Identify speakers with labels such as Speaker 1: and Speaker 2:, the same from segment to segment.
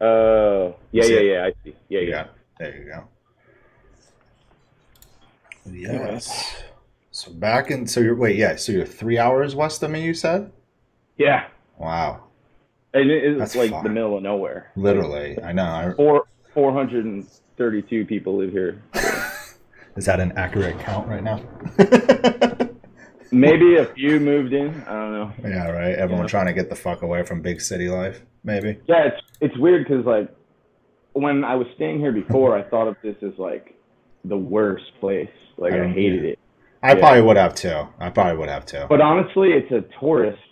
Speaker 1: Oh, yeah,
Speaker 2: That's
Speaker 1: yeah,
Speaker 2: it.
Speaker 1: yeah. I see. Yeah, yeah.
Speaker 2: Yeah, there you go. Yes. So back in so you're wait yeah so you're three hours west of me you said
Speaker 1: Yeah.
Speaker 2: wow
Speaker 1: And it- it's
Speaker 2: That's
Speaker 1: like
Speaker 2: far.
Speaker 1: the middle of nowhere.
Speaker 2: literally I know I,
Speaker 1: Four four hundred and thirty-two people live here.
Speaker 2: is that an accurate count right now?
Speaker 1: Maybe a few moved in. I don't know.
Speaker 2: yeah, right. Everyone
Speaker 1: Yeah.
Speaker 2: trying to get the fuck away from big city life, maybe.
Speaker 1: Yeah, it's it's weird because like when I was staying here before, I thought of this as like the worst place. Like
Speaker 2: I
Speaker 1: I,
Speaker 2: don't-
Speaker 1: hated it.
Speaker 2: I
Speaker 1: Yeah.
Speaker 2: probably would have too. I probably would have too.
Speaker 1: But honestly, it's a tourist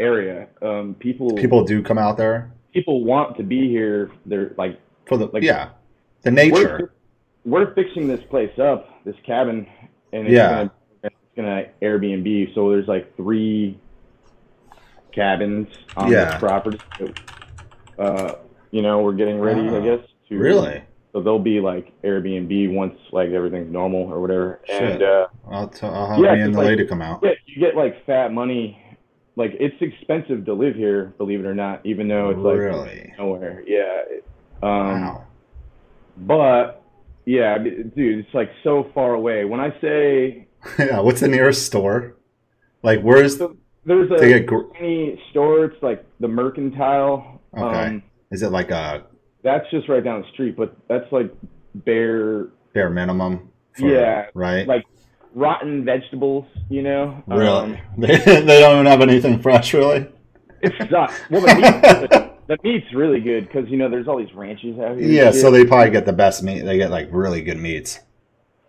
Speaker 1: area. Um, people
Speaker 2: People do come out there
Speaker 1: people want to be here. They're like
Speaker 2: for the
Speaker 1: Like-
Speaker 2: yeah, the nature.
Speaker 1: We're, we're fixing this place up, this cabin, and it's
Speaker 2: Yeah.
Speaker 1: gonna it's gonna Airbnb. So there's like three cabins on
Speaker 2: Yeah.
Speaker 1: this property. Uh, you know, we're getting ready, I
Speaker 2: Wow.
Speaker 1: guess. To,
Speaker 2: Really?
Speaker 1: So they'll be like Airbnb once like everything's normal or whatever.
Speaker 2: Shit.
Speaker 1: And uh,
Speaker 2: I'll, t- I'll have
Speaker 1: Yeah,
Speaker 2: me and
Speaker 1: just
Speaker 2: the
Speaker 1: like-
Speaker 2: lady come out.
Speaker 1: yeah, you get like fat money. Like it's expensive to live here, believe it or not. Even though it's like
Speaker 2: really?
Speaker 1: nowhere. Yeah. it- Um,
Speaker 2: wow.
Speaker 1: But yeah, I mean, dude, it's like so far away. When I say
Speaker 2: yeah. What's the nearest store? Like, where's
Speaker 1: so there's
Speaker 2: they
Speaker 1: a
Speaker 2: get? Gr-
Speaker 1: tiny store, it's like the Mercantile.
Speaker 2: Okay.
Speaker 1: Um,
Speaker 2: is it like a
Speaker 1: that's just right down the street, but that's like bare
Speaker 2: bare minimum?
Speaker 1: Yeah,
Speaker 2: Right.
Speaker 1: like- rotten vegetables, you know?
Speaker 2: really?
Speaker 1: Um,
Speaker 2: they, they don't even have anything fresh, really.
Speaker 1: it sucks. Well, the, meat, the, the meat's really good because, you know, there's all these ranches out here.
Speaker 2: yeah. So they probably get the best meat. They get like really good meats.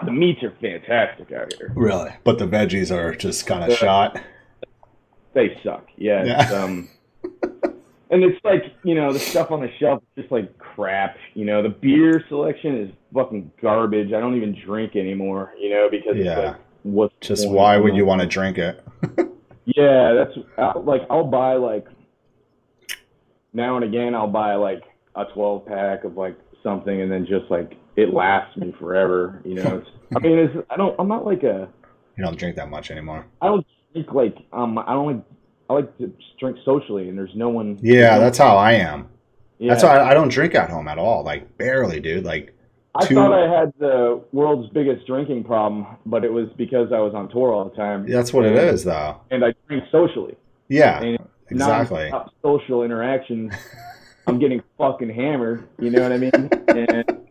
Speaker 1: the meats are fantastic out here.
Speaker 2: Really. But the veggies are just kind of
Speaker 1: Yeah.
Speaker 2: shot.
Speaker 1: they suck. Yeah. It's,
Speaker 2: Yeah.
Speaker 1: um, and it's like you know the stuff on the shelf is just like crap. You know the beer selection is fucking garbage. I don't even drink anymore. You know because
Speaker 2: Yeah.
Speaker 1: it's like what's
Speaker 2: Just
Speaker 1: going
Speaker 2: why would
Speaker 1: on?
Speaker 2: you want to drink it?
Speaker 1: Yeah, that's I'll, like I'll buy like now and again I'll buy like a 12 pack of like something and then just like it lasts me forever. You know. It's, I mean, it's, I don't. I'm not like a.
Speaker 2: You don't drink that much anymore.
Speaker 1: I don't drink like um. I don't like. I like to drink socially, and there's no one.
Speaker 2: Yeah, that's how I am.
Speaker 1: Yeah.
Speaker 2: That's why I, I don't drink at home at all. Like barely, dude. Like
Speaker 1: I
Speaker 2: Two-
Speaker 1: thought I had the world's biggest drinking problem, but it was because I was on tour all the time
Speaker 2: that's what it is, though.
Speaker 1: and I drink socially.
Speaker 2: Yeah,
Speaker 1: And
Speaker 2: exactly.
Speaker 1: Non-stop social interactions. I'm getting fucking hammered. You know what I mean? And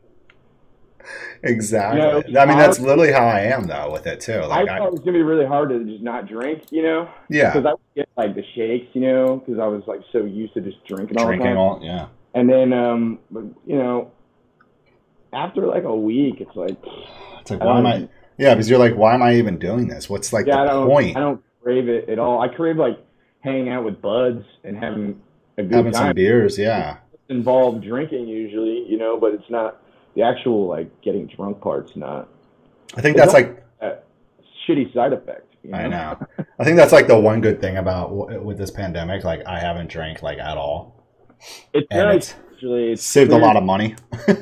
Speaker 2: Exactly.
Speaker 1: You know,
Speaker 2: I mean, that's
Speaker 1: I-
Speaker 2: literally how I am though with it too.
Speaker 1: I
Speaker 2: Like, I,
Speaker 1: thought it was gonna be really hard to just not drink. You know,
Speaker 2: yeah,
Speaker 1: because I would get like the shakes. You know, because I was like so used to just drinking all the
Speaker 2: drinking
Speaker 1: time.
Speaker 2: all, yeah.
Speaker 1: and then, um, but, you know, after like a week, it's like
Speaker 2: It's like,
Speaker 1: I
Speaker 2: why am
Speaker 1: don't-
Speaker 2: I? Yeah, because you're like, why am I even doing this? What's like
Speaker 1: yeah, I
Speaker 2: the
Speaker 1: don't,
Speaker 2: point?
Speaker 1: I don't crave it at all. I crave like hanging out with buds and having a good
Speaker 2: Having
Speaker 1: time.
Speaker 2: some beers, yeah,
Speaker 1: involved drinking usually, you know, but it's not the actual like getting drunk part's not
Speaker 2: I think
Speaker 1: It
Speaker 2: that's
Speaker 1: don't-
Speaker 2: like
Speaker 1: shitty side effect. You know?
Speaker 2: I know. I think that's like the one good thing about w- with this pandemic. Like, I haven't drank like at all.
Speaker 1: It's
Speaker 2: And
Speaker 1: nice. Actually, it's
Speaker 2: Saved a
Speaker 1: clear-
Speaker 2: lot of money.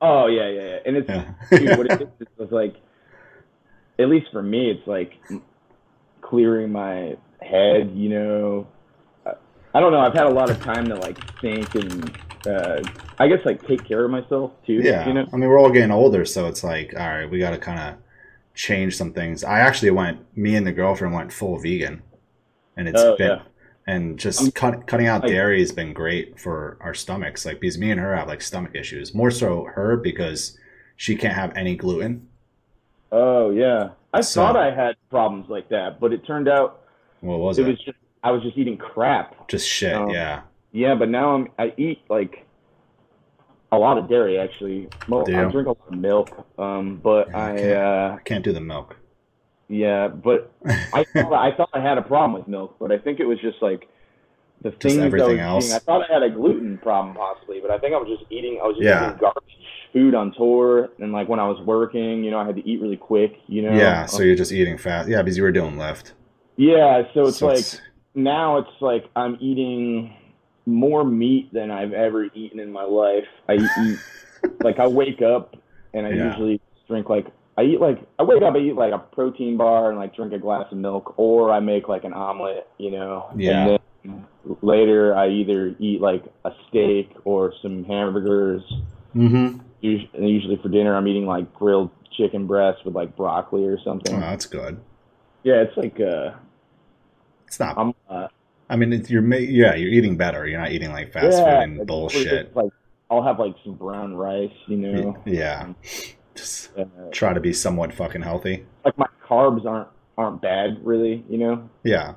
Speaker 1: Oh yeah, yeah, yeah. And it's
Speaker 2: Yeah.
Speaker 1: dude, what it is is it's like, at least for me, it's like clearing my head. You know, I, I don't know. I've had a lot of time to like think and uh, I guess like take care of myself too.
Speaker 2: Yeah.
Speaker 1: You know.
Speaker 2: I mean, we're all getting older, so it's like, all right, we got to kind of change some things. I actually went, me and the girlfriend went full vegan, and it's
Speaker 1: Oh,
Speaker 2: been,
Speaker 1: yeah.
Speaker 2: and
Speaker 1: I'm-
Speaker 2: just cut, cutting out
Speaker 1: I-
Speaker 2: dairy has been great for our stomachs. Like, because me and her have like stomach issues, more so her because she can't have any gluten.
Speaker 1: Oh yeah. I
Speaker 2: So-
Speaker 1: thought I had problems like that, but it turned out
Speaker 2: What was
Speaker 1: it
Speaker 2: it?
Speaker 1: was just I was just eating crap.
Speaker 2: just shit.
Speaker 1: um,
Speaker 2: yeah.
Speaker 1: Yeah, but now I'm I eat like a lot of dairy actually. Mo-
Speaker 2: Do
Speaker 1: I
Speaker 2: you?
Speaker 1: drink a lot of milk. Um, but I
Speaker 2: Okay.
Speaker 1: uh,
Speaker 2: I can't do the milk.
Speaker 1: yeah, but I thought I thought I had a problem with milk, but I think it was just like the things I was
Speaker 2: everything
Speaker 1: eating.
Speaker 2: else.
Speaker 1: I thought I had a gluten problem possibly, but I think I was just eating I was just
Speaker 2: Yeah.
Speaker 1: eating garbage food on tour and like when I was working, you know, I had to eat really quick, you know.
Speaker 2: yeah. So
Speaker 1: Um,
Speaker 2: you're just eating fast. Yeah. Because you were doing lift.
Speaker 1: yeah, so it's
Speaker 2: So
Speaker 1: like now it's like I'm eating more meat than I've ever eaten in my life. I eat like I wake up and I
Speaker 2: Yeah.
Speaker 1: usually drink like I eat like I wake up, I eat like a protein bar and like drink a glass of milk, or I make like an omelet, you know.
Speaker 2: Yeah.
Speaker 1: And then later, I either eat like a steak or some hamburgers.
Speaker 2: Mm-hmm.
Speaker 1: Us- and Usually for dinner, I'm eating like grilled chicken breast with like broccoli or something.
Speaker 2: Oh, that's good.
Speaker 1: Yeah, it's like uh,
Speaker 2: It's not.
Speaker 1: I'm uh,
Speaker 2: I mean, it's, you're ma- yeah, you're eating better. You're not eating like fast
Speaker 1: yeah,
Speaker 2: food
Speaker 1: it's-
Speaker 2: and
Speaker 1: it's
Speaker 2: bullshit.
Speaker 1: Like I'll have like some brown rice, you know.
Speaker 2: Yeah. Just
Speaker 1: Uh,
Speaker 2: try to be somewhat fucking healthy.
Speaker 1: like my carbs aren't aren't bad really, you know.
Speaker 2: Yeah.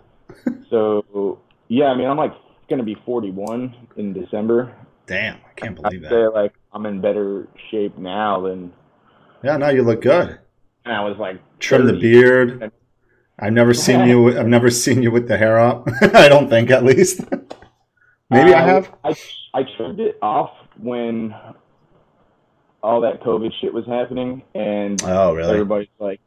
Speaker 1: So yeah, I mean I'm like gonna be 41 in December.
Speaker 2: Damn, I can't
Speaker 1: I
Speaker 2: believe
Speaker 1: say
Speaker 2: that.
Speaker 1: like I'm in better shape now than
Speaker 2: Yeah, no, you look good.
Speaker 1: and I was like
Speaker 2: Trim the
Speaker 1: 30.
Speaker 2: beard. I've never seen you. I've never seen you with the hair up. I don't think, at least. Maybe I
Speaker 1: Uh,
Speaker 2: have.
Speaker 1: I I trimmed it off when all that COVID shit was happening and
Speaker 2: Oh, really?
Speaker 1: everybody's like,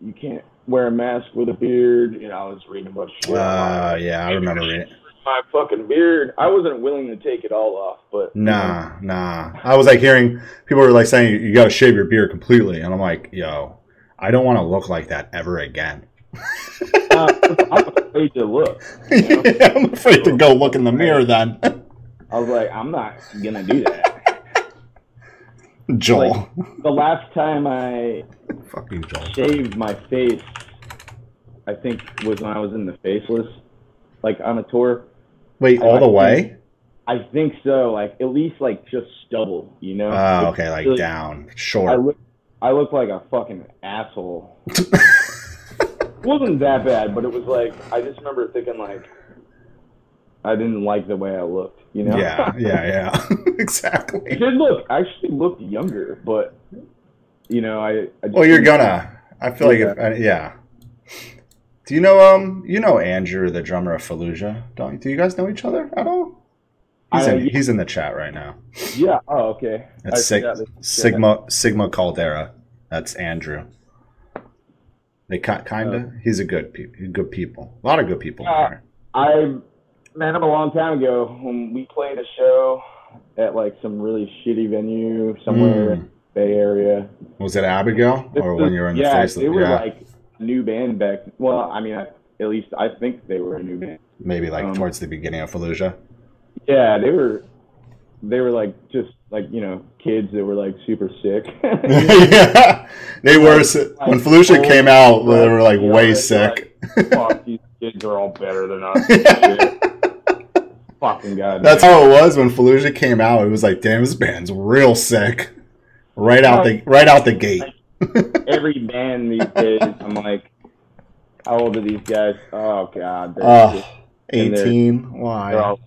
Speaker 1: you can't wear a mask with a beard. And I was reading a bunch of shit.
Speaker 2: Uh, yeah, I remember it.
Speaker 1: my fucking beard. I wasn't willing to take it all off, but
Speaker 2: Nah, nah. I was like hearing people were like saying you got to shave your beard completely, and I'm like, yo, I don't want to look like that ever again.
Speaker 1: Uh, I'm afraid to look.
Speaker 2: Yeah, I'm afraid to go look in the mirror then,
Speaker 1: I was like, I'm not gonna do that.
Speaker 2: Joel.
Speaker 1: the last time I
Speaker 2: Fucking Joel.
Speaker 1: shaved my face, I think was when I was in the faceless, like on a tour.
Speaker 2: Wait, all the way?
Speaker 1: I think so. Like at least like just stubble, you know.
Speaker 2: Oh, okay, like
Speaker 1: Really-
Speaker 2: down,
Speaker 1: I
Speaker 2: short.
Speaker 1: look, I look like a fucking asshole. wasn't that bad, but it was like I just remember thinking like I didn't like the way I looked. You know?
Speaker 2: Yeah, yeah, yeah.
Speaker 1: I
Speaker 2: exactly.
Speaker 1: did look. I actually looked younger, but you know, I. I just,
Speaker 2: Well, you're gonna. I feel like, if, uh, yeah. Do you know um? You know Andrew, the drummer of Fallujah? Don't do you guys know each other at all? He's
Speaker 1: I-
Speaker 2: in, he's in the chat right now.
Speaker 1: Yeah. Oh, okay. I
Speaker 2: That's Sig-
Speaker 1: forgot that-
Speaker 2: Sigma Sigma Caldera. That's Andrew. They ki- kinda.
Speaker 1: Oh.
Speaker 2: he's a good pe- good people. A lot of good people. in
Speaker 1: Yeah.
Speaker 2: there.
Speaker 1: I met him a long time ago when we played a show at like some really shitty venue somewhere in
Speaker 2: Mm.
Speaker 1: the Bay Area.
Speaker 2: Was it Abigail or
Speaker 1: This
Speaker 2: when
Speaker 1: is-
Speaker 2: you were in the
Speaker 1: yeah,
Speaker 2: face?
Speaker 1: they were
Speaker 2: yeah,
Speaker 1: like a new band back. Well, I mean, I, at least I think they were a new band.
Speaker 2: maybe like
Speaker 1: um,
Speaker 2: towards the beginning of Fallujah.
Speaker 1: Yeah, they were. They were like just like you know kids that were like super sick.
Speaker 2: yeah, they were. s when Fallujah
Speaker 1: old-
Speaker 2: came out, they were like
Speaker 1: Yeah,
Speaker 2: way
Speaker 1: they're
Speaker 2: sick.
Speaker 1: like, Fuck, these kids are all better than us. Shit. Fucking god.
Speaker 2: That's how it was when Fallujah came out. It was like, damn, this band's real sick. Right out the right out the gate.
Speaker 1: every band these days. I'm like, how old are these guys? Oh god, they're,
Speaker 2: Ugh,
Speaker 1: And they're-
Speaker 2: eighteen. Why?
Speaker 1: they're all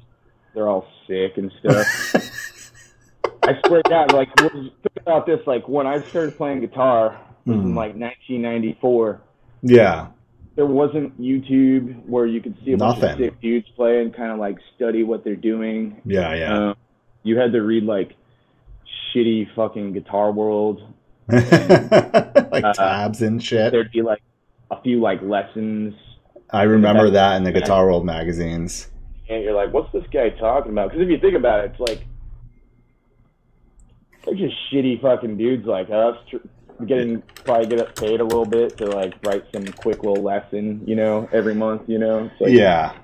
Speaker 1: they're all sick and stuff. I swear to God, like what was- think about this. Like when I started playing guitar was in
Speaker 2: Hmm.
Speaker 1: like 1994.
Speaker 2: yeah.
Speaker 1: There wasn't YouTube where you could see a bunch of
Speaker 2: Nothing.
Speaker 1: sick dudes play and kind of like study what they're doing
Speaker 2: Yeah. Yeah.
Speaker 1: Um, you had to read like shitty fucking Guitar World.
Speaker 2: like
Speaker 1: Uh,
Speaker 2: tabs and shit.
Speaker 1: There'd be like a few like lessons,
Speaker 2: I remember that in the Guitar World magazines.
Speaker 1: and you're like, "What's this guy talking about?" Because if you think about it, it's like they're just shitty fucking dudes like us, tr- getting probably get paid a little bit to like write some quick little lesson, you know, every month, you know, it's like
Speaker 2: Yeah,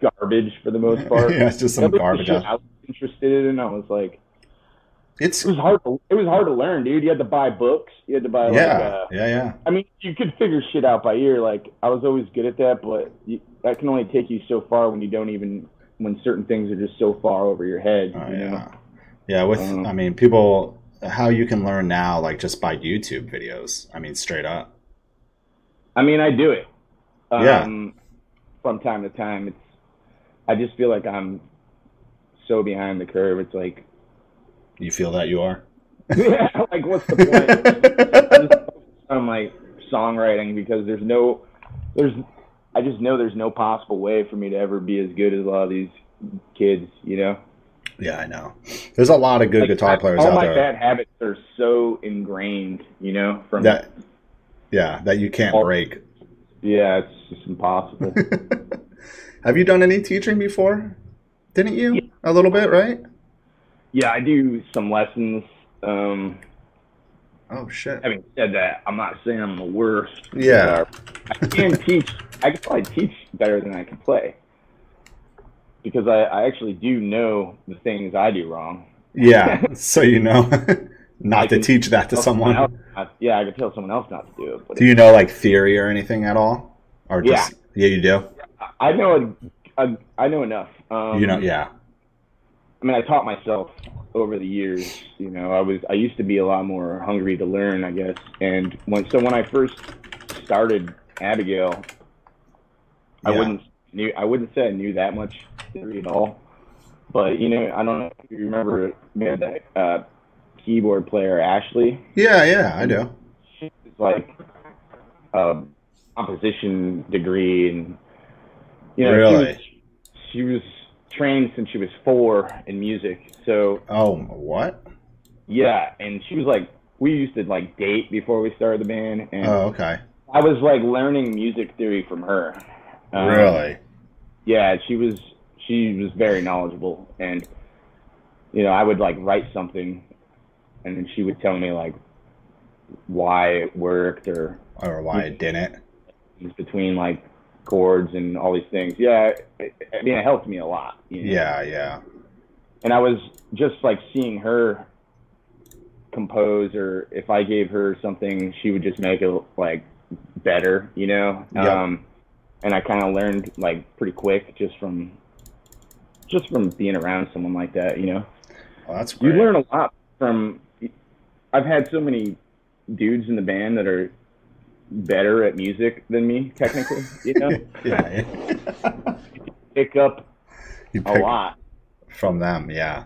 Speaker 1: garbage for the most part.
Speaker 2: yeah, it's just
Speaker 1: That
Speaker 2: some
Speaker 1: was the
Speaker 2: garbage.
Speaker 1: shit I was interested in. I was like,
Speaker 2: It's
Speaker 1: it was hard. To, it was hard to learn, dude. You had to buy books. You had to buy like. Uh,
Speaker 2: yeah, yeah, yeah.
Speaker 1: I mean, you could figure shit out by ear. Like I was always good at that, but you, that can only take you so far when you don't even when certain things are just so far over your head.
Speaker 2: Oh,
Speaker 1: you know?
Speaker 2: yeah, yeah. With
Speaker 1: Um,
Speaker 2: I mean, people, how you can learn now, like just by YouTube videos. I mean, straight up.
Speaker 1: I mean, I do it.
Speaker 2: Yeah.
Speaker 1: Um, From time to time, it's. I just feel like I'm so behind the curve. It's like,
Speaker 2: You feel that you are.
Speaker 1: yeah, like what's the point? I just focus on like songwriting because there's no, there's, I just know there's no possible way for me to ever be as good as a lot of these kids. You know.
Speaker 2: yeah, I know. There's a lot of good
Speaker 1: Like,
Speaker 2: guitar
Speaker 1: I-
Speaker 2: players
Speaker 1: all
Speaker 2: out
Speaker 1: my
Speaker 2: there.
Speaker 1: bad habits are so ingrained, you know. From
Speaker 2: That, yeah, that you can't
Speaker 1: All-
Speaker 2: break.
Speaker 1: yeah, it's just impossible.
Speaker 2: Have you done any teaching before? Didn't you? A little bit, right?
Speaker 1: yeah, I do some lessons. Um,
Speaker 2: Oh shit.
Speaker 1: Having said that, I'm not saying I'm the worst.
Speaker 2: Yeah.
Speaker 1: I can teach. I can probably teach better than I can play because I, I actually do know the things I do wrong.
Speaker 2: Yeah. so you know, not
Speaker 1: I
Speaker 2: to
Speaker 1: can
Speaker 2: teach that to
Speaker 1: Tell else
Speaker 2: someone.
Speaker 1: not- yeah, I could tell someone else not to do it. But
Speaker 2: Do you know like theory or anything at all? Or
Speaker 1: Yeah.
Speaker 2: just yeah, you do.
Speaker 1: I- I know a, a, I know enough. Um,
Speaker 2: you know, yeah,
Speaker 1: I mean, I taught myself over the years. You know, I was I used to be a lot more hungry to learn, I guess. And when so when I first started Abigail, I
Speaker 2: Yeah.
Speaker 1: wouldn't knew I wouldn't say I knew that much theory at all. But you know, I don't know if you remember we had that uh, keyboard player Ashley.
Speaker 2: yeah, yeah. I do.
Speaker 1: She's like a composition degree, and you know, she
Speaker 2: Really?
Speaker 1: was, she was trained since she was four in music. So
Speaker 2: Oh, what?
Speaker 1: yeah, and she was like, we used to like date before we started the band, and
Speaker 2: Oh, okay.
Speaker 1: I was like learning music theory from her. Um,
Speaker 2: really?
Speaker 1: Yeah, she was she was very knowledgeable, and you know, I would like write something, and then she would tell me like why it worked or
Speaker 2: Or Oh, why it didn't?
Speaker 1: things between like chords and all these things. Yeah, it, I mean, it helped me a lot. you know?
Speaker 2: Yeah, yeah,
Speaker 1: and I was just like seeing her compose, or if I gave her something, she would just make it like better, you know.
Speaker 2: Yeah.
Speaker 1: Um, and I kind of learned like pretty quick just from just from being around someone like that, you know.
Speaker 2: well, that's
Speaker 1: You
Speaker 2: great.
Speaker 1: learn a lot from. I've had so many dudes in the band that are better at music than me, technically. You know,
Speaker 2: yeah, yeah.
Speaker 1: pick up
Speaker 2: you
Speaker 1: a
Speaker 2: pick
Speaker 1: lot.
Speaker 2: from them. Yeah,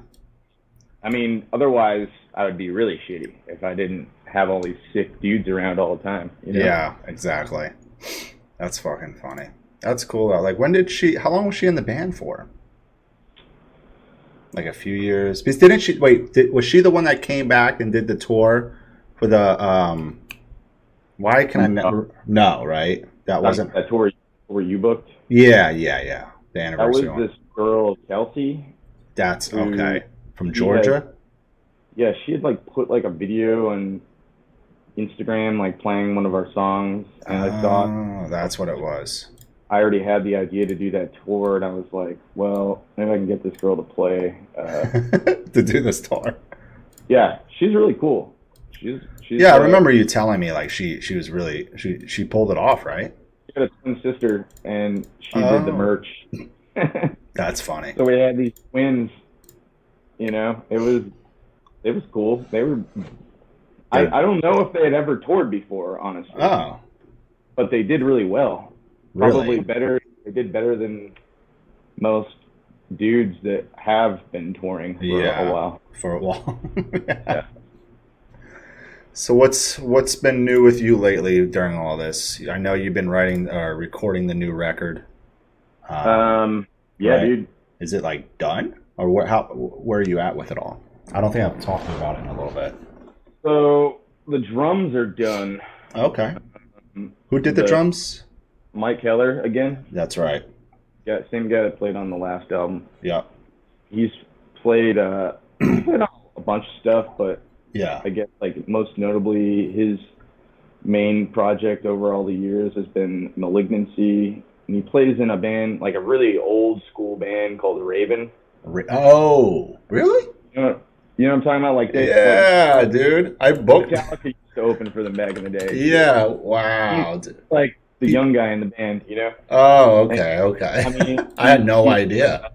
Speaker 1: I mean, otherwise I would be really shitty if I didn't have all these sick dudes around all the time. You know?
Speaker 2: yeah, exactly. That's fucking funny. That's cool though. Like, when did she? How long was she in the band for? Like a few years. Because didn't she? Wait, did, was she the one that came back and did the tour for the? um Why can I never? No, right? That wasn't.
Speaker 1: that tour where you booked.
Speaker 2: Yeah, yeah, yeah. The
Speaker 1: That was
Speaker 2: anniversary one.
Speaker 1: this girl Kelsey.
Speaker 2: That's
Speaker 1: who-
Speaker 2: okay. From Georgia.
Speaker 1: Yeah, she had like put like a video on Instagram, like playing one of our songs, and I thought
Speaker 2: Oh, that's what it was.
Speaker 1: I already had the idea to do that tour, and I was like, well, maybe I can get this girl to play. Uh,
Speaker 2: to do this tour.
Speaker 1: yeah, she's really cool. She's she's
Speaker 2: Yeah, I
Speaker 1: uh,
Speaker 2: remember you telling me like she she was really she she pulled it off, right?
Speaker 1: She had a twin sister, and she did the
Speaker 2: Oh.
Speaker 1: merch.
Speaker 2: That's funny.
Speaker 1: So we had these twins. You know, it was it was cool. They were. I, I don't know if they had ever toured before, honestly,
Speaker 2: Oh,
Speaker 1: but they did really well. Probably
Speaker 2: really?
Speaker 1: better. They did better than most dudes that have been touring for
Speaker 2: Yeah.
Speaker 1: a while.
Speaker 2: For a while. So what's what's been new with you lately during all this? I know you've been writing or recording the new record. Uh,
Speaker 1: Um. Yeah,
Speaker 2: Right.
Speaker 1: dude.
Speaker 2: is it like done, or where how where are you at with it all? I don't think I've talked about it in a little bit.
Speaker 1: So the drums are done.
Speaker 2: Okay. Who did the
Speaker 1: The-
Speaker 2: drums?
Speaker 1: Mike Keller again.
Speaker 2: That's right.
Speaker 1: Yeah, same guy that played on the last album.
Speaker 2: Yep.
Speaker 1: He's played uh he played on a bunch of stuff, but
Speaker 2: Yeah.
Speaker 1: I guess like most notably his main project over all the years has been Malignancy. And he plays in a band, like a really old school band called The Raven.
Speaker 2: Re- oh, really?
Speaker 1: You know, you know what I'm talking about? Like they
Speaker 2: Yeah, dude. I
Speaker 1: like,
Speaker 2: booked.
Speaker 1: Metallica used to open for them back in the day.
Speaker 2: Yeah. Wow. dude.
Speaker 1: Like the young guy in the band, you know?
Speaker 2: Oh, okay, okay.
Speaker 1: I mean
Speaker 2: I had no idea.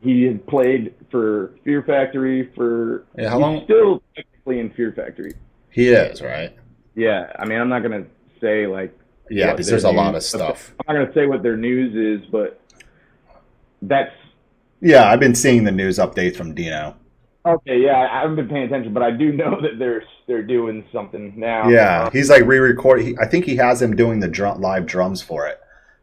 Speaker 1: he had played for Fear Factory for
Speaker 2: Yeah, how
Speaker 1: he's
Speaker 2: long?
Speaker 1: still technically in Fear Factory.
Speaker 2: He is right.
Speaker 1: Yeah. I mean I'm not gonna say like
Speaker 2: Yeah,
Speaker 1: Yeah,
Speaker 2: because
Speaker 1: they're
Speaker 2: there's a lot
Speaker 1: new.
Speaker 2: of stuff.
Speaker 1: I'm not gonna say what their news is, but that's
Speaker 2: Yeah, I've been seeing the news updates from Dino.
Speaker 1: Okay, yeah, I haven't been paying attention, but I do know that they're they're doing something now.
Speaker 2: Yeah, he's like re-record. He, I think he has him doing the drum, live drums for it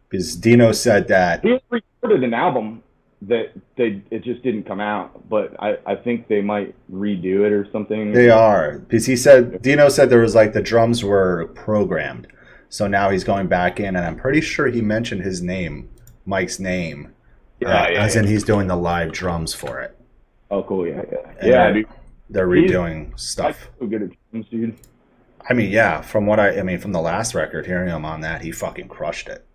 Speaker 2: because Dino said that.
Speaker 1: he recorded an album that they it just didn't come out, but I I think they might redo it or something.
Speaker 2: They are because he said Dino said there was like the drums were programmed, so now he's going back in, and I'm pretty sure he mentioned his name, Mike's name,
Speaker 1: yeah,
Speaker 2: uh,
Speaker 1: yeah,
Speaker 2: as
Speaker 1: yeah.
Speaker 2: in he's doing the live drums for it.
Speaker 1: Oh, cool, yeah, yeah,
Speaker 2: And
Speaker 1: yeah,
Speaker 2: they're,
Speaker 1: dude.
Speaker 2: they're
Speaker 1: He's-
Speaker 2: redoing stuff.
Speaker 1: So good at drums, dude.
Speaker 2: I mean, yeah. From what I, I mean, from the last record, hearing him on that, he fucking crushed it.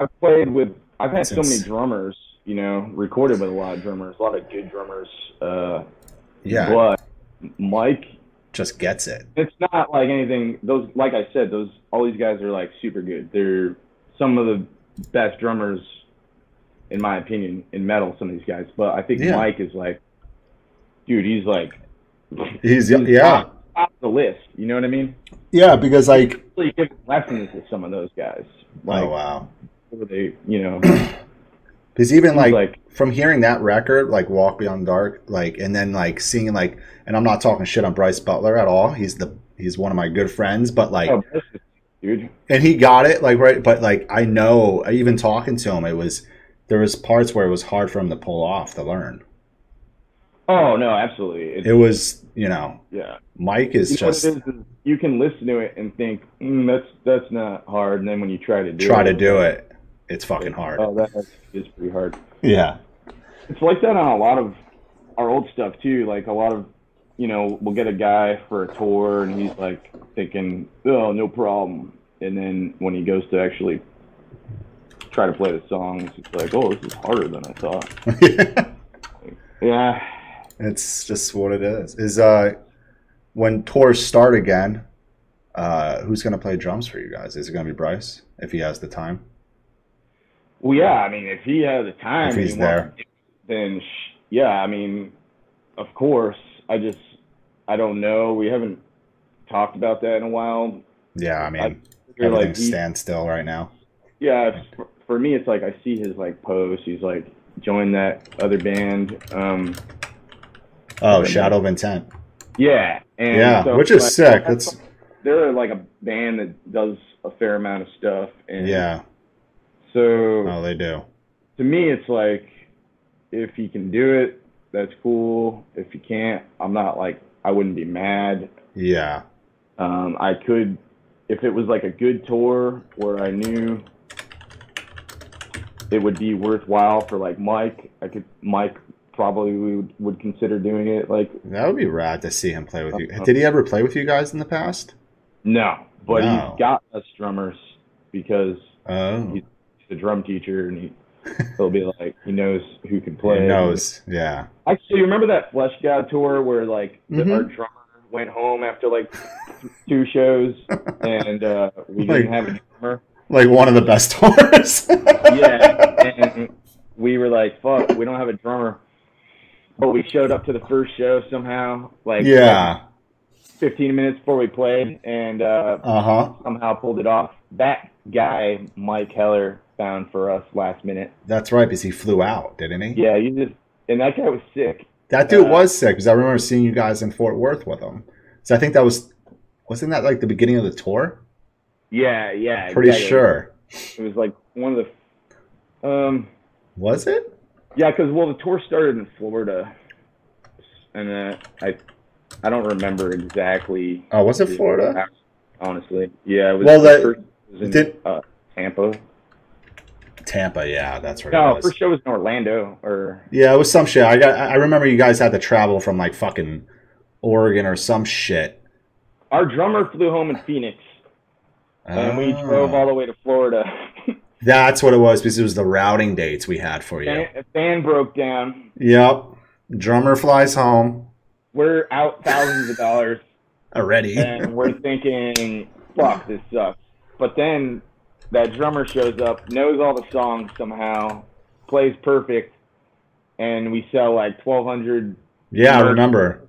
Speaker 1: I've played with. I've had so many
Speaker 2: Since-
Speaker 1: drummers. You know, recorded with a lot of drummers, a lot of good drummers. Uh,
Speaker 2: Yeah,
Speaker 1: but Mike,
Speaker 2: just gets it.
Speaker 1: it's not like anything. Those, like I said, those all these guys are like super good. They're some of the best drummers, in my opinion, in metal. Some of these guys, but I think
Speaker 2: Yeah.
Speaker 1: Mike is like, dude, he's like
Speaker 2: He's
Speaker 1: he's
Speaker 2: yeah,
Speaker 1: top, top of the list. You know what I mean?
Speaker 2: yeah. Because like,
Speaker 1: Really giving lessons to some of those guys, like
Speaker 2: oh wow.
Speaker 1: where they, you know,
Speaker 2: Because even like,
Speaker 1: like-
Speaker 2: from hearing that record, like Walk Beyond Dark, like and then like seeing like, and I'm not talking shit on Bryce Butler at all. He's the he's one of my good friends, but like,
Speaker 1: oh, this is- dude.
Speaker 2: and he got it like right. But like, I know even talking to him, it was there was parts where it was hard for him to pull off to learn.
Speaker 1: Oh no, absolutely. It's,
Speaker 2: It was you know,
Speaker 1: yeah.
Speaker 2: Mike is
Speaker 1: You know what
Speaker 2: just
Speaker 1: it is, is you can listen to it and think mm, that's that's not hard, and then when you try to do
Speaker 2: try
Speaker 1: it,
Speaker 2: to do it. It's fucking hard.
Speaker 1: Oh, that is pretty hard.
Speaker 2: Yeah.
Speaker 1: It's like that on a lot of our old stuff too. Like a lot of, you know, we'll get a guy for a tour, and he's like thinking, "Oh, no problem," and then when he goes to actually try to play the songs, it's like, "Oh, this is harder than I thought." Yeah,
Speaker 2: It's just what it is. Is uh, when tours start again, uh, who's gonna play drums for you guys? Is it gonna be Bryce if he has the time?
Speaker 1: Well, yeah, I mean, if he has the time,
Speaker 2: If
Speaker 1: and
Speaker 2: he's
Speaker 1: he wants
Speaker 2: there.
Speaker 1: to do it, then sh- yeah, I mean, of course. I just, I don't know. We haven't talked about that in a while.
Speaker 2: Yeah, I mean
Speaker 1: I- You're
Speaker 2: everything
Speaker 1: like, he-
Speaker 2: stands still right now.
Speaker 1: yeah, it's- for- for me, it's like I see his like posts. He's like, join that other band. Um,
Speaker 2: Oh,
Speaker 1: Yeah.
Speaker 2: Shadow of Intent.
Speaker 1: yeah, and
Speaker 2: yeah,
Speaker 1: so
Speaker 2: which
Speaker 1: it's
Speaker 2: is
Speaker 1: like,
Speaker 2: sick.
Speaker 1: that's-
Speaker 2: That's
Speaker 1: they're like a band that does a fair amount of stuff, and
Speaker 2: yeah.
Speaker 1: So
Speaker 2: Oh, they do.
Speaker 1: to me, it's like if he can do it, that's cool. If he can't, I'm not like I wouldn't be mad.
Speaker 2: Yeah,
Speaker 1: Um, I could, if it was like a good tour where I knew it would be worthwhile for like Mike, I could Mike probably would, would consider doing it. Like
Speaker 2: that would be rad to see him play with you.
Speaker 1: Uh-huh.
Speaker 2: Did he ever play with you guys in the past?
Speaker 1: no, but
Speaker 2: No.
Speaker 1: he's got us drummers because
Speaker 2: Oh,
Speaker 1: He he's a drum teacher and he he'll be like he knows who can play.
Speaker 2: he knows. Yeah.
Speaker 1: Actually, you remember that Flesh God tour where like the,
Speaker 2: Mhm.
Speaker 1: our drummer went home after like two shows and uh, we
Speaker 2: Like-
Speaker 1: didn't have a drummer.
Speaker 2: Like one of the best tours.
Speaker 1: Yeah, and we were like, "Fuck, we don't have a drummer." But we showed up to the first show somehow, like
Speaker 2: yeah.
Speaker 1: 15 minutes before we played, and uh,
Speaker 2: Uh huh.
Speaker 1: somehow pulled it off. That guy, Mike Heller, found for us last minute.
Speaker 2: That's right, because he flew out, didn't he?
Speaker 1: Yeah, you just and that guy was sick.
Speaker 2: That dude
Speaker 1: Uh,
Speaker 2: was sick because I remember seeing you guys in Fort Worth with him. So I think that was wasn't that like the beginning of the tour?
Speaker 1: Yeah, yeah,
Speaker 2: Pretty
Speaker 1: exactly.
Speaker 2: sure.
Speaker 1: It was like one of the, um,
Speaker 2: Was it?
Speaker 1: Yeah, because well, the tour started in Florida, and uh, I, I don't remember exactly.
Speaker 2: Oh, was it Florida?
Speaker 1: Honestly, yeah. It was
Speaker 2: Well,
Speaker 1: the
Speaker 2: that-
Speaker 1: first was in
Speaker 2: did-
Speaker 1: uh, Tampa.
Speaker 2: Tampa, yeah, that's right.
Speaker 1: No,
Speaker 2: it was.
Speaker 1: first show was in Orlando, or
Speaker 2: Yeah, it was some shit. I got. I I remember you guys had to travel from like fucking Oregon or some shit.
Speaker 1: our drummer flew home in Phoenix, and we drove
Speaker 2: Ah.
Speaker 1: all the way to Florida.
Speaker 2: That's what it was because it was the routing dates we had for you.
Speaker 1: Fan- Fan broke down.
Speaker 2: Yep. Drummer flies home
Speaker 1: We're out thousands of dollars.
Speaker 2: already.
Speaker 1: and we're thinking, fuck, this sucks. But then that drummer shows up, knows all the songs somehow, plays perfect, and we sell like 1,200
Speaker 2: yeah, I remember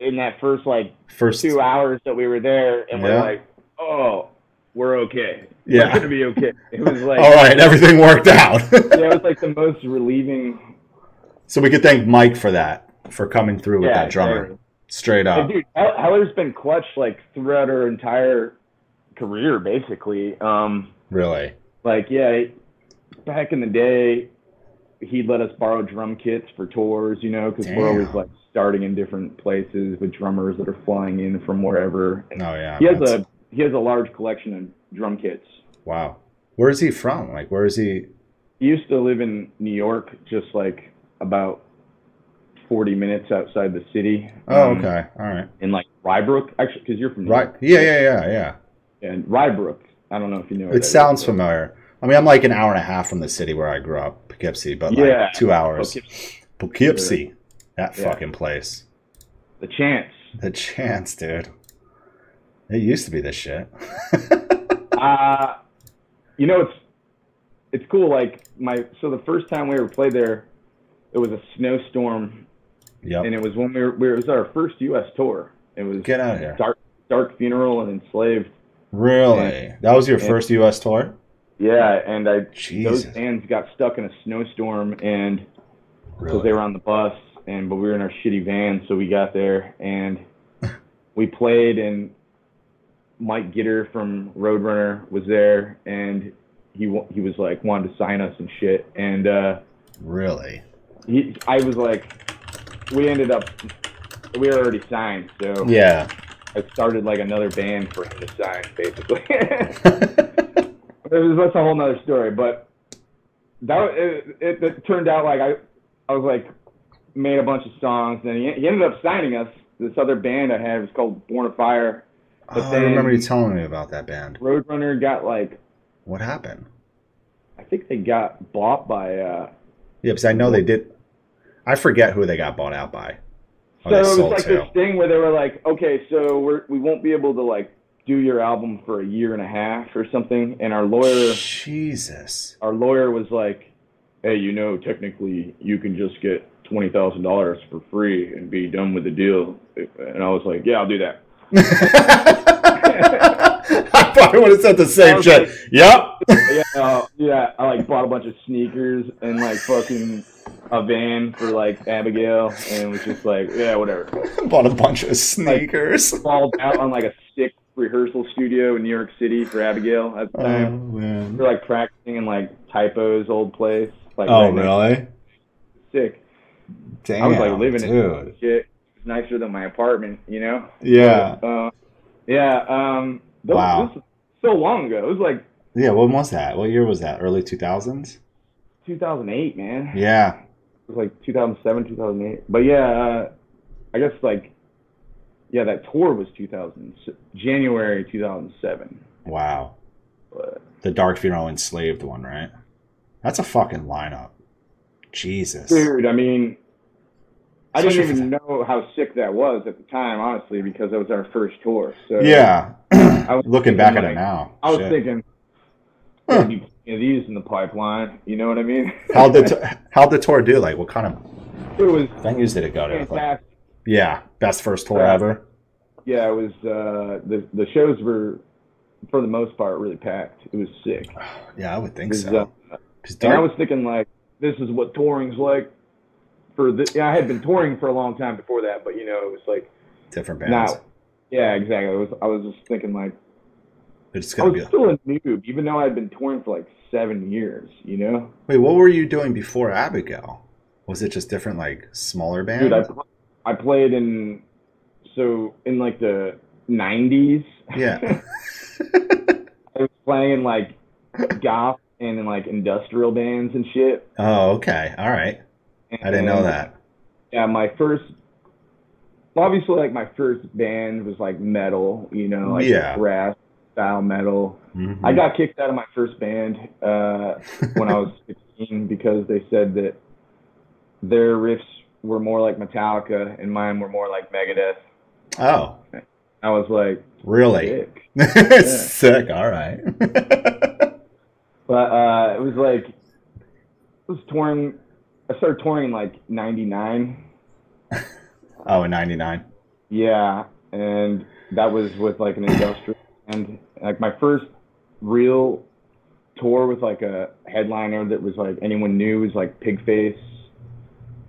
Speaker 1: in that first like
Speaker 2: first.
Speaker 1: two hours that we were there, and
Speaker 2: Yeah.
Speaker 1: we're like, oh, we're okay. We're
Speaker 2: Yeah.
Speaker 1: gonna be okay. It was like,
Speaker 2: all right, everything worked out.
Speaker 1: yeah, it was like the most relieving.
Speaker 2: So we could thank Mike for that, for coming through with
Speaker 1: yeah,
Speaker 2: that drummer.
Speaker 1: exactly.
Speaker 2: Straight
Speaker 1: And
Speaker 2: up.
Speaker 1: dude, Hel- Heller's been clutch like throughout her entire career, basically. Um,
Speaker 2: Really.
Speaker 1: like yeah back in the day he'd let us borrow drum kits for tours you know because we're always
Speaker 2: Damn.
Speaker 1: like starting in different places with drummers that are flying in from wherever And
Speaker 2: Oh yeah.
Speaker 1: he has
Speaker 2: that's-
Speaker 1: a he has a large collection of drum kits
Speaker 2: wow. Where is he from? Like where is he
Speaker 1: he used to live in new york just like about 40 minutes outside the city.
Speaker 2: Oh,
Speaker 1: um,
Speaker 2: okay. All right.
Speaker 1: In like Rybrook, actually, because you're from New
Speaker 2: Right.
Speaker 1: York.
Speaker 2: Yeah, yeah, yeah, yeah.
Speaker 1: and Rybrook. I don't know if you know. where
Speaker 2: It
Speaker 1: that is,
Speaker 2: sounds
Speaker 1: but-
Speaker 2: familiar. I mean, I'm like an hour and a half from the city where I grew up, Poughkeepsie, but like
Speaker 1: Yeah.
Speaker 2: two hours.
Speaker 1: Poughkeepsie.
Speaker 2: Poughkeepsie. That
Speaker 1: Yeah.
Speaker 2: fucking place.
Speaker 1: The chance.
Speaker 2: The chance, dude. It used to be this shit.
Speaker 1: Uh, you know, it's it's cool. Like my so the first time we ever played there, it was a snowstorm, and
Speaker 2: yep.
Speaker 1: it was when we were, we were- it was our first U.S. tour. It was
Speaker 2: Get out of here.
Speaker 1: dark dark funeral and enslaved.
Speaker 2: Really? That was your
Speaker 1: Yeah.
Speaker 2: first U.S. tour?
Speaker 1: Yeah, and I
Speaker 2: Jesus.
Speaker 1: those bands got stuck in a snowstorm and because
Speaker 2: Really?
Speaker 1: they were on the bus and but we were in our shitty van so we got there and we played and mike gitter from roadrunner was there and he wa- he was like wanted to sign us and shit and uh
Speaker 2: Really?
Speaker 1: he i was like we ended up we were already signed so
Speaker 2: Yeah.
Speaker 1: i started like another band for him to sign basically it was that's a whole nother story but that wa- it, it, it turned out like i i was like made a bunch of songs and he, he ended up signing us this other band i had it was called born of fire
Speaker 2: oh, I
Speaker 1: then-
Speaker 2: remember you telling me about that band.
Speaker 1: roadrunner got like
Speaker 2: What happened?
Speaker 1: i think they got bought by uh
Speaker 2: Yeah, because I know they did. I forget who they got bought out by.
Speaker 1: so
Speaker 2: Oh, they
Speaker 1: it was
Speaker 2: sold
Speaker 1: like
Speaker 2: too.
Speaker 1: this thing where they were like okay so we're we won't be able to like do your album for a year and a half or something and our lawyer
Speaker 2: Jesus.
Speaker 1: our lawyer was like, "Hey, you know, technically, you can just get twenty thousand dollars for free and be done with the deal." And I was like, "Yeah, I'll do that."
Speaker 2: I probably would have said the same
Speaker 1: Sounds
Speaker 2: shit. yep.
Speaker 1: yeah, uh, yeah. I like bought a bunch of sneakers and like fucking a van for like Abigail, and was just like, "Yeah, whatever."
Speaker 2: Bought a bunch of sneakers.
Speaker 1: Balled out on like a stick rehearsal studio in New York City for Abigail at the
Speaker 2: Oh,
Speaker 1: time.
Speaker 2: man.
Speaker 1: we were like practicing in like Typo's old place. Like,
Speaker 2: Oh,
Speaker 1: right next
Speaker 2: really?
Speaker 1: to the Sick.
Speaker 2: Damn.
Speaker 1: I was like living
Speaker 2: dude.
Speaker 1: it. Shit, it's nicer than my apartment, you know.
Speaker 2: Yeah.
Speaker 1: Uh, yeah. Um, those,
Speaker 2: Wow.
Speaker 1: This was so long ago. It was like
Speaker 2: Yeah, when was that? What year was that? Early 2000s?
Speaker 1: 2008, man.
Speaker 2: Yeah.
Speaker 1: It was like 2007, 2008. But yeah, uh, I guess like, yeah, that tour was 2000, January 2007.
Speaker 2: Wow.
Speaker 1: But
Speaker 2: The Dark Funeral Enslaved one, right? That's a fucking lineup. Jesus.
Speaker 1: dude, I mean, I didn't
Speaker 2: Especially
Speaker 1: even know how sick that was at the time, honestly, because that was our first tour. So
Speaker 2: Yeah.
Speaker 1: was
Speaker 2: Looking back at
Speaker 1: thinking,
Speaker 2: it now.
Speaker 1: I was
Speaker 2: shit.
Speaker 1: thinking,
Speaker 2: Huh.
Speaker 1: there'd be plenty of these in the pipeline. You know what I mean?
Speaker 2: How'd the, t- how'd the tour do? Like, what kind of
Speaker 1: it was
Speaker 2: venues did it go to? Like,
Speaker 1: fantastic.
Speaker 2: yeah, best first tour
Speaker 1: Uh,
Speaker 2: ever.
Speaker 1: yeah, it was uh, the the shows were for the most part really packed. It was sick.
Speaker 2: Yeah, I would
Speaker 1: It
Speaker 2: think
Speaker 1: was,
Speaker 2: so.
Speaker 1: uh,
Speaker 2: 'Cause
Speaker 1: and I
Speaker 2: Dark-
Speaker 1: was thinking like, this is what touring's like. For the yeah, I had been touring for a long time before that, but you know, it was like
Speaker 2: different bands.
Speaker 1: now. Yeah, exactly. I was I was just thinking like
Speaker 2: It's
Speaker 1: I
Speaker 2: gonna
Speaker 1: was
Speaker 2: be. like-
Speaker 1: still a noob, even though I'd been touring for like seven years. You know,
Speaker 2: Wait, what were you doing before Abigail? Was it just different, like smaller bands?
Speaker 1: dude, I pl- I played in so in like the '90s.
Speaker 2: yeah.
Speaker 1: I was playing in like goth and in like industrial bands and shit.
Speaker 2: Oh, okay. All right. I didn't know
Speaker 1: And,
Speaker 2: that.
Speaker 1: Yeah, my first, obviously, like my first band was like metal, you know, like
Speaker 2: Yeah.
Speaker 1: thrash style metal.
Speaker 2: Mhm.
Speaker 1: I got kicked out of my first band uh, when I was 15 because they said that their riffs were more like Metallica and mine were more like Megadeth.
Speaker 2: oh,
Speaker 1: I was like,
Speaker 2: really?
Speaker 1: sick.
Speaker 2: Sick. All right.
Speaker 1: But uh, it was like, I was touring. I started touring in like '99.
Speaker 2: oh, in '99.
Speaker 1: Yeah, and that was with like an industrial and like my first real tour with like a headliner that was like anyone knew was like Pigface,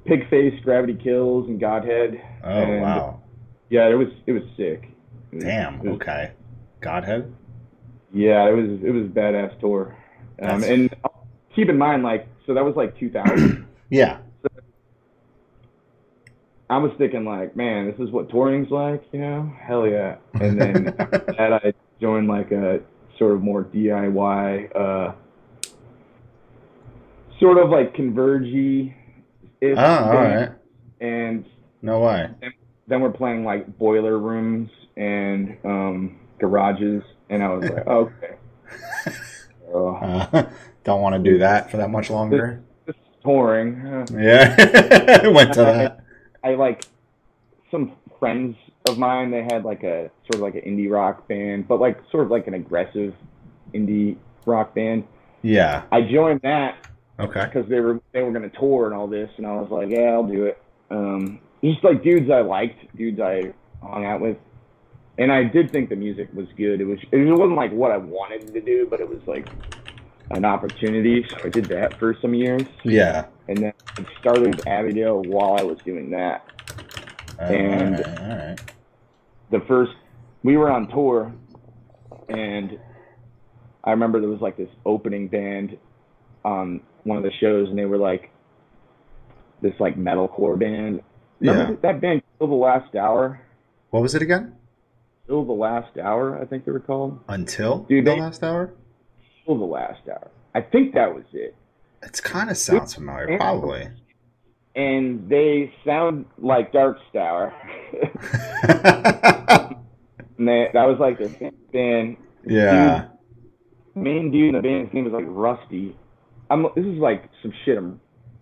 Speaker 1: Pigface, Gravity Kills, and Godhead.
Speaker 2: Oh,
Speaker 1: And-
Speaker 2: wow.
Speaker 1: Yeah, it was it was sick. It was- it
Speaker 2: Damn.
Speaker 1: was-
Speaker 2: Okay. Godhead.
Speaker 1: Yeah, it was it was a badass tour. Um,
Speaker 2: That's-
Speaker 1: and keep in mind, like, so that was like 2000.
Speaker 2: Yeah.
Speaker 1: I was thinking like, man, this is what touring's like, you know? Hell yeah. And then that I joined like a sort of more DIY, uh, sort of like convergy.
Speaker 2: oh, Ah, all right.
Speaker 1: and
Speaker 2: No way.
Speaker 1: then we're playing like boiler rooms and um, garages, and I was like, okay. Oh,
Speaker 2: Uh, don't want to do that for that much longer.
Speaker 1: this is boring. Uh,
Speaker 2: Yeah, went to that.
Speaker 1: I like some friends of mine. They had like a sort of like an indie rock band, but like sort of like an aggressive indie rock band.
Speaker 2: Yeah.
Speaker 1: I joined that
Speaker 2: Okay.
Speaker 1: because they were they were gonna tour and all this, and I was like, yeah, I'll do it. Um, just like dudes I liked, dudes I hung out with, and I did think the music was good. It was it wasn't like what I wanted to do, but it was like an opportunity. So I did that for some years,
Speaker 2: Yeah.
Speaker 1: and then I started Abigail while I was doing that.
Speaker 2: Uh,
Speaker 1: And-
Speaker 2: all right. All right.
Speaker 1: the first we were on tour and I remember there was like this opening band on one of the shows and they were like this like metalcore band. Remember
Speaker 2: Yeah.
Speaker 1: that band Kill the Last Hour?
Speaker 2: What was it again?
Speaker 1: Kill the Last Hour, I think they were called.
Speaker 2: Until
Speaker 1: Dude,
Speaker 2: the
Speaker 1: they-
Speaker 2: last hour.
Speaker 1: Kill the Last Hour. I think that was it.
Speaker 2: It kind of sounds familiar.
Speaker 1: Yeah.
Speaker 2: Probably.
Speaker 1: And they sound like Dark Star. and they, that was like their band.
Speaker 2: yeah.
Speaker 1: main dude in the band, his name was like Rusty. I'm this is like some shit I'm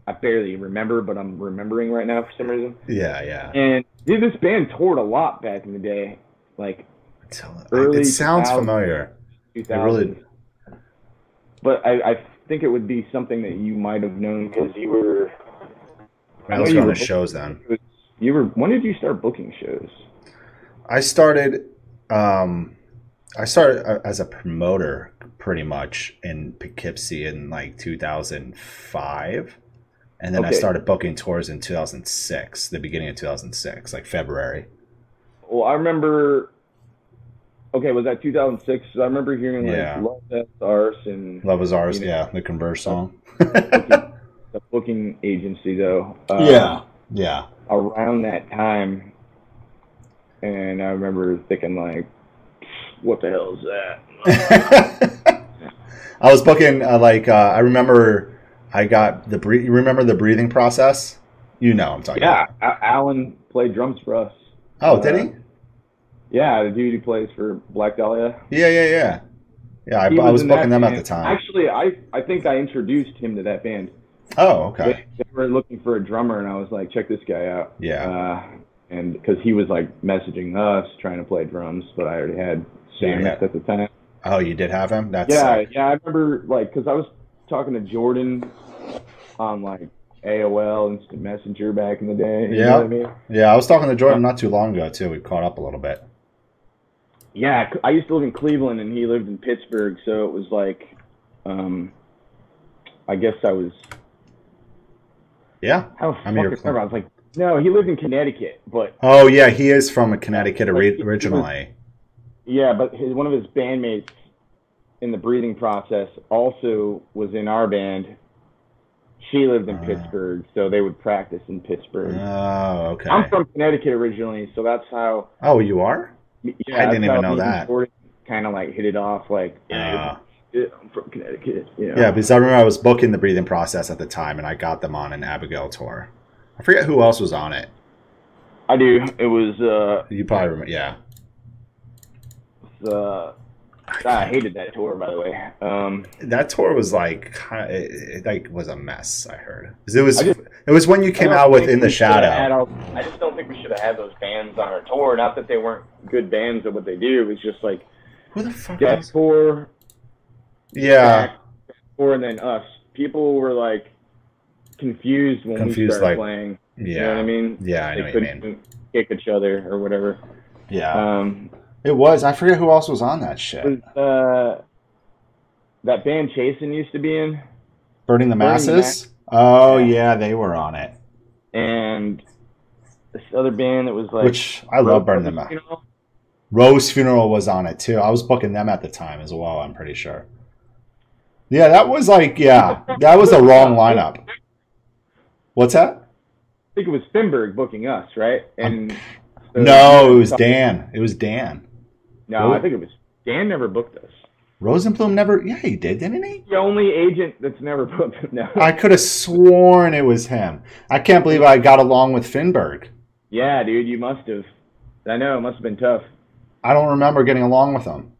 Speaker 1: I barely remember, but I'm remembering right now for some reason.
Speaker 2: Yeah. Yeah.
Speaker 1: And dude, this band toured a lot back in the day, like
Speaker 2: Until,
Speaker 1: Early
Speaker 2: it sounds
Speaker 1: 2000s.
Speaker 2: familiar.
Speaker 1: 2000.
Speaker 2: really-
Speaker 1: But I, I think it would be something that you might have known because you were
Speaker 2: I
Speaker 1: know
Speaker 2: was
Speaker 1: you
Speaker 2: going
Speaker 1: were-
Speaker 2: to shows then.
Speaker 1: you were when did you start booking shows?
Speaker 2: I started. Um, I started a- as a promoter pretty much in Poughkeepsie in like 2005. And then I
Speaker 1: Okay.
Speaker 2: started booking tours in 2006, the beginning of 2006, like February.
Speaker 1: Well, I remember. Okay, was that 2006? I remember hearing like
Speaker 2: Yeah.
Speaker 1: Love That's Arse and
Speaker 2: Love is ours.
Speaker 1: You know.
Speaker 2: Yeah, the Converse song.
Speaker 1: the booking agency though. Uh,
Speaker 2: Yeah.
Speaker 1: around that time, and I remember thinking like, "What the hell is that?"
Speaker 2: I was booking uh, like uh, I remember I got the bre- you remember the breathing process? You know what I'm talking
Speaker 1: yeah, A- Alan played drums for us.
Speaker 2: about. Oh, did he?
Speaker 1: Yeah, the dude who plays for Black Dahlia.
Speaker 2: Yeah, yeah, yeah. Yeah, I,
Speaker 1: He
Speaker 2: I was
Speaker 1: in that
Speaker 2: booking them at
Speaker 1: band.
Speaker 2: the time.
Speaker 1: Actually, I I think I introduced him to that band.
Speaker 2: oh, okay.
Speaker 1: They, they were looking for a drummer, and I was like, "Check this guy out."
Speaker 2: Yeah.
Speaker 1: Uh, and because he was like messaging us trying to play drums, but I already had
Speaker 2: Yeah,
Speaker 1: Sam at the time.
Speaker 2: Oh, you did have him? That's
Speaker 1: Yeah,
Speaker 2: sick.
Speaker 1: yeah, I remember like because I was talking to Jordan on like AOL Instant Messenger back in the day. You
Speaker 2: Yeah.
Speaker 1: know what I mean?
Speaker 2: Yeah, I was talking to Jordan not too long ago too. We caught up a little bit.
Speaker 1: Yeah, c- I used to live in Cleveland and he lived in Pittsburgh, so it was like, um, I guess I was
Speaker 2: Yeah.
Speaker 1: I don't
Speaker 2: I'm
Speaker 1: fucking
Speaker 2: your
Speaker 1: remember. I was like, no, he lived in Connecticut, but
Speaker 2: Oh yeah, he is from Connecticut
Speaker 1: Like,
Speaker 2: ori-
Speaker 1: he-
Speaker 2: originally.
Speaker 1: yeah, but his one of his bandmates in the breathing process also was in our band. She lived in
Speaker 2: Ah.
Speaker 1: Pittsburgh, so they would practice in Pittsburgh.
Speaker 2: Oh, okay.
Speaker 1: I'm from Connecticut originally, so that's how.
Speaker 2: oh, you are?
Speaker 1: Yeah,
Speaker 2: didn't even know that.
Speaker 1: Kind of like hit it off, like
Speaker 2: Uh,
Speaker 1: yeah, I'm from Connecticut. You know?
Speaker 2: Yeah, because I remember I was booking the breathing process at the time, and I got them on an Abigail tour. I forget who else was on it.
Speaker 1: I do. It was
Speaker 2: You probably remember. Yeah,
Speaker 1: uh, uh, I hated that tour, by the way. Um,
Speaker 2: that tour was like ki- it, it, like was a mess. I heard 'Cause it was
Speaker 1: I just-
Speaker 2: it was when you came
Speaker 1: I don't
Speaker 2: out with
Speaker 1: think
Speaker 2: In the
Speaker 1: we should have had
Speaker 2: Shadow.
Speaker 1: all- I just don't think we should have had those bands on our tour. Not that they weren't good bands at what they do. It was just like
Speaker 2: Who the fuck?
Speaker 1: Death
Speaker 2: was-
Speaker 1: Tour,
Speaker 2: Yeah,
Speaker 1: Tour, and then us. People were like confused when
Speaker 2: Confused,
Speaker 1: we started
Speaker 2: like-
Speaker 1: playing. You know what I
Speaker 2: yeah,
Speaker 1: mean?
Speaker 2: yeah. I know
Speaker 1: they
Speaker 2: what you mean. Uh,
Speaker 1: couldn't kick each other or whatever.
Speaker 2: Yeah,
Speaker 1: Um,
Speaker 2: it was. I forget who else was on that shit.
Speaker 1: was uh, that band Chasen used to be in,
Speaker 2: Burning the
Speaker 1: Burning
Speaker 2: Masses.
Speaker 1: Mass-
Speaker 2: Oh yeah, they were on it.
Speaker 1: and this other band that was like
Speaker 2: Which I love Burning the Masses.
Speaker 1: You know?
Speaker 2: Rose Funeral was on it too. I was booking them at the time as well. I'm pretty sure. Yeah, that was like yeah, that was the wrong lineup. What's that?
Speaker 1: I think it was Finberg booking us, right?
Speaker 2: Um,
Speaker 1: And so-
Speaker 2: No, it was Dan. It was Dan.
Speaker 1: No, I think it was Dan. Never booked us.
Speaker 2: Rosenblum never. Yeah, he did, didn't he?
Speaker 1: The only agent that's never put no.
Speaker 2: I could have sworn it was him. I can't believe I got along with Finberg.
Speaker 1: yeah, dude, you must have. I know it must have been tough.
Speaker 2: I don't remember getting along with him.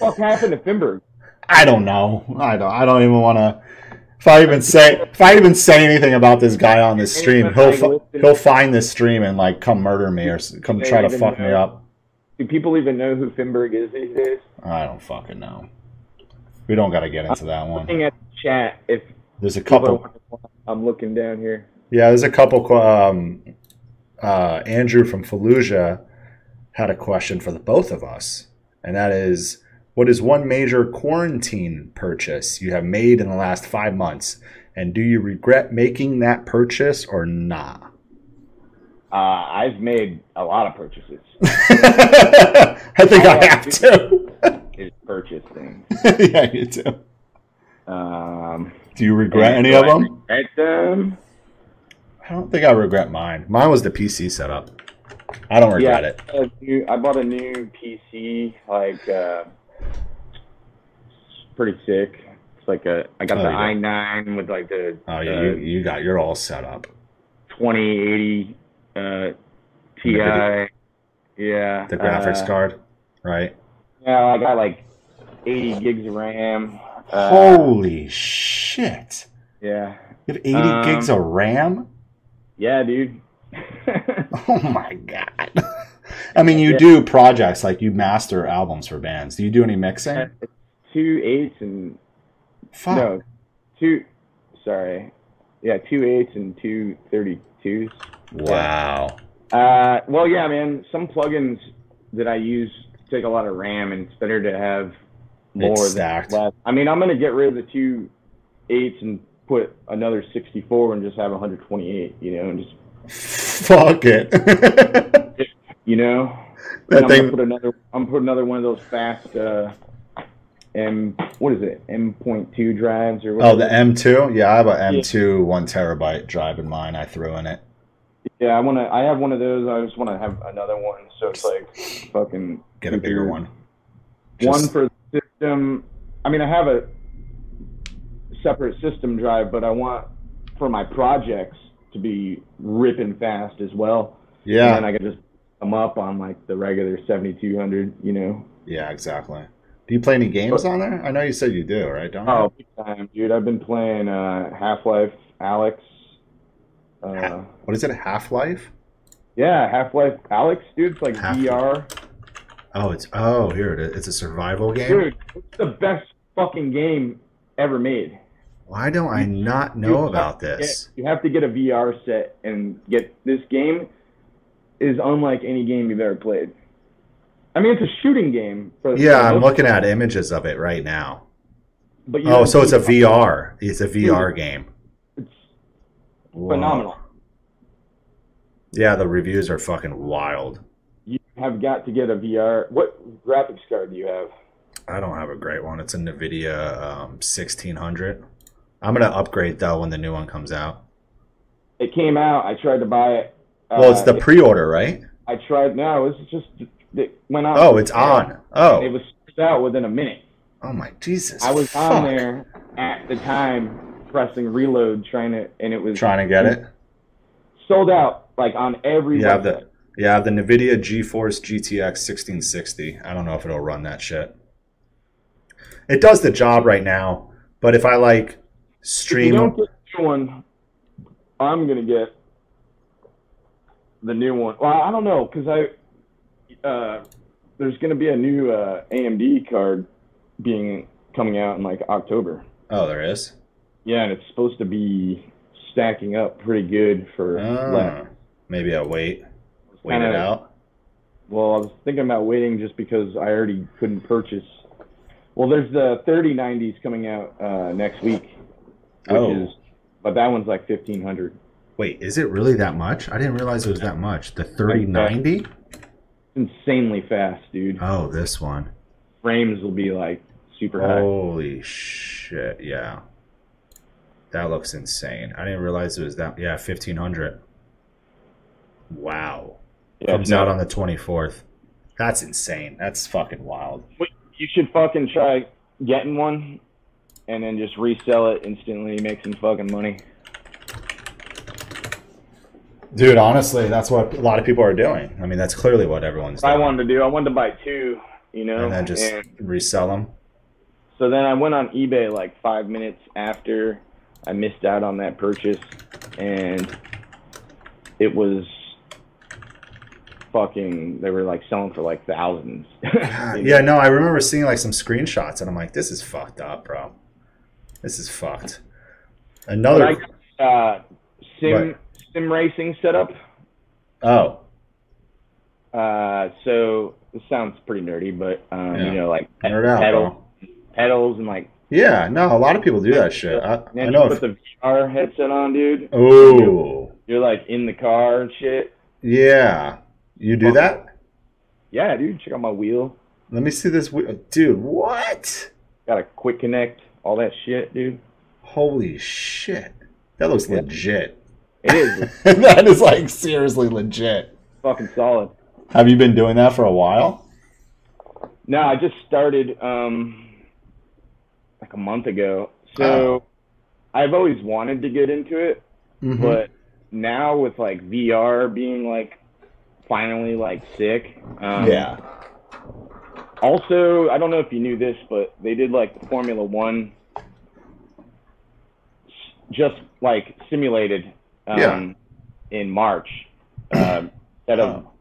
Speaker 1: What happened to Finberg?
Speaker 2: I don't know. I don't. I don't even want to. If I even say if I even say anything about this guy on this stream, he'll fi- he'll find this stream and like come murder me or s- come try to fuck me up.
Speaker 1: Do people even know who Finberg is these days?
Speaker 2: I don't fucking know. We don't got to get into that one.
Speaker 1: Looking at the chat, if
Speaker 2: There's a
Speaker 1: people
Speaker 2: couple.
Speaker 1: are- I'm looking down here.
Speaker 2: Yeah, there's a couple. qu- Um, uh, Andrew from Fallujah had a question for the both of us, and that is, what is one major quarantine purchase you have made in the last five months, and do you regret making that purchase or not?
Speaker 1: Uh, I've made a lot of purchases.
Speaker 2: I think
Speaker 1: Uh,
Speaker 2: I have to.
Speaker 1: Is purchase things.
Speaker 2: yeah, you do.
Speaker 1: Um,
Speaker 2: Do you regret any
Speaker 1: do
Speaker 2: of
Speaker 1: I
Speaker 2: them?
Speaker 1: regret them?
Speaker 2: I don't think I regret mine. Mine was the PC setup. I don't regret it.
Speaker 1: I bought a new- I bought a new PC. Like, uh, it's pretty sick. It's like a. I got
Speaker 2: Oh,
Speaker 1: the
Speaker 2: yeah.
Speaker 1: i9 with like the
Speaker 2: Oh yeah,
Speaker 1: uh,
Speaker 2: you, you got you're all set up.
Speaker 1: 2080 uh, Ti. Yeah.
Speaker 2: The graphics
Speaker 1: uh,
Speaker 2: card, right?
Speaker 1: Yeah, I got like 80 gigs of RAM. Uh,
Speaker 2: Holy shit!
Speaker 1: Yeah.
Speaker 2: You have 80
Speaker 1: um,
Speaker 2: gigs of RAM.
Speaker 1: Yeah, dude.
Speaker 2: Oh my god. I mean, you
Speaker 1: Yeah.
Speaker 2: do projects like you master albums for bands. Do you do any mixing?
Speaker 1: two eights and
Speaker 2: Fuck.
Speaker 1: Uh, no, two. Sorry. Yeah, two eights and two thirty twos.
Speaker 2: Wow.
Speaker 1: Uh, well, yeah, man. Some plugins that I use take a lot of RAM, and it's better to have more
Speaker 2: It's
Speaker 1: than
Speaker 2: stacked.
Speaker 1: less. I mean, I'm gonna get rid of the two eights and put another 64 and just have 128. You know, and just
Speaker 2: Fuck it. that
Speaker 1: you know. And I'm gonna
Speaker 2: thing.
Speaker 1: put another. I'm gonna put another one of those fast. Uh, M. What is it? M. Point two drives or
Speaker 2: Oh,
Speaker 1: whatever.
Speaker 2: the M2. Yeah, I have a M2 one terabyte drive in mine. I threw in it.
Speaker 1: Yeah, I wanna. I have one of those. I just wanna have another one. So it's like fucking
Speaker 2: Get a bigger one.
Speaker 1: one
Speaker 2: Just-
Speaker 1: for the system. I mean, I have a separate system drive, but I want for my projects to be ripping fast as well.
Speaker 2: Yeah.
Speaker 1: And then I can just come up on like the regular 7200. You know.
Speaker 2: Yeah, exactly. Do you play any games on there? I know you said you do, right? Don't you?
Speaker 1: Oh, big time, dude! I've been playing uh, Half Life, Alex. Uh,
Speaker 2: What is it? Half Life?
Speaker 1: yeah, Half Life, Alex, dude. It's like
Speaker 2: Half-Life.
Speaker 1: VR.
Speaker 2: Oh, it's oh here it is. It's a survival game.
Speaker 1: Dude, it's the best fucking game ever made.
Speaker 2: Why don't I not
Speaker 1: You
Speaker 2: know
Speaker 1: have
Speaker 2: about
Speaker 1: to get-
Speaker 2: this?
Speaker 1: you have to get a VR set and get this game is unlike any game you've ever played. I mean, it's a shooting game. For,
Speaker 2: Yeah, I'm
Speaker 1: but-
Speaker 2: looking at images of it right now.
Speaker 1: But you
Speaker 2: Oh,
Speaker 1: don't
Speaker 2: so it's
Speaker 1: see-
Speaker 2: a VR. It's a VR game.
Speaker 1: It's
Speaker 2: Whoa.
Speaker 1: phenomenal.
Speaker 2: Yeah, the reviews are fucking wild.
Speaker 1: You have got to get a VR. What graphics card do you have?
Speaker 2: I don't have a great one. It's a Nvidia um, 1600. I'm gonna upgrade though when the new one comes out.
Speaker 1: It came out. I tried to buy it.
Speaker 2: Well, it's
Speaker 1: Uh,
Speaker 2: the pre-order, right?
Speaker 1: I tried. No, it was just it went out.
Speaker 2: Oh, it's on.
Speaker 1: Uh, It
Speaker 2: Oh,
Speaker 1: was sold out within a minute.
Speaker 2: oh my Jesus!
Speaker 1: I was
Speaker 2: fuck.
Speaker 1: on there at the time pressing reload, trying to, and it was
Speaker 2: trying to get it.
Speaker 1: sold out like on every.
Speaker 2: You have
Speaker 1: website.
Speaker 2: the you have the Nvidia GeForce GTX 1660. I don't know if it'll run that shit. It does the job right now, but if I like
Speaker 1: If you
Speaker 2: stream,
Speaker 1: don't get the new one, I'm gonna get the new one. Well, I don't know because I uh, there's gonna be a new uh, AMD card being coming out in like October.
Speaker 2: oh, there is.
Speaker 1: Yeah, and it's supposed to be stacking up pretty good for.
Speaker 2: Ah,
Speaker 1: like,
Speaker 2: maybe I'll wait, wait it
Speaker 1: kinda-
Speaker 2: out.
Speaker 1: Well, I was thinking about waiting just because I already couldn't purchase. Well, there's the 3090s coming out uh, next week, which
Speaker 2: Oh.
Speaker 1: is, but that one's like 1500.
Speaker 2: Wait, is it really that much? I didn't realize it was that much. The 3090.
Speaker 1: It's insanely fast, dude.
Speaker 2: Oh, this one.
Speaker 1: Frames will be like super high.
Speaker 2: Oh, Holy shit! Yeah, that looks insane. I didn't realize it was that. Yeah, 1500. Wow.
Speaker 1: Yeah,
Speaker 2: comes
Speaker 1: no,
Speaker 2: out on the 24th. That's insane. That's fucking wild.
Speaker 1: you should fucking try getting one and then just resell it instantly, make some fucking money.
Speaker 2: Dude, honestly, that's what a lot of people are doing. I mean, that's clearly what everyone's
Speaker 1: What I
Speaker 2: doing.
Speaker 1: wanted to do, I wanted to buy two, you know?
Speaker 2: and then just
Speaker 1: and-
Speaker 2: resell them.
Speaker 1: So then I went on eBay like five minutes after I missed out on that purchase, and it was fucking. They were like selling for like thousands. You know?
Speaker 2: Yeah, no, I remember seeing like some screenshots, and I'm like, this is fucked up, bro. This is fucked.
Speaker 1: But
Speaker 2: Another.
Speaker 1: I got uh, sim
Speaker 2: Right.
Speaker 1: sim racing set up.
Speaker 2: oh,
Speaker 1: Uh, so this sounds pretty nerdy, but um,
Speaker 2: Yeah.
Speaker 1: you know, like pe-
Speaker 2: nerd out,
Speaker 1: pedal-
Speaker 2: bro.
Speaker 1: pedals and like.
Speaker 2: Yeah, no, a lot of people do that shit. I,
Speaker 1: And
Speaker 2: I
Speaker 1: then
Speaker 2: know.
Speaker 1: you
Speaker 2: If,
Speaker 1: put the VR headset on, dude.
Speaker 2: oh,
Speaker 1: You're like in the car and shit.
Speaker 2: yeah. You do that?
Speaker 1: Yeah, dude. Check out my wheel.
Speaker 2: Let me see this. wi- Dude, what?
Speaker 1: Got a quick connect, all that shit, dude.
Speaker 2: Holy shit. That looks legit.
Speaker 1: It is
Speaker 2: that is like seriously legit.
Speaker 1: fucking solid.
Speaker 2: Have you been doing that for a while?
Speaker 1: No, I just started um like a month ago.
Speaker 2: Oh.
Speaker 1: So I've always wanted to get into it,
Speaker 2: Mhm.
Speaker 1: but now with like VR being like finally like sick. Um,
Speaker 2: yeah.
Speaker 1: Also, I don't know if you knew this, but they did like the Formula One s- just like simulated um, in March um, instead of
Speaker 2: Oh.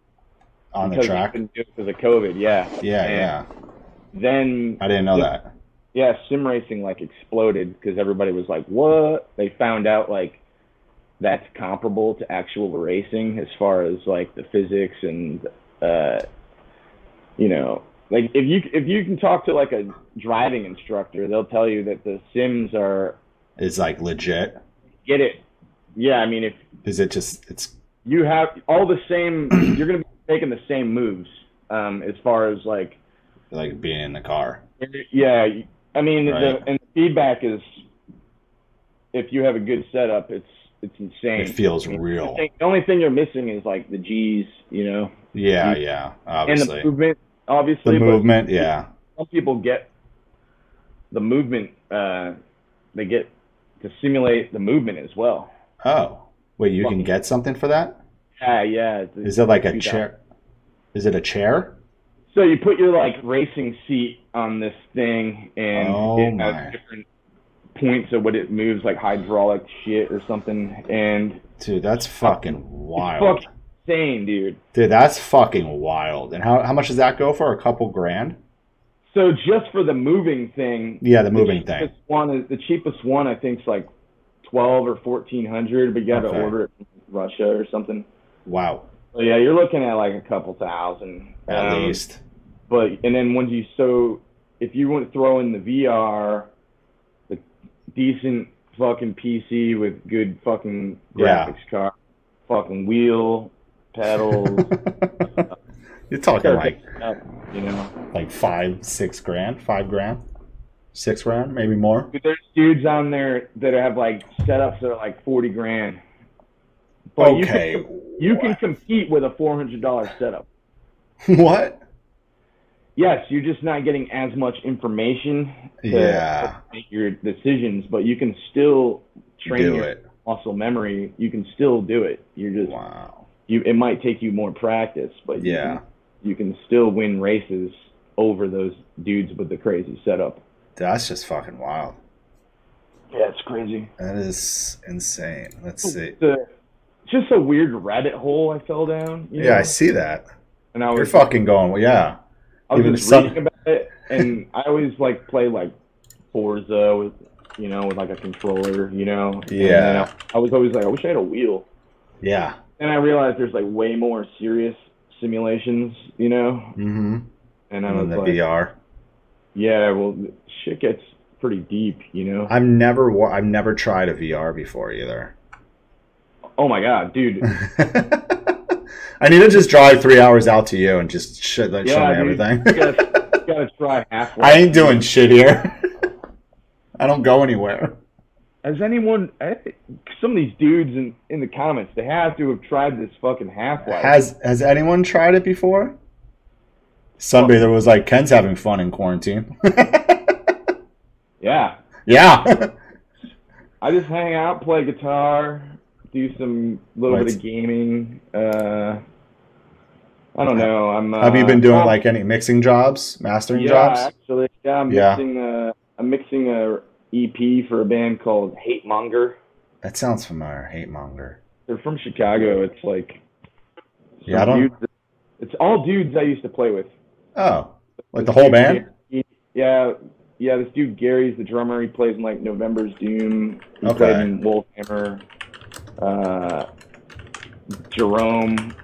Speaker 2: On the
Speaker 1: because
Speaker 2: track?
Speaker 1: you couldn't do it because of COVID. Yeah.
Speaker 2: Yeah,
Speaker 1: And
Speaker 2: yeah.
Speaker 1: Then
Speaker 2: I didn't know
Speaker 1: Yeah.
Speaker 2: that.
Speaker 1: yeah, sim racing like exploded because everybody was like, "What?" They found out like that's comparable to actual racing as far as like the physics and uh, you know, like if you if you can talk to like a driving instructor, they'll tell you that the sims are
Speaker 2: It's like legit.
Speaker 1: get it. Yeah, I mean if
Speaker 2: Is it just it's
Speaker 1: you have all the same, you're gonna be making the same moves um, as far as like
Speaker 2: like being in the car?
Speaker 1: Yeah, I mean,
Speaker 2: Right.
Speaker 1: the, and the feedback is if you have a good setup, it's it's insane.
Speaker 2: It feels
Speaker 1: I mean,
Speaker 2: real.
Speaker 1: The, thing- the only thing you're missing is like the G's, you know,
Speaker 2: Yeah, yeah.
Speaker 1: and
Speaker 2: Obviously.
Speaker 1: the movement.
Speaker 2: The
Speaker 1: Obviously,
Speaker 2: movement, yeah.
Speaker 1: but some people get the movement. Uh, they get to simulate the movement as well.
Speaker 2: Oh. Wait, you can get something for that?
Speaker 1: Yeah, yeah. it's-
Speaker 2: Is it like a
Speaker 1: $2,000.
Speaker 2: chair? Is it a chair?
Speaker 1: So you put your like racing seat on this thing, and
Speaker 2: Oh,
Speaker 1: it
Speaker 2: my.
Speaker 1: has different points of what it moves, like hydraulic shit or something, and
Speaker 2: Dude, that's fucking wild.
Speaker 1: fucking insane, dude.
Speaker 2: Dude, that's fucking wild. And how, how much does that go for? A couple grand?
Speaker 1: So just for the moving thing,
Speaker 2: Yeah, the moving
Speaker 1: the
Speaker 2: thing.
Speaker 1: cheapest one is the cheapest one. I think's like twelve or fourteen hundred, but you got to
Speaker 2: Okay.
Speaker 1: order it from Russia or something.
Speaker 2: Wow.
Speaker 1: So yeah, you're looking at like a couple thousand
Speaker 2: At
Speaker 1: Um,
Speaker 2: least.
Speaker 1: But and then once you so if you want to throw in the VR, the decent fucking PC with good fucking
Speaker 2: Yeah.
Speaker 1: graphics card, fucking wheel, pedals,
Speaker 2: You're talking like
Speaker 1: you know.
Speaker 2: like five, six grand, five grand, six grand, maybe more.
Speaker 1: But there's dudes on there that have like setups that are like forty grand. But
Speaker 2: Okay.
Speaker 1: You can, you can compete with a four hundred dollar setup.
Speaker 2: What?
Speaker 1: Yes, you're just not getting as much information to,
Speaker 2: Yeah.
Speaker 1: to make your decisions, but you can still train
Speaker 2: Do
Speaker 1: your
Speaker 2: it.
Speaker 1: muscle memory. You can still do it. You're just
Speaker 2: Wow.
Speaker 1: you. It might take you more practice, but you
Speaker 2: Yeah.
Speaker 1: can- you can still win races over those dudes with the crazy setup.
Speaker 2: That's just fucking wild.
Speaker 1: Yeah, it's crazy.
Speaker 2: That is insane. Let's see.
Speaker 1: It's a- just a weird rabbit hole I fell down. you
Speaker 2: Yeah,
Speaker 1: know?
Speaker 2: I see that.
Speaker 1: and I
Speaker 2: You're
Speaker 1: was
Speaker 2: fucking going, well, yeah.
Speaker 1: I was
Speaker 2: even
Speaker 1: just
Speaker 2: some-
Speaker 1: reading about it, and I always like play like Forza with you know with like a controller, you know. And then
Speaker 2: Yeah.
Speaker 1: I, I was always like, I wish I had a wheel.
Speaker 2: Yeah.
Speaker 1: And I realized there's like way more serious simulations, you know.
Speaker 2: Mm-hmm.
Speaker 1: And I
Speaker 2: And then
Speaker 1: was
Speaker 2: the
Speaker 1: like,
Speaker 2: VR.
Speaker 1: yeah, well, shit gets pretty deep, you know.
Speaker 2: I've never, wa- I've never tried a VR before either.
Speaker 1: Oh my god, dude.
Speaker 2: I need to just drive three hours out to you and just shit, like, show
Speaker 1: Yeah,
Speaker 2: me
Speaker 1: dude. You
Speaker 2: everything.
Speaker 1: gotta, you gotta try halfway.
Speaker 2: I ain't doing shit here. I don't go anywhere.
Speaker 1: Has anyone? I- Some of these dudes in in the comments, they have to have tried this fucking Half Life.
Speaker 2: Has Has anyone tried it before? Sunbather was like, Ken's having fun in quarantine.
Speaker 1: Yeah.
Speaker 2: yeah.
Speaker 1: I just hang out, play guitar, do some little bit of gaming. Uh, I don't know. I'm. Uh,
Speaker 2: Have you been doing
Speaker 1: I'm-
Speaker 2: like any mixing jobs, mastering
Speaker 1: yeah,
Speaker 2: jobs?
Speaker 1: Actually, yeah, I'm
Speaker 2: Yeah.
Speaker 1: mixing a I'm mixing a EP for a band called Hate Monger.
Speaker 2: That sounds familiar. Hate monger.
Speaker 1: They're from Chicago. It's like some
Speaker 2: Yeah, I don't-
Speaker 1: dudes- it's all dudes I used to play with.
Speaker 2: Oh, like the
Speaker 1: This dude
Speaker 2: whole band?
Speaker 1: Gary- yeah, yeah. This dude Gary's the drummer. He plays in like November's Doom. He
Speaker 2: Okay.
Speaker 1: played in Wolfhammer. Uh, Jerome,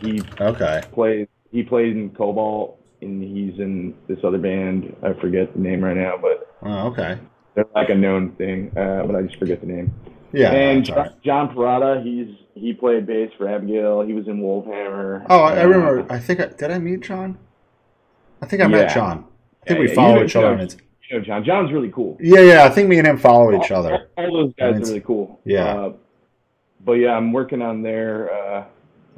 Speaker 1: he
Speaker 2: Okay.
Speaker 1: plays. He played in Cobalt, and he's in this other band. I forget the name right now, but
Speaker 2: Oh, okay.
Speaker 1: they're like a known thing, uh, but I just forget the name.
Speaker 2: Yeah.
Speaker 1: and
Speaker 2: that's all right.
Speaker 1: John, John Parada, he's he played bass for Abigail. He was in Wolfhammer.
Speaker 2: Oh, I, I
Speaker 1: Uh,
Speaker 2: remember. I think I did. I meet John. I think I met
Speaker 1: Yeah.
Speaker 2: John. I
Speaker 1: Yeah,
Speaker 2: think we
Speaker 1: yeah, you
Speaker 2: follow
Speaker 1: know
Speaker 2: each other.
Speaker 1: John.
Speaker 2: On it's,
Speaker 1: You know, John. John's really cool.
Speaker 2: yeah, yeah. I think me and him follow each other.
Speaker 1: All, all those guys
Speaker 2: And it's-
Speaker 1: are really cool.
Speaker 2: yeah.
Speaker 1: Uh, but yeah, I'm working on their uh,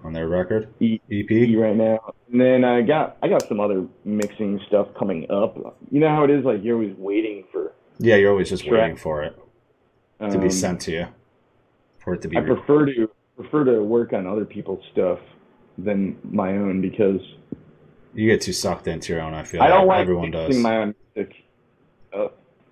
Speaker 2: on their record
Speaker 1: E-
Speaker 2: EP.
Speaker 1: E right now, and then I got I got some other mixing stuff coming up. You know how it is, like you're always waiting for
Speaker 2: Yeah, you're always just
Speaker 1: Track.
Speaker 2: waiting for it
Speaker 1: um,
Speaker 2: to be sent to you, for it to be.
Speaker 1: I
Speaker 2: Re-
Speaker 1: prefer to prefer to work on other people's stuff than my own because
Speaker 2: you get too sucked into your own. I feel.
Speaker 1: I don't
Speaker 2: like
Speaker 1: like
Speaker 2: everyone
Speaker 1: mixing
Speaker 2: does.
Speaker 1: my own music. Uh,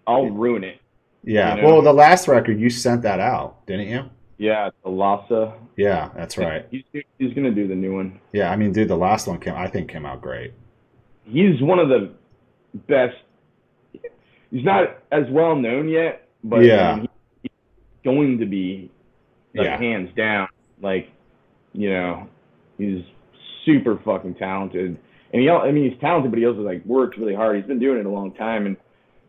Speaker 1: I'll ruin it.
Speaker 2: yeah.
Speaker 1: you know?
Speaker 2: Well, the last record you sent that out, didn't you?
Speaker 1: Yeah, the Lhasa.
Speaker 2: Yeah, that's right.
Speaker 1: He's, he's gonna do the new one.
Speaker 2: Yeah, I mean, dude, the last one came. I think came out great.
Speaker 1: He's one of the best. He's not as well known yet, but I
Speaker 2: Yeah.
Speaker 1: mean, he's going to be like
Speaker 2: Yeah.
Speaker 1: hands down. Like, you know, he's super fucking talented, and he. al- I mean, he's talented, but he also like works really hard. He's been doing it a long time, and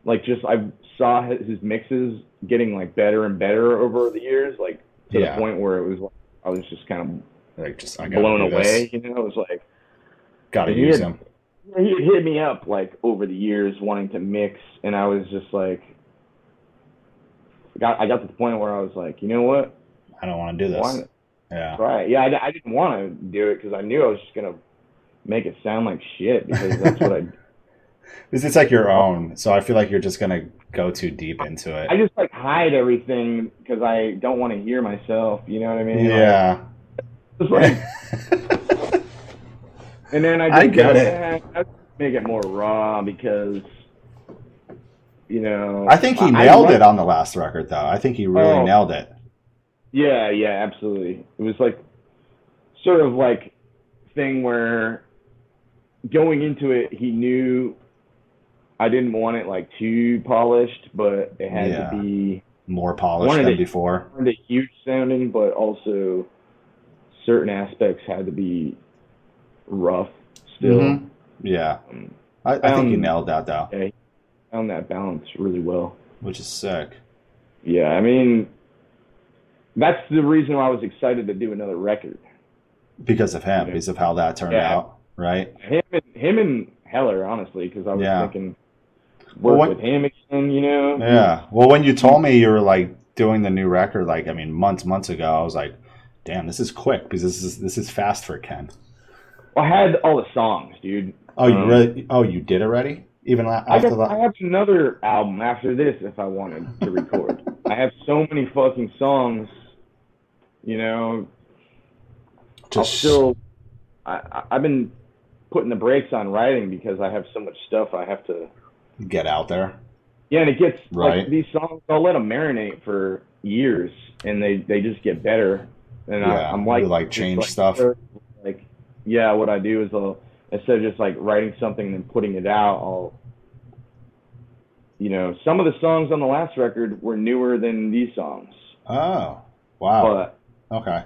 Speaker 1: like just I saw his, his mixes getting like better and better over the years, like to
Speaker 2: Yeah.
Speaker 1: the point where it was like I was just kind of
Speaker 2: Like, just I gotta
Speaker 1: blown
Speaker 2: do this.
Speaker 1: away. You know, it was like
Speaker 2: Gotta
Speaker 1: You
Speaker 2: use
Speaker 1: had-
Speaker 2: them.
Speaker 1: he hit me up like over the years wanting to mix, and I was just like, got I got to the point where I was like, you know what?
Speaker 2: I don't want to do this.
Speaker 1: Why,
Speaker 2: Yeah.
Speaker 1: right? Yeah, I, I didn't want to do it because I knew I was just gonna make it sound like shit because that's what I.
Speaker 2: Because it's like your own, so I feel like you're just gonna go too deep into it.
Speaker 1: I just like hide everything because I don't want to hear myself. You know what I mean?
Speaker 2: yeah.
Speaker 1: Like, it's like- and then I just
Speaker 2: I get
Speaker 1: go,
Speaker 2: it.
Speaker 1: "Eh, let's make it more raw because. You know,
Speaker 2: I think he nailed it on the last record, though. I think he really
Speaker 1: Oh.
Speaker 2: nailed it.
Speaker 1: Yeah, yeah, absolutely. It was like sort of like thing where going into it, he knew I didn't want it like too polished, but it had
Speaker 2: Yeah.
Speaker 1: to be
Speaker 2: More polished
Speaker 1: Wanted
Speaker 2: than
Speaker 1: it.
Speaker 2: before.
Speaker 1: kind of huge sounding, but also certain aspects had to be rough still.
Speaker 2: Mhm. Yeah.
Speaker 1: Um,
Speaker 2: I, I think he
Speaker 1: Um,
Speaker 2: nailed that, though,
Speaker 1: Found that balance really well.
Speaker 2: which is sick.
Speaker 1: Yeah, I mean, that's the reason why I was excited to do another record.
Speaker 2: Because of him,
Speaker 1: Yeah.
Speaker 2: because of how that turned
Speaker 1: Yeah.
Speaker 2: out, right?
Speaker 1: him and him and Heller, honestly, because I was
Speaker 2: Yeah.
Speaker 1: thinking work
Speaker 2: Well, what-
Speaker 1: with him again, you know.
Speaker 2: Yeah. Well, when you told me you were like doing the new record, like I mean, months, months ago, I was like, "Damn, this is quick because this is this is fast for Ken."
Speaker 1: I had all the songs, dude.
Speaker 2: Oh, you
Speaker 1: Um,
Speaker 2: really? Oh, you did already? Even la-
Speaker 1: I
Speaker 2: after
Speaker 1: got,
Speaker 2: the
Speaker 1: I have another album after this if I wanted to record. I have so many fucking songs, you know. I'll
Speaker 2: just
Speaker 1: still, I, I I've been putting the brakes on writing because I have so much stuff I have to.
Speaker 2: get out there.
Speaker 1: Yeah, and it gets
Speaker 2: Right.
Speaker 1: like these songs. I'll let them marinate for years, and they they just get better. And
Speaker 2: Yeah,
Speaker 1: I, I'm like,
Speaker 2: you, like,
Speaker 1: it's
Speaker 2: change stuff.
Speaker 1: Like, yeah, what I do is I'll instead of just like writing something and putting it out, I'll, you know, some of the songs on the last record were newer than these songs,
Speaker 2: Oh, wow.
Speaker 1: but
Speaker 2: okay.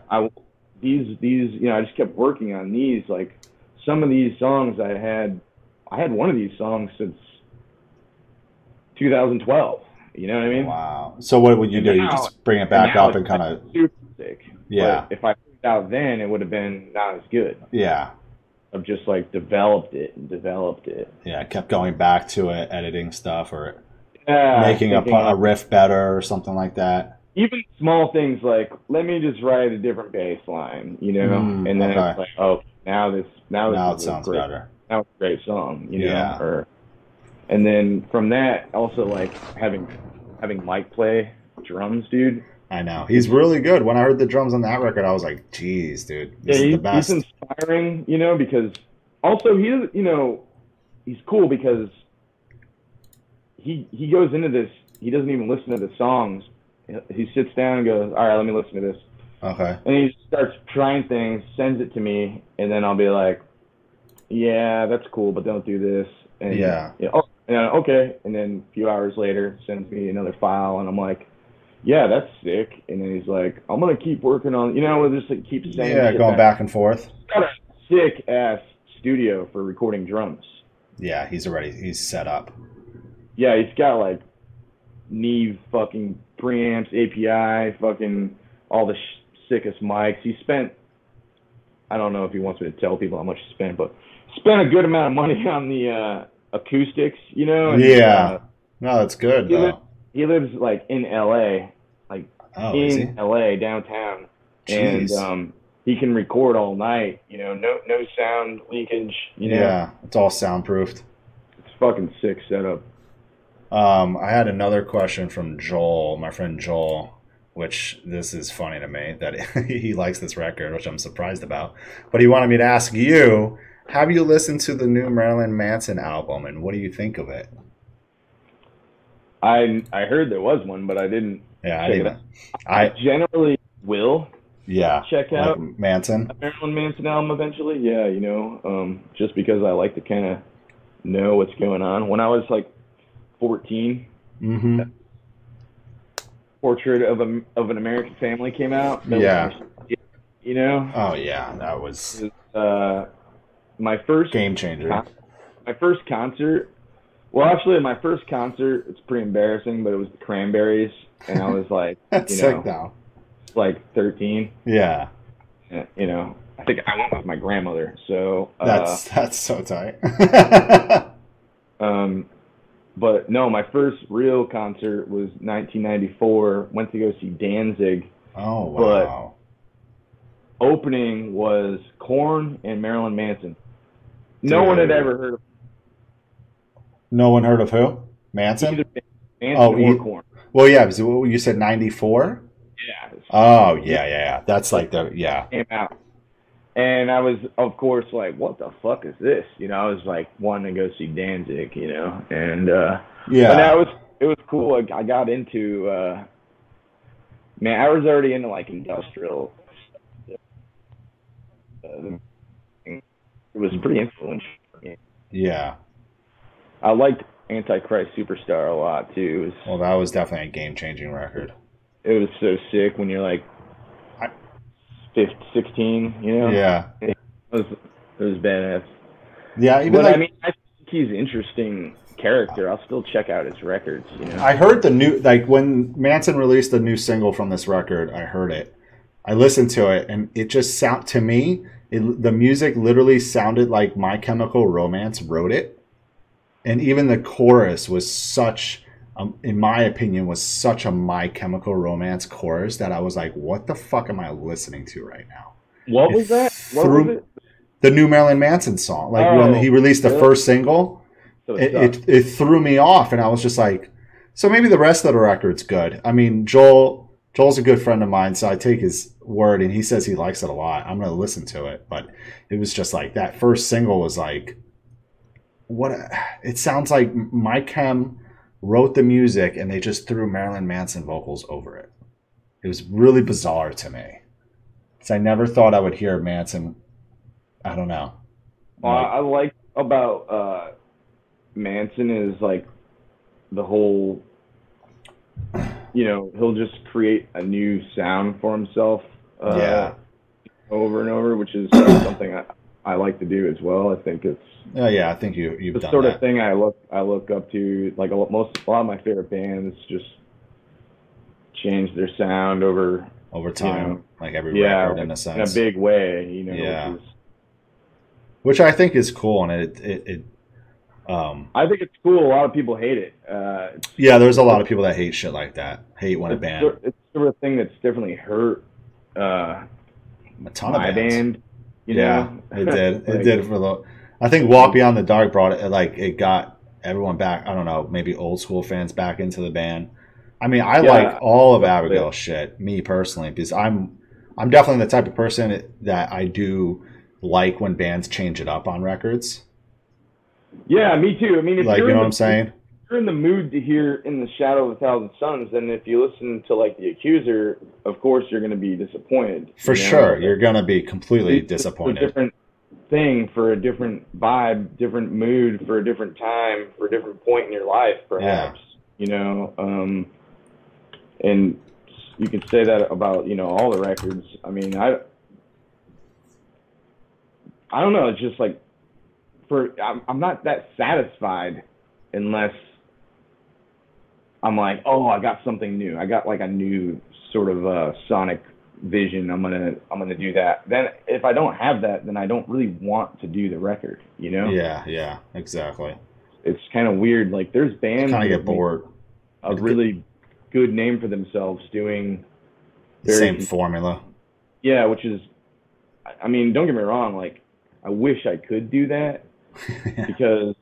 Speaker 1: these these you know I just kept working on these. Like some of these songs I had, I had one of these songs since 2012. You know what I mean?
Speaker 2: Wow. So what would you
Speaker 1: And
Speaker 2: do? you
Speaker 1: now-
Speaker 2: just bring it back
Speaker 1: now
Speaker 2: up and
Speaker 1: it's
Speaker 2: kind of
Speaker 1: super sick.
Speaker 2: yeah,
Speaker 1: But if I put it out then, it would have been not as good.
Speaker 2: yeah,
Speaker 1: I've just like developed it and developed it.
Speaker 2: yeah. Kept going back to it, editing stuff or
Speaker 1: Yeah,
Speaker 2: making a,
Speaker 1: thinking,
Speaker 2: pu- a riff better or something like that.
Speaker 1: even small things like let me just write a different bass line, you know,
Speaker 2: Mm,
Speaker 1: and then
Speaker 2: okay.
Speaker 1: it's like oh now this now this
Speaker 2: now
Speaker 1: is
Speaker 2: it
Speaker 1: a
Speaker 2: sounds
Speaker 1: great-
Speaker 2: better.
Speaker 1: that was a great song, you know.
Speaker 2: Yeah.
Speaker 1: Or, and then from that, also like having having Mike play drums, dude.
Speaker 2: I know he's really good. When I heard the drums on that record, I was like, "Geez, dude, this
Speaker 1: yeah,
Speaker 2: is
Speaker 1: he-
Speaker 2: the best."
Speaker 1: he's inspiring, you know, because also he is, you know, he's cool because he he goes into this, he doesn't even listen to the songs. He sits down and goes, "All right, let me listen to this."
Speaker 2: okay,
Speaker 1: And he starts trying things, sends it to me, and then I'll be like, "Yeah, that's cool, but don't do this." And
Speaker 2: Yeah.
Speaker 1: oh, and I'm, okay. And then a few hours later, sends me another file, and I'm like, "Yeah, that's sick." And then he's like, "I'm gonna keep working on," you know, we'll just like keep sending.
Speaker 2: yeah,
Speaker 1: shit
Speaker 2: going back and forth.
Speaker 1: He's Got a sick ass studio for recording drums.
Speaker 2: Yeah, he's already he's set up.
Speaker 1: Yeah, he's got like Neve fucking preamps, API, fucking all the sh- sickest mics. He spent, I don't know if he wants me to tell people how much he spent, but spent a good amount of money on the uh, acoustics, you know? and,
Speaker 2: Yeah.
Speaker 1: uh,
Speaker 2: No, that's good
Speaker 1: He
Speaker 2: though.
Speaker 1: he lives like in LA,
Speaker 2: Oh, is he?
Speaker 1: in LA, downtown. And
Speaker 2: Jeez.
Speaker 1: um, he can record all night, you know, no no sound leakage, you know?
Speaker 2: yeah, it's all soundproofed.
Speaker 1: It's fucking sick setup.
Speaker 2: Um, I had another question from Joel, my friend Joel, which this is funny to me that he likes this record, which I'm surprised about. But he wanted me to ask you, have you listened to the new Marilyn Manson album and what do you think of it?
Speaker 1: I I heard there was one, but I didn't.
Speaker 2: Yeah, I
Speaker 1: Check it
Speaker 2: didn't. I
Speaker 1: Generally, will
Speaker 2: yeah,
Speaker 1: check out
Speaker 2: like Manson.
Speaker 1: a Marilyn Manson album eventually. Yeah, you know, um, just because I like to kind of know what's going on. When I was like 14,
Speaker 2: Mm-hmm.
Speaker 1: Portrait of a of an American Family came out. That was
Speaker 2: Yeah.
Speaker 1: my- you know,
Speaker 2: Oh yeah, that was
Speaker 1: uh, my first
Speaker 2: game changer.
Speaker 1: my first concert. Well, actually, my first concert. It's pretty embarrassing, but it was the Cranberries, and I was like,
Speaker 2: That's
Speaker 1: you
Speaker 2: sick
Speaker 1: know,
Speaker 2: though.
Speaker 1: like 13.
Speaker 2: Yeah,
Speaker 1: Uh, You know, I think I went with my grandmother. So uh,
Speaker 2: that's that's so tight.
Speaker 1: Um, but no, my first real concert was 1994. Went to go see Danzig.
Speaker 2: oh
Speaker 1: But-
Speaker 2: wow.
Speaker 1: Opening was Korn and Marilyn Manson. No one had
Speaker 2: Dude.
Speaker 1: ever heard of
Speaker 2: No one heard of who? Manson?
Speaker 1: either Manson
Speaker 2: Oh,
Speaker 1: or
Speaker 2: you-
Speaker 1: Korn.
Speaker 2: Well, yeah, because what- you said 94?
Speaker 1: Yeah, it
Speaker 2: Oh, yeah, yeah, yeah. That's like the, yeah.
Speaker 1: came out. And I was, of course, like, what the fuck is this? You know, I was like wanting to go see Danzig, you know, and uh,
Speaker 2: Yeah.
Speaker 1: But that was it was cool. I, I got into uh man, I was already into like industrial. Uh, it was pretty influential.
Speaker 2: yeah.
Speaker 1: I liked Antichrist Superstar a lot too. It was,
Speaker 2: Well, that was definitely a game changing record.
Speaker 1: it was so sick when you're like
Speaker 2: I-
Speaker 1: 15, 16, you know?
Speaker 2: Yeah.
Speaker 1: It was, it was badass.
Speaker 2: Yeah. Even
Speaker 1: but
Speaker 2: like,
Speaker 1: I mean, I think he's an interesting character. I'll still check out his records, you know?
Speaker 2: I heard the new, like when Manson released the new single from this record, I heard it. I listened to it and it just sound, to me, it, the music literally sounded like My Chemical Romance wrote it. And even the chorus was such, um, in my opinion, was such a My Chemical Romance chorus that I was like, what the fuck am I listening to right now?
Speaker 1: what
Speaker 2: it
Speaker 1: was that? What
Speaker 2: threw-
Speaker 1: was it?
Speaker 2: the new Marilyn Manson song. Like when
Speaker 1: Oh,
Speaker 2: he released the
Speaker 1: really?
Speaker 2: first single,
Speaker 1: So it
Speaker 2: it,
Speaker 1: sucked.
Speaker 2: it it threw me off, and I was just like, so maybe the rest of the record's good. I mean, Joel Joel's a good friend of mine, so I take his word, and he says he likes it a lot. I'm gonna listen to it, but it was just like that first single was like, what? A, it sounds like my chem wrote the music, and they just threw Marilyn Manson vocals over it. It was really bizarre to me. 'Cause I never thought I would hear Manson. I don't know.
Speaker 1: Well,
Speaker 2: Like-
Speaker 1: I I like about uh, Manson is like the whole, you know, he'll just create a new sound for himself uh,
Speaker 2: yeah.
Speaker 1: over and over, which is uh, something I, I like to do as well. I think it's
Speaker 2: Oh, yeah. I think you you've
Speaker 1: the
Speaker 2: done
Speaker 1: sort
Speaker 2: that.
Speaker 1: of thing I look I look up to. Like a lot, most a lot of my favorite bands just change their sound over
Speaker 2: over time,
Speaker 1: know.
Speaker 2: like every
Speaker 1: Yeah,
Speaker 2: record in a
Speaker 1: in a
Speaker 2: sense,
Speaker 1: big way, you know. which
Speaker 2: Yeah.
Speaker 1: is-
Speaker 2: which I think is cool. And it, it, it um,
Speaker 1: I think it's cool. A lot of people hate it. Uh, it's
Speaker 2: yeah, there's a lot of people that hate shit like that. Hate when a
Speaker 1: it's
Speaker 2: band,
Speaker 1: sort- It's sort of a thing that's definitely hurt uh,
Speaker 2: a ton of
Speaker 1: my
Speaker 2: bands.
Speaker 1: band. You
Speaker 2: yeah,
Speaker 1: know?
Speaker 2: it did. It
Speaker 1: Like,
Speaker 2: did for the. I think Walk Beyond the Dark brought it like it got everyone back. I don't know, maybe old school fans back into the band. I mean, I
Speaker 1: Yeah.
Speaker 2: like all of Abigail
Speaker 1: Yeah.
Speaker 2: shit, me personally, because I'm I'm definitely the type of person that I do like when bands change it up on records.
Speaker 1: Yeah, me too. I mean, if
Speaker 2: Like,
Speaker 1: you're
Speaker 2: you
Speaker 1: in
Speaker 2: know what
Speaker 1: the-
Speaker 2: I'm saying?
Speaker 1: if you're in the mood to hear "In the Shadow of a Thousand Suns," then if you listen to like The Accuser, of course you're going to be disappointed.
Speaker 2: For
Speaker 1: you know?
Speaker 2: sure, you're gonna be completely
Speaker 1: It's just a
Speaker 2: disappointed.
Speaker 1: different thing for a different vibe, different mood, for a different time, for a different point in your life, perhaps. You know, um, and you can say that about you know all the records. I mean, I I don't know. It's just like for I'm, I'm not that satisfied unless I'm like, oh, I got something new. I got like a new sort of uh, sonic vision. I'm gonna I'm gonna do that. Then if I don't have that, then I don't really want to do the record. You know,
Speaker 2: Yeah, yeah, exactly.
Speaker 1: it's kind of weird. Like there's bands
Speaker 2: Kind of
Speaker 1: that make
Speaker 2: get bored.
Speaker 1: a really good name for themselves doing
Speaker 2: The
Speaker 1: very
Speaker 2: same
Speaker 1: con-
Speaker 2: formula.
Speaker 1: yeah, which is I- I mean, don't get me wrong. Like I wish I could do that because.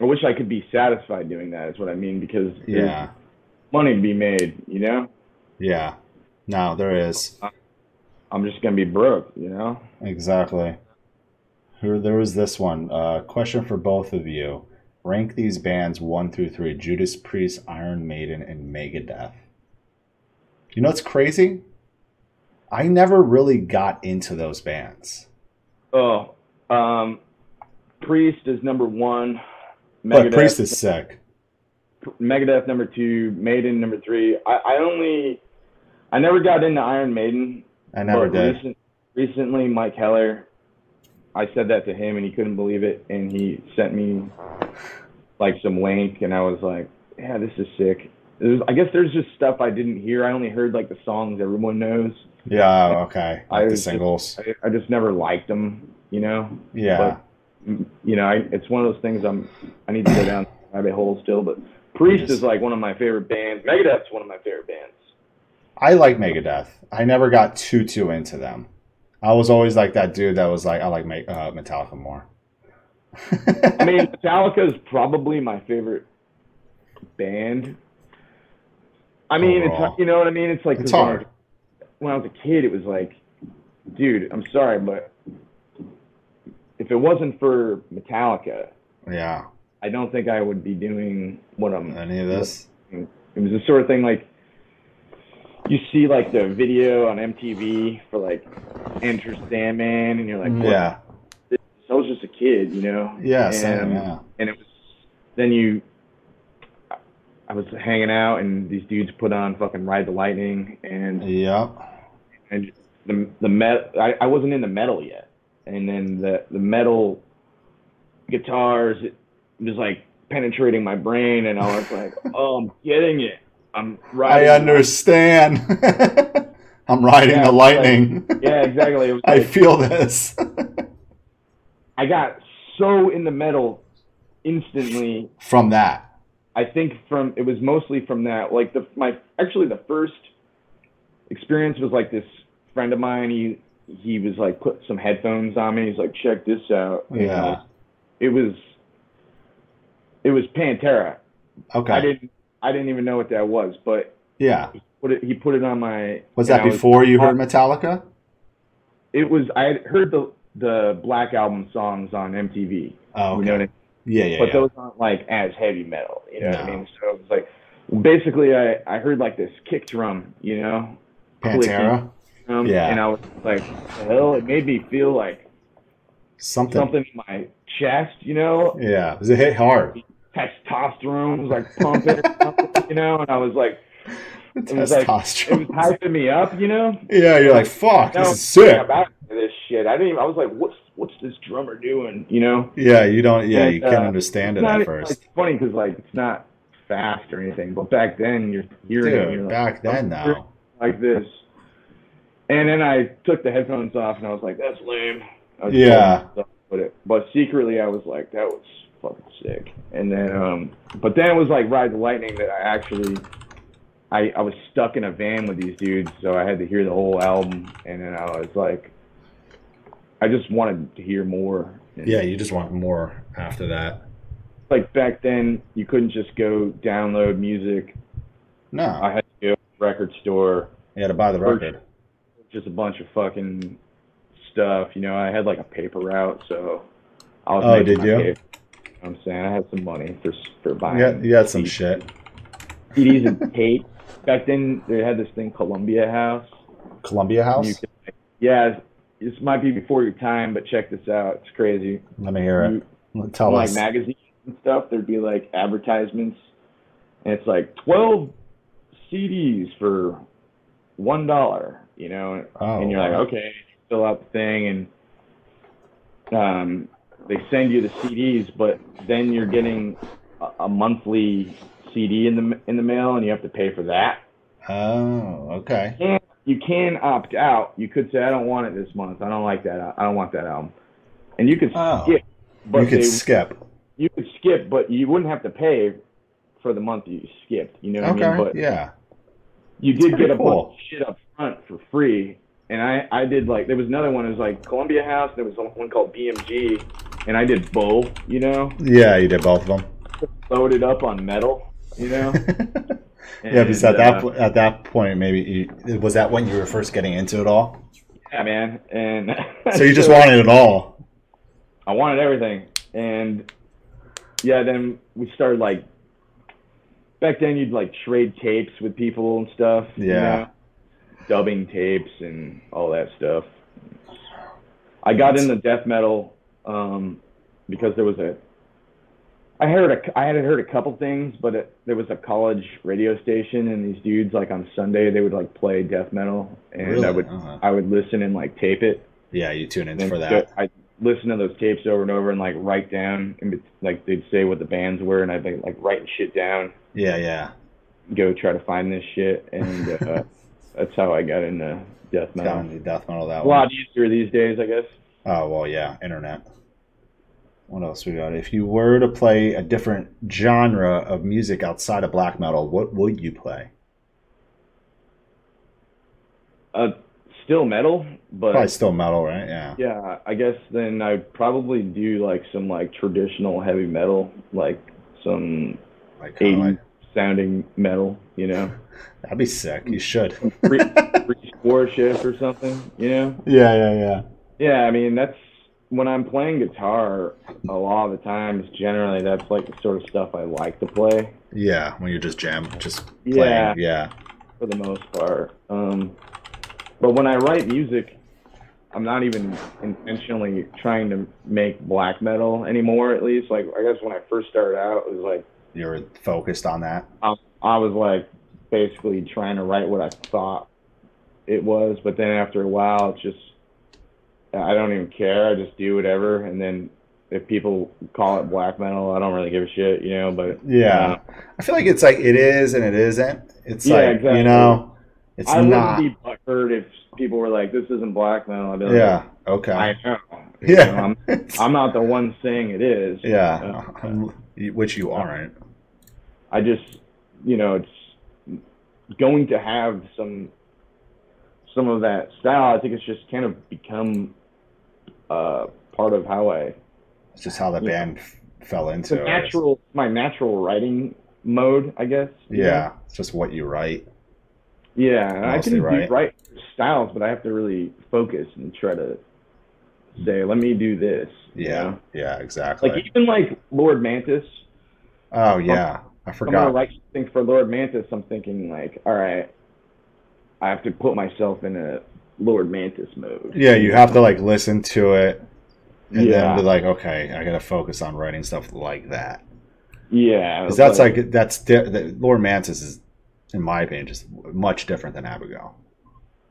Speaker 1: I wish I could be satisfied doing that. Is what I mean because there's
Speaker 2: yeah,
Speaker 1: money to be made. You know,
Speaker 2: yeah. No, there is.
Speaker 1: I'm just gonna be broke, you know.
Speaker 2: Exactly. Here, there was this one. Uh, question for both of you. Rank these bands one through three Judas Priest, Iron Maiden, and Megadeth. You know what's crazy? I never really got into those bands.
Speaker 1: Oh, um, Priest is number one.
Speaker 2: but Priest is sick.
Speaker 1: Megadeth number two. Maiden number three. I, I only, I never got into Iron Maiden.
Speaker 2: I never
Speaker 1: but
Speaker 2: did.
Speaker 1: recent- recently, Mike Heller, I said that to him and he couldn't believe it, and he sent me like some link, and I was like, yeah, this is sick. There's, I guess there's just stuff I didn't hear. I only heard like the songs everyone knows.
Speaker 2: Yeah, okay.
Speaker 1: I
Speaker 2: Like the
Speaker 1: was just-
Speaker 2: singles.
Speaker 1: I, I just never liked them, you know.
Speaker 2: yeah.
Speaker 1: you know, I, it's one of those things I'm I need to go down rabbit hole still, but Priest
Speaker 2: Yes.
Speaker 1: is like one of my favorite bands. Megadeth's one of my favorite bands.
Speaker 2: I like Megadeth. I never got too too into them. I was always like that dude that was like, I like Ma- uh, Metallica more.
Speaker 1: I mean, Metallica is probably my favorite band. I mean,
Speaker 2: Overall.
Speaker 1: it's you know what I mean. It's like
Speaker 2: It's
Speaker 1: 'cause
Speaker 2: hard.
Speaker 1: When I, was, when I was a kid, it was like, dude, I'm sorry, but if it wasn't for Metallica,
Speaker 2: yeah.
Speaker 1: I don't think I would be doing what I'm
Speaker 2: Any of this?
Speaker 1: It was the sort of thing like you see like the video on MTV for like Enter Sandman, and you're like, what?
Speaker 2: Mm, Yeah.
Speaker 1: I was just a kid, you know.
Speaker 2: Yeah,
Speaker 1: and,
Speaker 2: same, yeah.
Speaker 1: And it was then you. I was hanging out, and these dudes put on fucking Ride the Lightning, and
Speaker 2: Yep.
Speaker 1: and the the met. I, I wasn't in the metal yet, and then the the metal guitars it was like penetrating my brain, and I was like, oh, I'm getting it. I'm
Speaker 2: I
Speaker 1: riding. the
Speaker 2: understand. I'm riding
Speaker 1: Yeah,
Speaker 2: the
Speaker 1: like-
Speaker 2: lightning.
Speaker 1: Yeah, exactly. It was
Speaker 2: I
Speaker 1: like,
Speaker 2: feel this.
Speaker 1: I got so in the metal instantly.
Speaker 2: From that.
Speaker 1: I think from it was mostly from that. Like the my actually the first experience was like this friend of mine. He he was like put some headphones on me. He's like, check this out. And
Speaker 2: Yeah.
Speaker 1: it was it was Pantera. I
Speaker 2: Okay.
Speaker 1: didn't I didn't even know what that was, but
Speaker 2: Yeah.
Speaker 1: he put it he put it on my.
Speaker 2: Was
Speaker 1: and
Speaker 2: that
Speaker 1: I
Speaker 2: before you heard Metallica?
Speaker 1: It was I had heard the the Black album songs on MTV.
Speaker 2: Oh,
Speaker 1: You know what I
Speaker 2: okay. Yeah, yeah,
Speaker 1: but
Speaker 2: yeah.
Speaker 1: those aren't like as heavy metal. You know what
Speaker 2: No.
Speaker 1: I mean? So it was like basically I, I heard like this kick drum, you know?
Speaker 2: Pantera?
Speaker 1: Um,
Speaker 2: Yeah.
Speaker 1: And I was like, hell, it made me feel like
Speaker 2: Something.
Speaker 1: something in my chest, you know?
Speaker 2: Yeah. It was a hit hard.
Speaker 1: Testosterone was like pumping, or something, you know? And I was like, it was like, it was
Speaker 2: Testosterone.
Speaker 1: hyping me up, you know?
Speaker 2: yeah, you're like, fuck,
Speaker 1: No,
Speaker 2: this is sick.
Speaker 1: about this shit. I didn't even, I was like, what's, what's this drummer doing, you know?
Speaker 2: Yeah, you don't, yeah,
Speaker 1: And,
Speaker 2: you can't
Speaker 1: uh,
Speaker 2: understand
Speaker 1: It's
Speaker 2: it
Speaker 1: not
Speaker 2: at
Speaker 1: it's,
Speaker 2: first.
Speaker 1: like, funny because like it's not fast or anything, but back then you're hearing it and you're
Speaker 2: Dude,
Speaker 1: like,
Speaker 2: back then, though.
Speaker 1: like this. And then I took the headphones off and I was like, that's lame. I was
Speaker 2: Yeah.
Speaker 1: pulling stuff with it. But secretly I was like, that was fucking sick. And then um but then it was like Ride the Lightning that I actually I, I was stuck in a van with these dudes, so I had to hear the whole album and then I was like I just wanted to hear more. And
Speaker 2: Yeah, you just want more after that.
Speaker 1: Like back then, you couldn't just go download music.
Speaker 2: No,
Speaker 1: I had to go to the record store,
Speaker 2: you had to buy the record.
Speaker 1: just a bunch of fucking stuff. You know, I had like a paper route, so I was
Speaker 2: Oh,
Speaker 1: making
Speaker 2: did
Speaker 1: my
Speaker 2: you?
Speaker 1: paper. You know what I'm saying I had some money for s- for buying.
Speaker 2: Yeah, you had some
Speaker 1: CDs.
Speaker 2: shit.
Speaker 1: CDs and tape. Back then, they had this thing, Columbia House.
Speaker 2: Columbia
Speaker 1: You
Speaker 2: House.
Speaker 1: could, like, yeah, this might be before your time, but check this out. It's crazy.
Speaker 2: Let me hear
Speaker 1: You-
Speaker 2: it. Tell
Speaker 1: like
Speaker 2: us.
Speaker 1: magazines and stuff, there'd be like advertisements, and it's like 12 CDs for $1, you know?
Speaker 2: Oh,
Speaker 1: and you're like, okay, fill out the thing, and um, they send you the CDs, but then you're getting a, a monthly CD in the in the mail, and you have to pay for that.
Speaker 2: oh, okay.
Speaker 1: you can opt out. You could say, I don't want it this month. I don't like that. I don't want that album. And you could
Speaker 2: Oh.
Speaker 1: skip, but
Speaker 2: you could
Speaker 1: they,
Speaker 2: skip.
Speaker 1: you could skip, but you wouldn't have to pay for the month you skipped. You know what
Speaker 2: Okay.
Speaker 1: I mean? But
Speaker 2: yeah.
Speaker 1: you
Speaker 2: That's
Speaker 1: did get
Speaker 2: pretty
Speaker 1: a
Speaker 2: cool.
Speaker 1: bunch of shit up front for free. And I, I did like there was another one. It was like Columbia House. There was one called BMG, and I did both. You know,
Speaker 2: Yeah, you did both of
Speaker 1: loaded up on metal. You know.
Speaker 2: them.
Speaker 1: And,
Speaker 2: Yeah, because at that
Speaker 1: uh,
Speaker 2: po- at that point, maybe you, was that when you were first getting into it all?
Speaker 1: yeah, man. And
Speaker 2: So you just wanted it all.
Speaker 1: I wanted everything. And yeah, then we started like back then you'd like trade tapes with people and stuff. you
Speaker 2: Yeah.
Speaker 1: know? Dubbing tapes and all that stuff. I got
Speaker 2: That's-
Speaker 1: into death metal um, because there was a I heard a I had heard a couple things, but it, there was a college radio station and these dudes like on Sunday they would like play death metal and I would
Speaker 2: Uh-huh.
Speaker 1: I would listen and like tape it
Speaker 2: Yeah, you tune in
Speaker 1: and
Speaker 2: for
Speaker 1: so
Speaker 2: that.
Speaker 1: I listen to those tapes over and over and like write down and it's, like they'd say what the bands were and I'd be like writing shit down,
Speaker 2: Yeah, yeah.
Speaker 1: go try to find this shit and uh, that's how I got into death
Speaker 2: It's got
Speaker 1: metal.
Speaker 2: into death metal that
Speaker 1: A
Speaker 2: one.
Speaker 1: lot easier these days, I guess.
Speaker 2: Oh well, yeah. Internet. What else we got? If you were to play a different genre of music outside of black metal, what would you play?
Speaker 1: Uh, still metal, but
Speaker 2: Probably still metal, right? Yeah.
Speaker 1: yeah, I guess then I'd probably do like some like traditional heavy metal, like some
Speaker 2: Like, kinda
Speaker 1: 80
Speaker 2: like-
Speaker 1: sounding metal, you know,
Speaker 2: that'd be sick. You should.
Speaker 1: Free- free worship or something, you know.
Speaker 2: Yeah, yeah, yeah.
Speaker 1: Yeah, I mean that's when I'm playing guitar a lot of the times. Generally, that's like the sort of stuff I like to play
Speaker 2: Yeah, when you're just jam, just
Speaker 1: Yeah.
Speaker 2: playing. Yeah.
Speaker 1: for the most part. Um, but when I write music, I'm not even intentionally trying to make black metal anymore. At least, like I guess when I first started out, it was like
Speaker 2: You're focused on that.
Speaker 1: I was like basically trying to write what I thought it was, but then after a while, it's just I don't even care. I just do whatever, and then if people call it black metal, I don't really give a shit, you know. But
Speaker 2: Yeah. I feel like it's like it is and it isn't. It's
Speaker 1: Yeah,
Speaker 2: like
Speaker 1: exactly.
Speaker 2: you know, it's
Speaker 1: I
Speaker 2: not.
Speaker 1: wouldn't be butthurt if people were like, "This isn't black metal." I'd be like,
Speaker 2: yeah. Okay.
Speaker 1: I know. You
Speaker 2: yeah.
Speaker 1: know, I'm, I'm not the one saying it is.
Speaker 2: yeah. I'm- Which you aren't.
Speaker 1: I just, you know, it's going to have some some of that style. I think it's just kind of become uh, part of how I.
Speaker 2: It's just how the
Speaker 1: Yeah.
Speaker 2: band f- fell
Speaker 1: It's
Speaker 2: into
Speaker 1: a
Speaker 2: it.
Speaker 1: natural, my natural writing mode, I guess. you know?
Speaker 2: Yeah. It's just what you write.
Speaker 1: Yeah, and I
Speaker 2: Mostly
Speaker 1: can do
Speaker 2: right.
Speaker 1: write styles, but I have to really focus and try to say, let me do this. you
Speaker 2: Yeah.
Speaker 1: know?
Speaker 2: Yeah. Exactly.
Speaker 1: Like even like Lord Mantis,
Speaker 2: oh yeah. I
Speaker 1: if I'm gonna
Speaker 2: forgot.
Speaker 1: write something for Lord Mantis, I'm thinking like, all right, I have to put myself in a Lord Mantis mode.
Speaker 2: yeah. You have to like listen to it and then
Speaker 1: yeah,
Speaker 2: be like, okay, I gotta focus on writing stuff like that.
Speaker 1: yeah.
Speaker 2: 'Cause that's like that's di- the, Lord Mantis is, in my opinion, just much different than Abigail.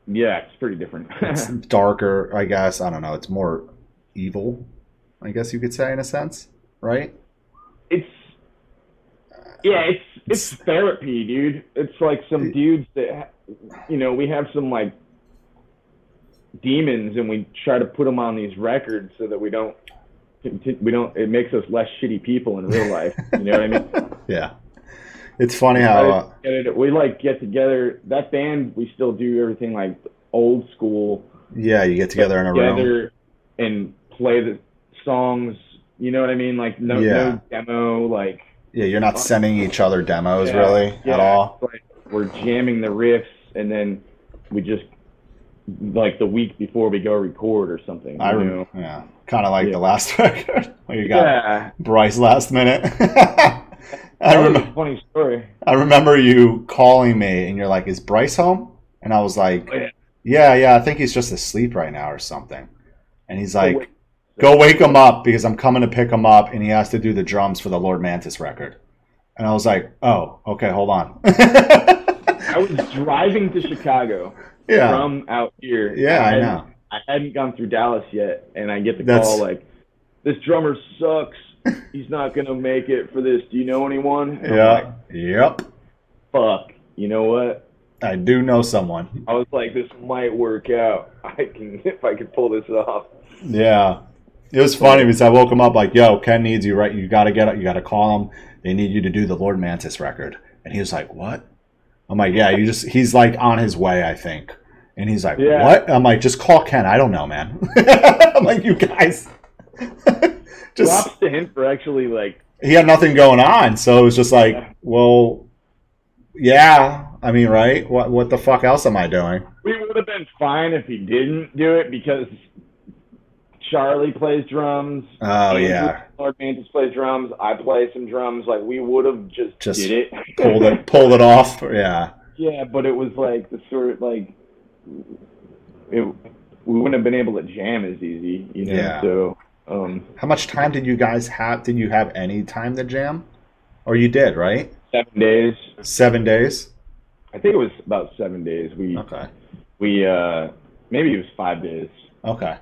Speaker 1: yeah, it's pretty different.
Speaker 2: it's darker, I guess. I don't know. It's more evil, I guess you could say, in a sense, right?
Speaker 1: it's yeah, it's it's therapy, dude. It's like some dudes that ha- you know we have some like demons, and we try to put them on these records so that we don't conti- we don't it makes us less shitty people in real life. You know what I mean?
Speaker 2: Yeah. It's funny how. Uh,
Speaker 1: Get it- we like get together. That band, we still do everything like old school.
Speaker 2: yeah, you get together in a room.
Speaker 1: Together, and play the songs. You know what I mean? Like no,
Speaker 2: Yeah.
Speaker 1: no demo. Like
Speaker 2: Yeah, you're not sending each other demos
Speaker 1: Yeah,
Speaker 2: really
Speaker 1: yeah,
Speaker 2: at all.
Speaker 1: it's Like, we're jamming the riffs, and then we just like the week before we go record or something.
Speaker 2: I
Speaker 1: you
Speaker 2: rem-
Speaker 1: know?
Speaker 2: yeah, kind of like
Speaker 1: Yeah.
Speaker 2: the last record where you got
Speaker 1: Yeah,
Speaker 2: Bryce last minute. I
Speaker 1: that was
Speaker 2: remember.
Speaker 1: a funny story.
Speaker 2: I remember you calling me and you're like, "Is Bryce home?" And I was like,
Speaker 1: Oh, yeah.
Speaker 2: "Yeah, yeah, I think he's just asleep right now or something." And he's like,
Speaker 1: wait.
Speaker 2: "Go wake him up because I'm coming to pick him up and he has to do the drums for the Lord Mantis record." And I was like, "Oh, okay, hold on."
Speaker 1: I was driving to Chicago
Speaker 2: yeah.
Speaker 1: from out here.
Speaker 2: Yeah, I
Speaker 1: hadn't-
Speaker 2: know.
Speaker 1: I hadn't gone through Dallas yet, and I get the
Speaker 2: That's-
Speaker 1: call like, "This drummer sucks. He's not gonna make it for this. Do you know anyone?" And I'm
Speaker 2: Yeah. Yep.
Speaker 1: like, Fuck. You know what?
Speaker 2: I do know someone.
Speaker 1: I was like, "This might work out. I can if I could pull this off."
Speaker 2: Yeah. It was funny because I woke him up like, yo, Ken needs you, right? You got to get up. You got to call him. They need you to do the Lord Mantis record. And he was like, what? I'm like, yeah, you just, he's like on his way, I think. And he's like,
Speaker 1: Yeah.
Speaker 2: what? I'm like, just call Ken. I don't know, man. I'm like, you guys. just,
Speaker 1: Props to him for actually like,
Speaker 2: he had nothing going on. So it was just like, well, yeah. I mean, right? What, what the fuck else am I doing?
Speaker 1: we would have been fine if he didn't do it because Charlie plays drums.
Speaker 2: Oh,
Speaker 1: Andrew
Speaker 2: yeah.
Speaker 1: Lord Mantis plays drums. I play some drums. Like we would have just,
Speaker 2: Just
Speaker 1: did it.
Speaker 2: Pulled it, pulled it off. Yeah.
Speaker 1: Yeah, but it was like the sort of like it, we wouldn't have been able to jam as easy, you know.
Speaker 2: Yeah.
Speaker 1: So um,
Speaker 2: How much time did you guys have? Did you have any time to jam? Or you did, right?
Speaker 1: seven days.
Speaker 2: Seven days?
Speaker 1: I think it was about seven days. We
Speaker 2: Okay.
Speaker 1: we uh maybe it was five days.
Speaker 2: Okay.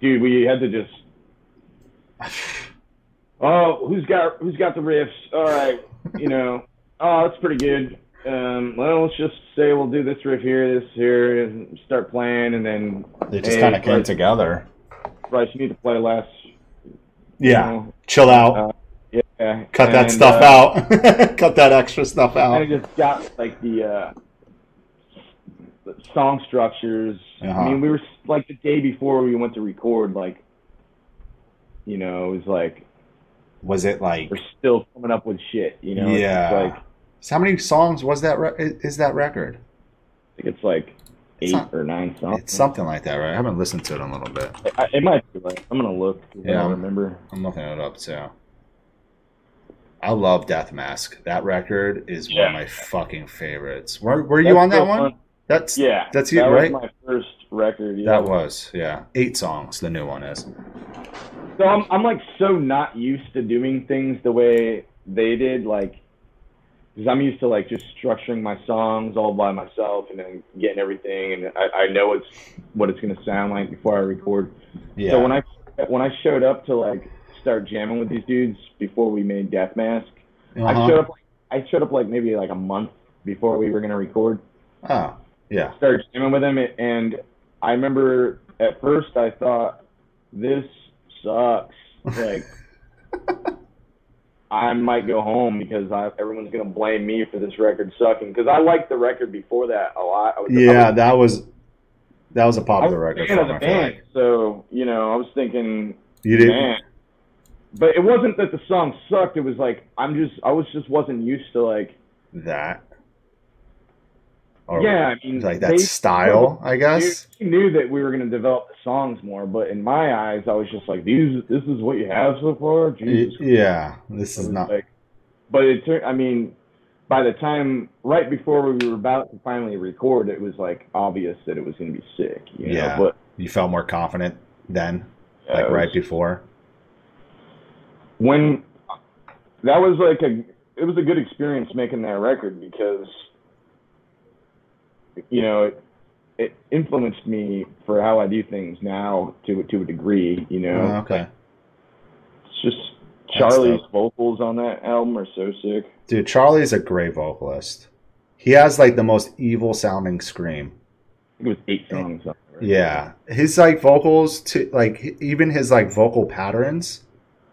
Speaker 1: Dude, we had to just oh who's got who's got the riffs? All right, you know. Oh, that's pretty good. Um, well, let's just say we'll do this riff here, this here, and start playing, and then
Speaker 2: They just
Speaker 1: Hey,
Speaker 2: kind of came
Speaker 1: but-
Speaker 2: together.
Speaker 1: Bryce, you need to play less. you
Speaker 2: Yeah.
Speaker 1: know?
Speaker 2: Chill out.
Speaker 1: yeah.
Speaker 2: Cut that
Speaker 1: Uh, And,
Speaker 2: stuff
Speaker 1: uh,
Speaker 2: out. Cut that extra stuff
Speaker 1: I
Speaker 2: out.
Speaker 1: just got like the uh, the song structures.
Speaker 2: Uh-huh.
Speaker 1: I mean, we were like the day before we went to record. Like, you know, it was like
Speaker 2: Was it like?
Speaker 1: we're still coming up with shit. You know, It's
Speaker 2: Yeah.
Speaker 1: like
Speaker 2: So how many songs was that? Re- i- is that record?
Speaker 1: I think it's like
Speaker 2: It's
Speaker 1: eight
Speaker 2: not-
Speaker 1: or nine songs.
Speaker 2: It's something like that, right? I haven't listened to it in a little bit.
Speaker 1: I, it might be like I'm gonna look. Yeah. I
Speaker 2: Yeah.
Speaker 1: don't remember.
Speaker 2: I'm looking it up too. I love Death Mask. That record is one
Speaker 1: Yeah.
Speaker 2: of my fucking favorites. Were, were you on
Speaker 1: That's
Speaker 2: that
Speaker 1: the
Speaker 2: one? That's
Speaker 1: Yeah.
Speaker 2: That's
Speaker 1: that
Speaker 2: you,
Speaker 1: was
Speaker 2: right?
Speaker 1: my first record. Yeah.
Speaker 2: That was, yeah. Eight songs, the new one is.
Speaker 1: So I'm I'm like so not used to doing things the way they did, like, because I'm used to like just structuring my songs all by myself and then getting everything, and I, I know it's what it's gonna sound like before I record.
Speaker 2: Yeah.
Speaker 1: So when I when I showed up to like start jamming with these dudes before we made Death Mask,
Speaker 2: Uh-huh.
Speaker 1: I showed up like, I showed up like maybe like a month before we were gonna record.
Speaker 2: Oh, yeah.
Speaker 1: Started jamming with them, and I remember at first I thought this sucks. Like I might go home because I, everyone's gonna blame me for this record sucking. Because I liked the record before that a lot. I was,
Speaker 2: Yeah, that was that was a
Speaker 1: I was, I
Speaker 2: popular
Speaker 1: was a
Speaker 2: record
Speaker 1: fan
Speaker 2: for
Speaker 1: of
Speaker 2: him,
Speaker 1: the
Speaker 2: I feel
Speaker 1: band,
Speaker 2: like.
Speaker 1: so you know I was thinking,
Speaker 2: You didn't
Speaker 1: man. But it wasn't that the song sucked. It was like I'm just I was just wasn't used to like
Speaker 2: that. Or
Speaker 1: yeah. I mean
Speaker 2: Oh, like that
Speaker 1: they-
Speaker 2: style, I guess.
Speaker 1: You knew that we were going to develop the songs more, but in my eyes, I was just like, "These, this is what you have so far." Jesus,
Speaker 2: Y- yeah. This
Speaker 1: Christ.
Speaker 2: is not
Speaker 1: Like, but it turned. I mean, by the time, right before we were about to finally record, it was like obvious that it was going to be sick. You know?
Speaker 2: Yeah.
Speaker 1: But
Speaker 2: you felt more confident then,
Speaker 1: uh,
Speaker 2: like
Speaker 1: it
Speaker 2: right
Speaker 1: was-
Speaker 2: before.
Speaker 1: when that was like a, it was a good experience making that record because, you know. It, it influenced me for how I do things now to to a degree, you know.
Speaker 2: Oh, okay.
Speaker 1: It's just
Speaker 2: That's
Speaker 1: Charlie's
Speaker 2: dope.
Speaker 1: vocals on that album are so sick.
Speaker 2: Dude, Charlie's a great vocalist. He has like the most evil sounding scream.
Speaker 1: I think it was eight songs on it. right?
Speaker 2: Yeah, his like vocals to like even his like vocal patterns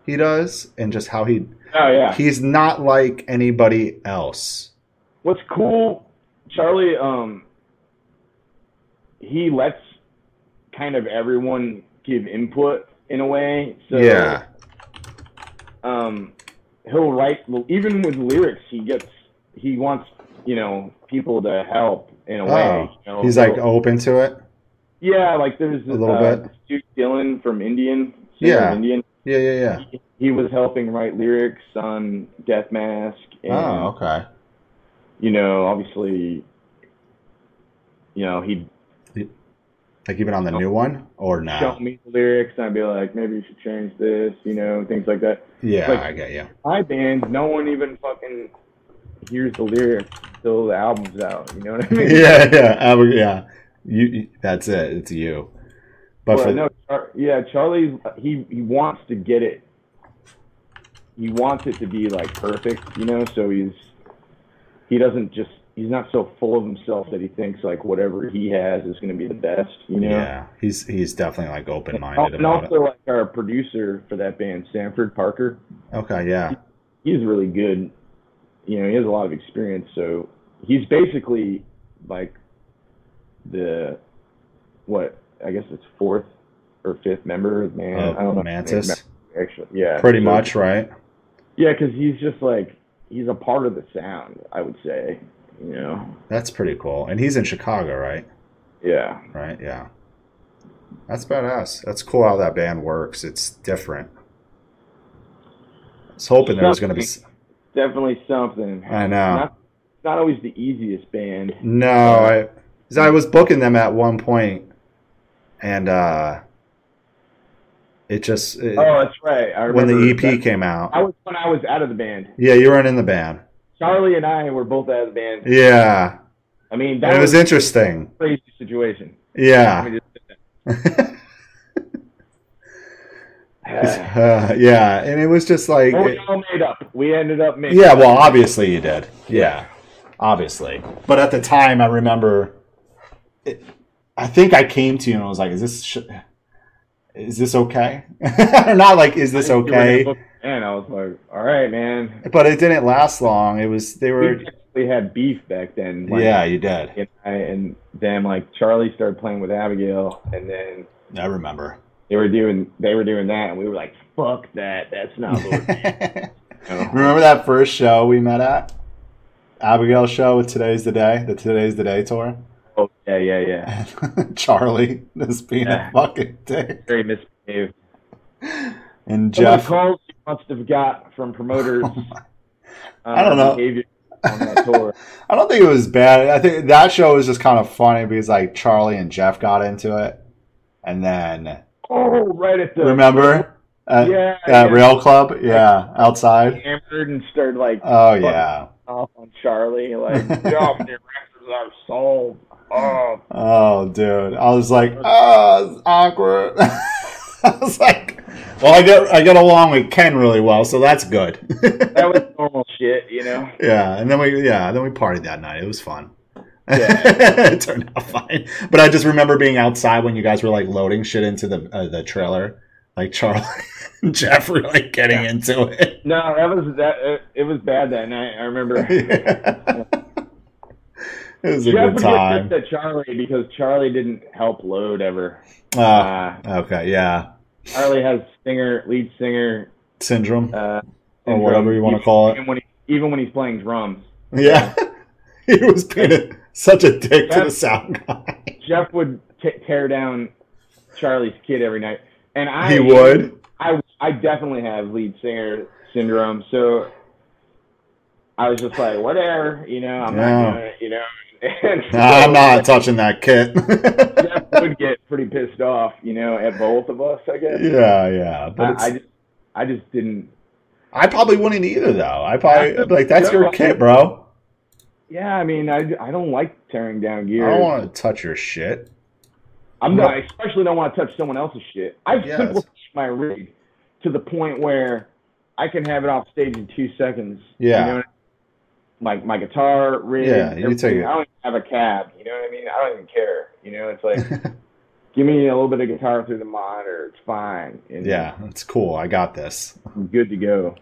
Speaker 2: he does and just how he
Speaker 1: Oh yeah.
Speaker 2: he's not like anybody else.
Speaker 1: What's cool, Charlie? Um, he lets kind of everyone give input in a way. So
Speaker 2: yeah.
Speaker 1: um, he'll write even with lyrics. He gets he wants you know people to help in a way.
Speaker 2: Oh.
Speaker 1: You know?
Speaker 2: He's like
Speaker 1: So-
Speaker 2: open to it.
Speaker 1: yeah, like there's
Speaker 2: A little
Speaker 1: uh,
Speaker 2: bit.
Speaker 1: this dude Dylan from Indian. singer
Speaker 2: Yeah.
Speaker 1: of Indian.
Speaker 2: Yeah, yeah, yeah.
Speaker 1: He was helping write lyrics on Death Mask, and
Speaker 2: Oh, okay.
Speaker 1: you know, obviously, you know, he'd
Speaker 2: Like even on the new one or no?
Speaker 1: show me the lyrics, and I'd be like, maybe you should change this, you know, things like that.
Speaker 2: Yeah,
Speaker 1: Like-
Speaker 2: I get you.
Speaker 1: my band, no one even fucking hears the lyrics till the album's out. You know what I mean?
Speaker 2: yeah, yeah, I would- yeah. You, you- that's it. It's you. But
Speaker 1: But
Speaker 2: for
Speaker 1: no, Char- yeah, Charlie, he he wants to get it. He wants it to be like perfect, you know. So he's he doesn't just he's not so full of himself that he thinks like whatever he has is going to be the best, you know.
Speaker 2: yeah, he's he's definitely like open minded
Speaker 1: And
Speaker 2: about it.
Speaker 1: also, like our producer for that band, Sanford Parker,
Speaker 2: Okay, yeah,
Speaker 1: he's really good. You know, he has a lot of experience, so he's basically like the what I guess it's fourth or fifth member of man. I don't know.
Speaker 2: of Mantis,
Speaker 1: Actually, yeah,
Speaker 2: pretty
Speaker 1: So-
Speaker 2: much, right?
Speaker 1: Yeah, because he's just like he's a part of the sound. I would say, you know,
Speaker 2: That's pretty cool. And he's in Chicago, right?
Speaker 1: yeah,
Speaker 2: Right, yeah. That's badass. That's cool how that band works. It's different. I was hoping there was gonna be. s-
Speaker 1: definitely something.
Speaker 2: I know.
Speaker 1: Not, it's not always the easiest band.
Speaker 2: No, I, 'cause I was booking them at one point, and uh, it just it-
Speaker 1: Oh, that's right. I
Speaker 2: when
Speaker 1: remember
Speaker 2: the E EP
Speaker 1: that-
Speaker 2: came out.
Speaker 1: I was when I was out of the band.
Speaker 2: yeah, you weren't in the band.
Speaker 1: Charlie and I were both out of the band.
Speaker 2: Yeah,
Speaker 1: I mean,
Speaker 2: it
Speaker 1: that
Speaker 2: was
Speaker 1: was,
Speaker 2: interesting.
Speaker 1: a crazy situation. Let
Speaker 2: Yeah,
Speaker 1: me just-
Speaker 2: Uh, yeah, and it was just like,
Speaker 1: Well,
Speaker 2: it-
Speaker 1: we all made up. We ended up making.
Speaker 2: yeah. Well, obviously you did. Yeah, obviously. But at the time, I remember. It, I think I came to you and I was like, "Is this?" Sh- is this okay? or not like, is this okay?
Speaker 1: And I was like, all right, man.
Speaker 2: But it didn't last long. It was they were
Speaker 1: We actually had beef back then. like,
Speaker 2: yeah, you did.
Speaker 1: And, I, and then like Charlie started playing with Abigail, and then
Speaker 2: I remember.
Speaker 1: they were doing they were doing that, and we were like, fuck that. That's not. What we're doing.
Speaker 2: remember that first show we met at? Abigail show with Today's the Day, the Today's the Day tour.
Speaker 1: oh yeah, yeah, yeah.
Speaker 2: And Charlie just being
Speaker 1: Yeah.
Speaker 2: a fucking dick.
Speaker 1: Very misbehaved.
Speaker 2: And
Speaker 1: Some of
Speaker 2: Jeff
Speaker 1: the calls you must have got from promoters.
Speaker 2: I don't
Speaker 1: uh,
Speaker 2: know.
Speaker 1: Behavior on that tour.
Speaker 2: I don't think it was bad. I think that show was just kind of funny because like Charlie and Jeff got into it. And then
Speaker 1: oh, right at the
Speaker 2: remember at,
Speaker 1: yeah, yeah.
Speaker 2: at Rail Club? Yeah, outside.
Speaker 1: hammered and started like
Speaker 2: Oh yeah.
Speaker 1: off on Charlie, like get off the records I've sold. Oh,
Speaker 2: Oh, dude, I was like, oh, it's awkward. I was like, well, I get I get along with Ken really well, so that's good.
Speaker 1: that was normal shit, you know.
Speaker 2: yeah, and then we yeah, then we partied that night. It was fun.
Speaker 1: Yeah.
Speaker 2: it turned out fine. But I just remember being outside when you guys were like loading shit into the uh, the trailer, like Charlie and Jeff were like getting into it.
Speaker 1: No, that was that. It, it was bad that night. I remember.
Speaker 2: It was a
Speaker 1: Jeff
Speaker 2: good
Speaker 1: would
Speaker 2: time.
Speaker 1: get pissed at Charlie because Charlie didn't help load ever.
Speaker 2: Ah,
Speaker 1: Uh,
Speaker 2: okay, yeah,
Speaker 1: Charlie has singer, lead singer,
Speaker 2: syndrome
Speaker 1: uh,
Speaker 2: or
Speaker 1: syndrome.
Speaker 2: whatever you want to call it.
Speaker 1: Even when he, even when he's playing drums,
Speaker 2: Yeah. he was being a, such a dick to the sound guy.
Speaker 1: Jeff would t- tear down Charlie's kid every night, and I
Speaker 2: he would.
Speaker 1: I I definitely have lead singer syndrome, so I was just like, whatever, you know, I'm
Speaker 2: Yeah.
Speaker 1: not doing it, you know. And
Speaker 2: Nah, I'm not touching that kit.
Speaker 1: Jeff would get pretty pissed off, you know, at both of us. I guess.
Speaker 2: yeah, yeah. But
Speaker 1: I, I
Speaker 2: it's,
Speaker 1: just I just didn't.
Speaker 2: I, probably wouldn't either, though. I probably I'd be like that's your
Speaker 1: No.
Speaker 2: kit, bro.
Speaker 1: Yeah, I mean, I, I don't like tearing down
Speaker 2: I
Speaker 1: gear.
Speaker 2: don't want to touch your shit.
Speaker 1: I'm not, I especially don't want to touch someone else's shit. I've
Speaker 2: Yes.
Speaker 1: simplified my rig to the point where I can have it off stage in two seconds.
Speaker 2: Yeah.
Speaker 1: You know what I mean? Like my guitar rig.
Speaker 2: Yeah, you
Speaker 1: everything.
Speaker 2: take it.
Speaker 1: I don't even have a cab. You know what I mean? I don't even care. You know, it's like, give me a little bit of guitar through the monitor. It's fine. And
Speaker 2: Yeah, it's cool. I got this.
Speaker 1: I'm good to go.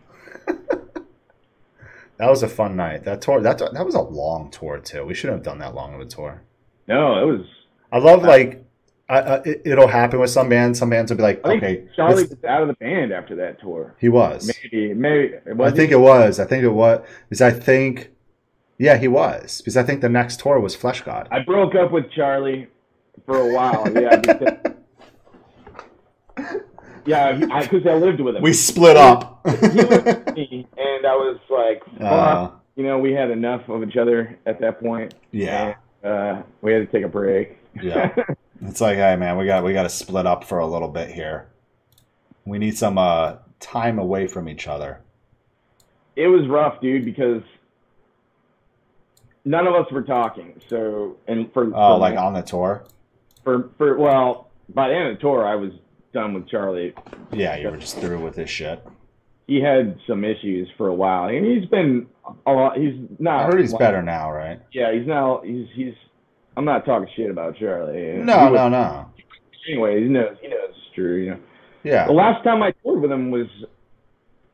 Speaker 2: That was a fun night. That tour. That that was a long tour too. We shouldn't have done that long of a tour.
Speaker 1: No, it was.
Speaker 2: I love like I, I, it, it'll happen with some bands. Some bands will be like,
Speaker 1: I think
Speaker 2: okay,
Speaker 1: Charlie
Speaker 2: it's-
Speaker 1: was out of the band after that tour.
Speaker 2: he was.
Speaker 1: Maybe, maybe.
Speaker 2: I
Speaker 1: was
Speaker 2: think
Speaker 1: he?
Speaker 2: it was. I think it was. Because I think, yeah, he was. Because I think the next tour was Flesh God.
Speaker 1: I broke up with Charlie for a while. Yeah, because, yeah, because I, 'cause I lived with him.
Speaker 2: we split up.
Speaker 1: he lived with me, and I was like, fuck.
Speaker 2: Uh,
Speaker 1: you know, we had enough of each other at that point.
Speaker 2: yeah,
Speaker 1: Uh, we had to take a break.
Speaker 2: yeah. It's like, hey, man, we got we got to split up for a little bit here. We need some uh, time away from each other.
Speaker 1: it was rough, dude, because none of us were talking. So, and for
Speaker 2: Oh,
Speaker 1: for,
Speaker 2: like on the tour.
Speaker 1: for for well, by the end of the tour, I was done with Charlie.
Speaker 2: Yeah, you were just through with this shit.
Speaker 1: He had some issues for a while, and he's been a lot. He's not.
Speaker 2: I heard he's
Speaker 1: like-
Speaker 2: better now, right?
Speaker 1: Yeah, he's now. He's he's. I'm not talking shit about Charlie.
Speaker 2: No,
Speaker 1: He was-
Speaker 2: no, no.
Speaker 1: Anyway, he knows. He knows it's true. You know. The
Speaker 2: Yeah.
Speaker 1: last time I toured with him was,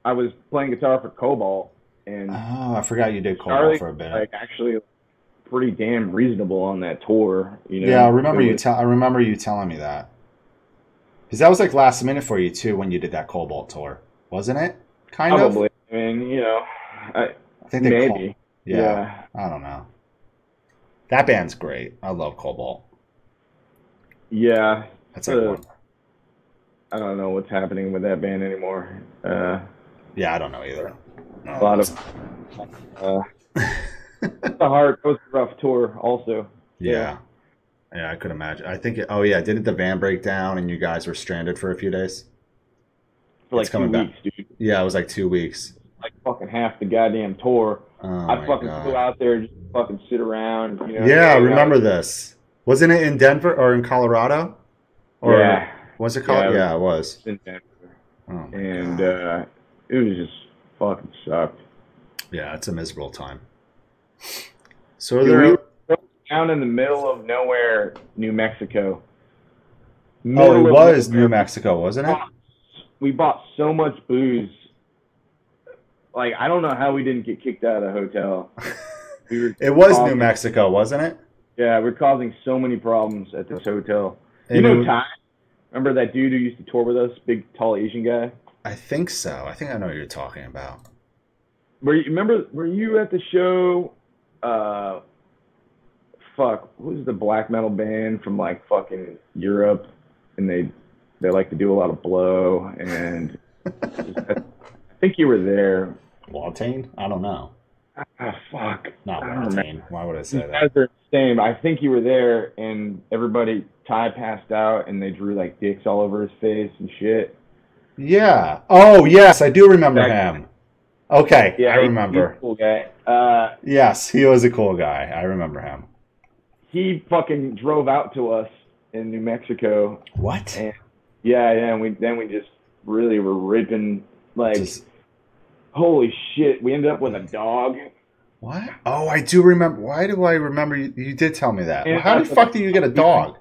Speaker 1: I was playing guitar for Cobalt, and
Speaker 2: Oh, I forgot you did Cobalt
Speaker 1: Charlie
Speaker 2: for a bit.
Speaker 1: like actually pretty damn reasonable on that tour. You know,
Speaker 2: Yeah, I remember
Speaker 1: It
Speaker 2: you.
Speaker 1: was-
Speaker 2: Te- I remember you telling me that. Because that was like last minute for you too when you did that Cobalt tour, wasn't it? Kind
Speaker 1: probably.
Speaker 2: of.
Speaker 1: I mean, you know, I,
Speaker 2: I think they call-
Speaker 1: maybe.
Speaker 2: yeah, I don't know. That band's great. I love Cobalt.
Speaker 1: yeah, yeah.
Speaker 2: That's like
Speaker 1: Uh,
Speaker 2: one.
Speaker 1: I don't know what's happening with that band anymore. Uh,
Speaker 2: Yeah, I don't know either. No,
Speaker 1: a lot of. Uh, it's a hard, it was a rough tour. Also,
Speaker 2: yeah. Yeah, I could imagine. I think. It, oh yeah, didn't the van break down and you guys were stranded for a few days?
Speaker 1: for like
Speaker 2: It's
Speaker 1: two
Speaker 2: coming back.
Speaker 1: weeks, dude.
Speaker 2: Yeah, it was like two weeks.
Speaker 1: Like fucking half the goddamn tour.
Speaker 2: Oh
Speaker 1: I
Speaker 2: my
Speaker 1: fucking
Speaker 2: God.
Speaker 1: flew out there, just fucking sit around. You know.
Speaker 2: yeah, I
Speaker 1: hang out.
Speaker 2: remember this. Wasn't it in Denver or in Colorado? Or
Speaker 1: Yeah,
Speaker 2: was it Colorado?
Speaker 1: Yeah.
Speaker 2: Yeah, it was.
Speaker 1: in Denver.
Speaker 2: Oh my
Speaker 1: and
Speaker 2: God.
Speaker 1: uh, it was just fucking sucked.
Speaker 2: yeah, it's a miserable time. So are
Speaker 1: Dude,
Speaker 2: there, oh,
Speaker 1: we were down in the middle of nowhere, New Mexico.
Speaker 2: oh,
Speaker 1: Middle
Speaker 2: it
Speaker 1: of
Speaker 2: was New
Speaker 1: nowhere.
Speaker 2: Mexico, wasn't it?
Speaker 1: We bought so much booze. Like I don't know how we didn't get kicked out of the hotel. We were
Speaker 2: It was New
Speaker 1: Um,
Speaker 2: Mexico, wasn't it?
Speaker 1: yeah, we're causing so many problems at this hotel. You
Speaker 2: And
Speaker 1: know
Speaker 2: it-
Speaker 1: Ty? Remember that dude who used to tour with us, big tall Asian guy?
Speaker 2: I think so. I think I know what you're talking about.
Speaker 1: Were you, remember? Were you at the show? Uh, fuck, who's the black metal band from like fucking Europe? And they they like to do a lot of blow. And I think you were there.
Speaker 2: Waltane? I don't know.
Speaker 1: Ah, fuck.
Speaker 2: Not
Speaker 1: I don't
Speaker 2: Waltane. Why would I
Speaker 1: These
Speaker 2: say that?
Speaker 1: guys are insane. I think you were there, and everybody Ty passed out, and they drew like dicks all over his face and shit.
Speaker 2: Yeah. Oh, yes, I do remember
Speaker 1: That-
Speaker 2: him. Okay,
Speaker 1: Yeah,
Speaker 2: I
Speaker 1: he-
Speaker 2: remember.
Speaker 1: He's a cool guy. Uh,
Speaker 2: Yes, he was a cool guy. I remember him.
Speaker 1: he fucking drove out to us in New Mexico
Speaker 2: What?
Speaker 1: Yeah, yeah, and we then we just really were ripping like
Speaker 2: Just-
Speaker 1: holy shit. We ended up with a dog.
Speaker 2: what? Oh, I do remember. Why do I remember? You, you did tell me that.
Speaker 1: Yeah,
Speaker 2: Well, how the
Speaker 1: that's
Speaker 2: fuck
Speaker 1: what-
Speaker 2: do you get a dog?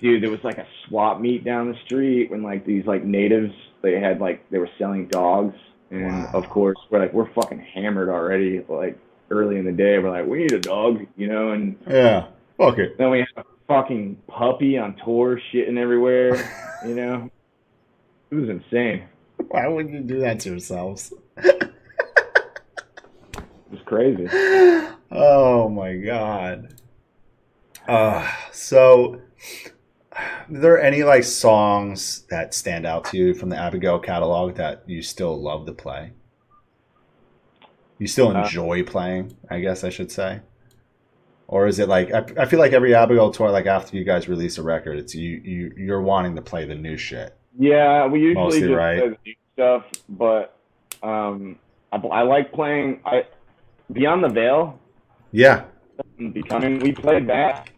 Speaker 1: Dude, there was like a swap meet down the street when like these like natives they had like they were selling dogs and
Speaker 2: Wow.
Speaker 1: of course we're like we're fucking hammered already like early in the day we're like we need a dog you know and
Speaker 2: Yeah. Fuck it.
Speaker 1: then we had a fucking puppy on tour shitting everywhere you know it was insane
Speaker 2: Why would you do that to yourselves?
Speaker 1: it was crazy
Speaker 2: Oh my god. Uh, so, are there any like songs that stand out to you from the Abigail catalog that you still love to play? You still
Speaker 1: Uh,
Speaker 2: enjoy playing, I guess I should say. Or is it like I, I feel like every Abigail tour, like after you guys release a record, it's you you you're wanting to play the new shit.
Speaker 1: Yeah, we usually
Speaker 2: Mostly,
Speaker 1: just
Speaker 2: right?
Speaker 1: play the new stuff, but um, I, I like playing I Beyond the Veil
Speaker 2: Yeah,
Speaker 1: and Becoming. We played that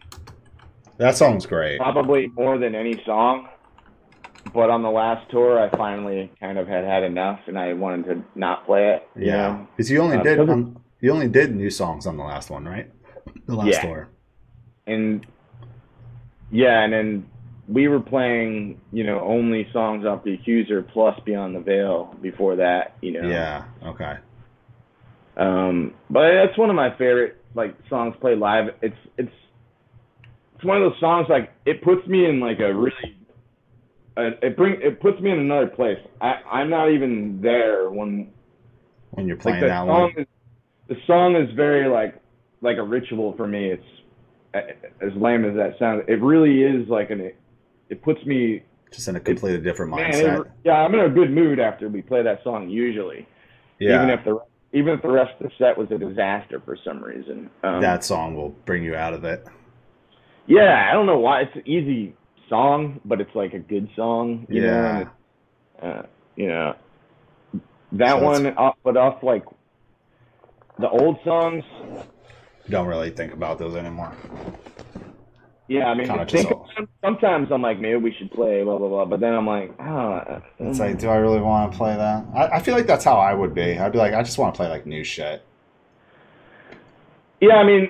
Speaker 2: that song's great.
Speaker 1: probably more than any song, but on the last tour, I finally kind of had had enough, and I wanted to not play it. you
Speaker 2: Yeah,
Speaker 1: know?
Speaker 2: because you only
Speaker 1: Uh,
Speaker 2: did
Speaker 1: doesn't-
Speaker 2: um, you only did new songs on the last one, right? The last
Speaker 1: Yeah.
Speaker 2: tour.
Speaker 1: and yeah, and then we were playing, you know, only songs off The Accuser plus Beyond the Veil before that, you know.
Speaker 2: Yeah. Okay.
Speaker 1: Um, but that's one of my favorite like songs played live. It's it's it's one of those songs like it puts me in like a really uh, it bring it puts me in another place. I I'm not even there when
Speaker 2: when you're playing
Speaker 1: like the
Speaker 2: that
Speaker 1: song
Speaker 2: one.
Speaker 1: is the song is very like like a ritual for me. It's a- as lame as that sounds. It really is like an it puts me
Speaker 2: Just in a completely different
Speaker 1: man,
Speaker 2: mindset.
Speaker 1: it, yeah I'm in a good mood after we play that song usually
Speaker 2: yeah.
Speaker 1: even if the even if the rest of the set was a disaster for some reason. Um,
Speaker 2: that song will bring you out of it.
Speaker 1: yeah I don't know why it's an easy song but it's like a good song you know, and
Speaker 2: yeah.
Speaker 1: it's uh, you know that
Speaker 2: So it's-
Speaker 1: one off but off like the old songs
Speaker 2: Don't really think about those anymore.
Speaker 1: yeah i mean
Speaker 2: Kinda
Speaker 1: think
Speaker 2: just all-
Speaker 1: about them, sometimes i'm like maybe we should play blah blah blah but then i'm like oh
Speaker 2: It's like, do I really want to play that? I, I feel like that's how I would be. I'd be like, I just want to play like new shit.
Speaker 1: yeah i mean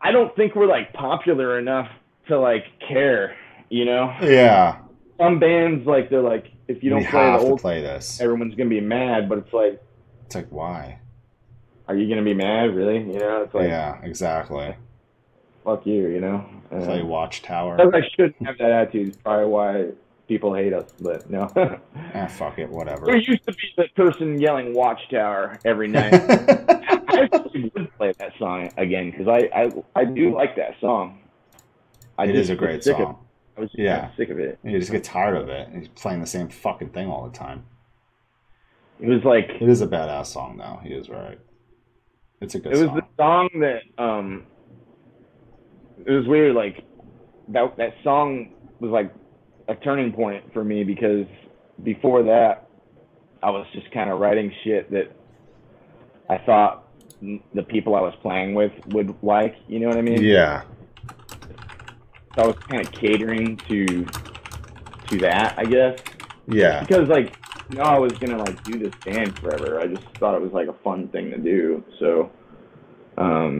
Speaker 1: i don't think we're like popular enough to like care you know
Speaker 2: Yeah.
Speaker 1: some bands like they're like if you don't
Speaker 2: we
Speaker 1: play the
Speaker 2: have
Speaker 1: old
Speaker 2: to play this.
Speaker 1: everyone's gonna be mad but it's like
Speaker 2: It's like, why?
Speaker 1: are you gonna be mad really you know it's like
Speaker 2: yeah, exactly.
Speaker 1: fuck you you know Uh,
Speaker 2: Play Watchtower.
Speaker 1: Because I shouldn't have that attitude is probably why people hate us, but no.
Speaker 2: Ah, fuck
Speaker 1: there
Speaker 2: it, whatever.
Speaker 1: used to be the person yelling Watchtower every night.
Speaker 2: yeah,
Speaker 1: I actually would play that song again because I, I, I do like that song. I
Speaker 2: it
Speaker 1: just
Speaker 2: is a
Speaker 1: was
Speaker 2: great
Speaker 1: sick of-
Speaker 2: song.
Speaker 1: I was just
Speaker 2: Yeah.
Speaker 1: sick of it.
Speaker 2: You just get tired of it. He's playing the same fucking thing all the time.
Speaker 1: It was like,
Speaker 2: It is a badass song, though. He is right. It's a good
Speaker 1: it was
Speaker 2: song.
Speaker 1: the song that, um, it was weird. Like, that, that song was like a turning point for me because before that, I was just kind of writing shit that I thought n- the people I was playing with would like. You know what I mean?
Speaker 2: yeah,
Speaker 1: So I was kind of catering to to that, I guess,
Speaker 2: yeah,
Speaker 1: because like no, I was gonna like do this band forever. I just thought it was like a fun thing to do. So, um,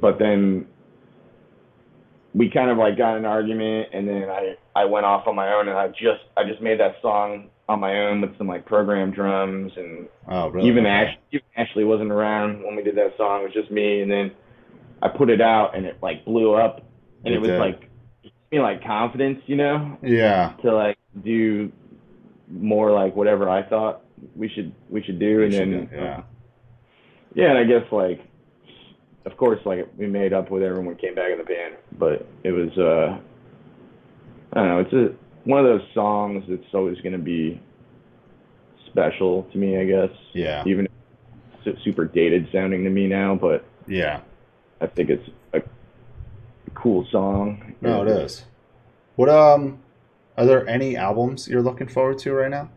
Speaker 1: but then we kind of like got in an argument, and then I I went off on my own, and I just I just made that song on my own with some like program drums and
Speaker 2: Oh, really?
Speaker 1: even
Speaker 2: Okay.
Speaker 1: Ash, even Ashley wasn't around when we did that song. It was just me, and then I put it out, and it like blew up, and
Speaker 2: It
Speaker 1: it, was
Speaker 2: did.
Speaker 1: like it gave me like confidence, you know,
Speaker 2: Yeah,
Speaker 1: to like do more like whatever I thought we should we should do,
Speaker 2: We
Speaker 1: and
Speaker 2: should
Speaker 1: then
Speaker 2: do, yeah.
Speaker 1: uh, yeah, and I guess like of course like we made up with everyone when we came back in the band, but it was uh I don't know, it's a one of those songs that's always gonna be special to me, I guess
Speaker 2: yeah,
Speaker 1: even if it's su- super dated sounding to me now, but
Speaker 2: yeah.
Speaker 1: I think it's a cool song.
Speaker 2: No, it is. What um, are there any albums you're looking forward to right now?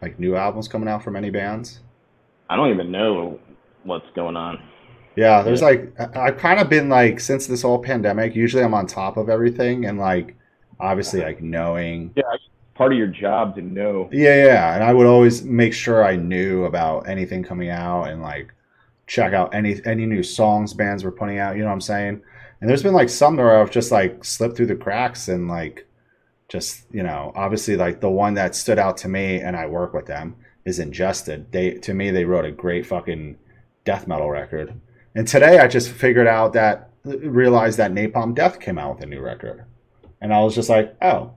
Speaker 2: Like new albums coming out from any bands?
Speaker 1: I don't even know what's going on.
Speaker 2: Yeah, there's like I- I've kind of been like since this whole pandemic. Usually I'm on top of everything and like obviously like knowing
Speaker 1: Part of your job to know.
Speaker 2: Yeah, yeah. And I would always make sure I knew about anything coming out and like check out any any new songs bands were putting out, you know what I'm saying? And there's been like some where I've just like slipped through the cracks and like just, you know, obviously like the one that stood out to me and I work with them is Ingested. They to me they wrote a great fucking death metal record. And today I just figured out that realized that Napalm Death came out with a new record. And I was just like, oh,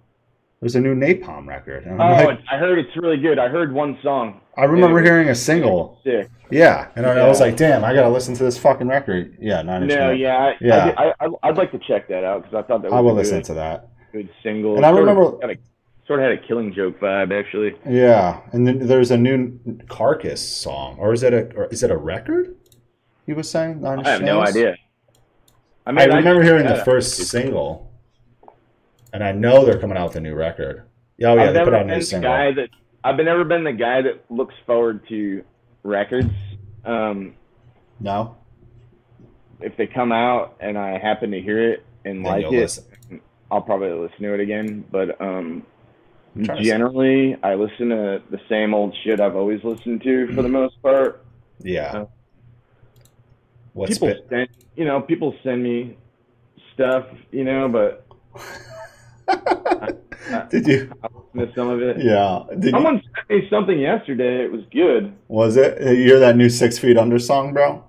Speaker 2: there's a new Napalm record. And
Speaker 1: Oh,
Speaker 2: I'm like,
Speaker 1: it's- I heard it's really good. I heard one song.
Speaker 2: I remember
Speaker 1: Dude.
Speaker 2: hearing a single.
Speaker 1: Sick.
Speaker 2: Yeah, and I, I was
Speaker 1: Yeah.
Speaker 2: like, "Damn, I gotta listen to this fucking record." Yeah, Nine Inch
Speaker 1: No,
Speaker 2: Nails.
Speaker 1: yeah, I,
Speaker 2: Yeah.
Speaker 1: I, I, I, would like to check that out because I thought that was
Speaker 2: I
Speaker 1: a
Speaker 2: will listen
Speaker 1: good,
Speaker 2: to that.
Speaker 1: good single.
Speaker 2: And I
Speaker 1: Sort of
Speaker 2: remember-
Speaker 1: had a- sort of had a Killing Joke vibe actually.
Speaker 2: Yeah, and then there's a new Carcass song, or is it a or is it a record? He was saying Nine Inch
Speaker 1: I have no
Speaker 2: Nails?
Speaker 1: idea.
Speaker 2: I
Speaker 1: mean,
Speaker 2: remember hearing
Speaker 1: yeah.
Speaker 2: the first single, and I know they're coming out with a new record. Yeah, Oh yeah,
Speaker 1: I've
Speaker 2: they
Speaker 1: never
Speaker 2: put out a
Speaker 1: been
Speaker 2: new
Speaker 1: the
Speaker 2: single.
Speaker 1: guy that I've been- never been the guy that looks forward to records. Um,
Speaker 2: No,
Speaker 1: if they come out and I happen to hear it and
Speaker 2: then
Speaker 1: like it,
Speaker 2: you'll listen.
Speaker 1: I'll probably listen to it again. But um,
Speaker 2: I'm trying to-
Speaker 1: generally, I listen to the same old shit I've always listened to for the most part.
Speaker 2: yeah.
Speaker 1: Uh,
Speaker 2: What's
Speaker 1: people
Speaker 2: been-
Speaker 1: send, you know, people send me stuff, you know, but uh,
Speaker 2: Did you?
Speaker 1: miss some of it.
Speaker 2: Yeah. Did you,
Speaker 1: Someone sent me something yesterday. It was good.
Speaker 2: was it? You hear that new Six Feet Under song, bro?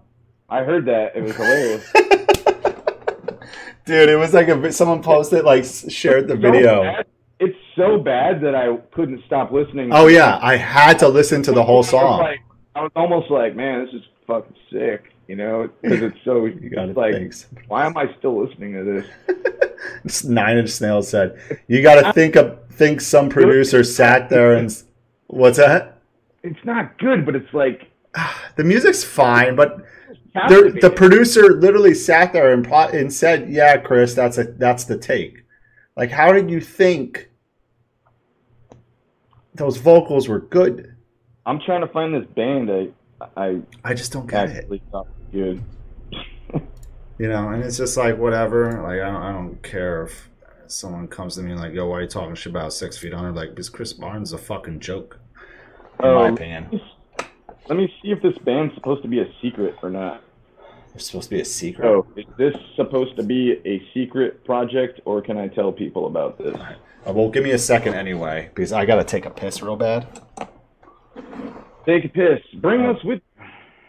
Speaker 1: I heard that. It was hilarious.
Speaker 2: Dude, it was like a someone posted like shared the
Speaker 1: so
Speaker 2: video.
Speaker 1: bad- It's so bad that I couldn't stop listening.
Speaker 2: Oh yeah, I had to listen to the
Speaker 1: I
Speaker 2: whole
Speaker 1: was
Speaker 2: song.
Speaker 1: like- I was almost like, man, this is fucking sick, you know, because it's so.
Speaker 2: You got to
Speaker 1: like,
Speaker 2: think.
Speaker 1: Why am I still listening to this?
Speaker 2: This Nine Inch Nail said, "You got to think of think." Some producer sat there and s- what's that?
Speaker 1: It's not good, but it's like
Speaker 2: The music's fine, but There, the
Speaker 1: captivating.
Speaker 2: producer literally sat there and pro- and said, "Yeah, Chris, that's a that's the take." Like, how did you think those vocals were good?
Speaker 1: I'm trying to find this band I I
Speaker 2: I just don't get it.
Speaker 1: actually thought was good.
Speaker 2: You know, and it's just like whatever. Like, I don't, I don't care if someone comes to me like, "Yo, why are you talking shit about Six Feet Under?" Like, because Chris Barnes is a fucking joke, in my
Speaker 1: Um,
Speaker 2: opinion.
Speaker 1: let me see if this band's supposed to be a secret or not.
Speaker 2: It's supposed to be a secret.
Speaker 1: So, is this supposed to be a secret project, or can I tell people about this?
Speaker 2: Uh, well, give me a second anyway, because I gotta take a piss real bad.
Speaker 1: Take a piss. Bring us with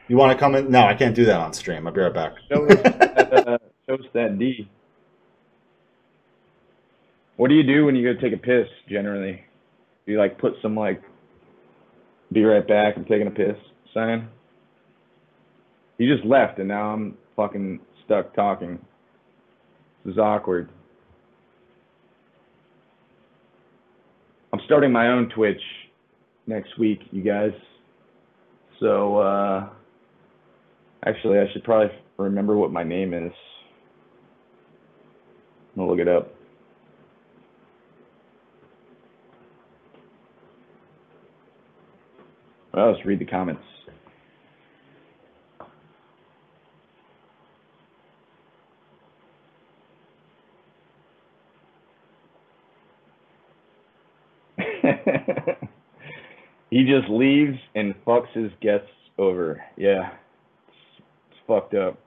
Speaker 2: You want to come in? No, I can't do that on stream. I'll be right back.
Speaker 1: Show us that, uh, show us that D. What do you do when you go take a piss? Generally, do you like put some like "Be right back," I'm taking a piss sign? You just left, and now I'm fucking stuck talking. This is awkward. I'm starting my own Twitch next week, you guys. So, uh, Actually, I should probably remember what my name is. i will look it up. Well, let's read the comments. he just leaves and fucks his guests over. Yeah. It's, it's fucked up.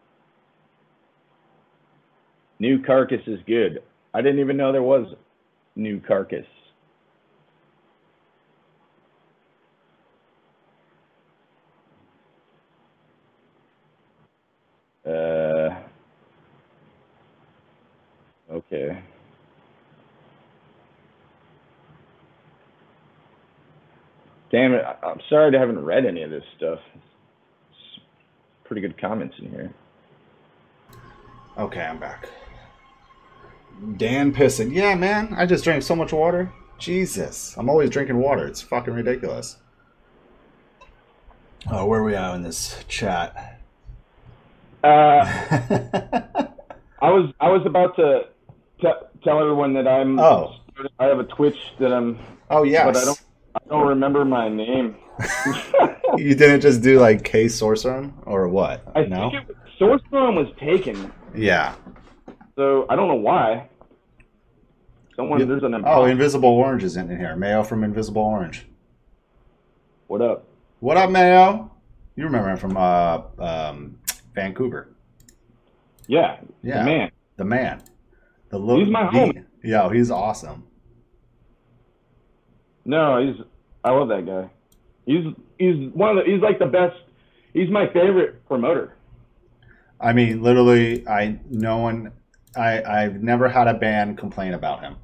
Speaker 1: New carcass is good. I didn't even know there was new carcass. Uh, okay. Damn it. I- I'm sorry I haven't read any of this stuff. It's pretty good comments in here.
Speaker 2: Okay, I'm back. Dan pissing. Yeah, man, I just drank so much water. Jesus, I'm always drinking water. It's fucking ridiculous. Oh, where are we at in this chat?
Speaker 1: Uh,
Speaker 2: oh,
Speaker 1: I was I was about to te- tell everyone that I'm
Speaker 2: Oh.
Speaker 1: I have a Twitch that I'm
Speaker 2: yes.
Speaker 1: but I don't I don't remember my name.
Speaker 2: You didn't just do like K Sorcerer or what?
Speaker 1: I
Speaker 2: no?
Speaker 1: think it was, Sourcebone was taken,
Speaker 2: Yeah.
Speaker 1: so I don't know why. Someone
Speaker 2: Yeah.
Speaker 1: there's an
Speaker 2: Oh, Invisible Orange is in here. Mayo from Invisible Orange.
Speaker 1: what up?
Speaker 2: What up, Mayo? You remember him from uh, um, Vancouver.
Speaker 1: Yeah,
Speaker 2: Yeah.
Speaker 1: man.
Speaker 2: the man. The little,
Speaker 1: He's my homie.
Speaker 2: Yo, he's awesome.
Speaker 1: No, he's I love that guy. He's he's one of the, he's like the best. He's my favorite promoter.
Speaker 2: I mean, literally, I no one, I I've never had a band complain about him.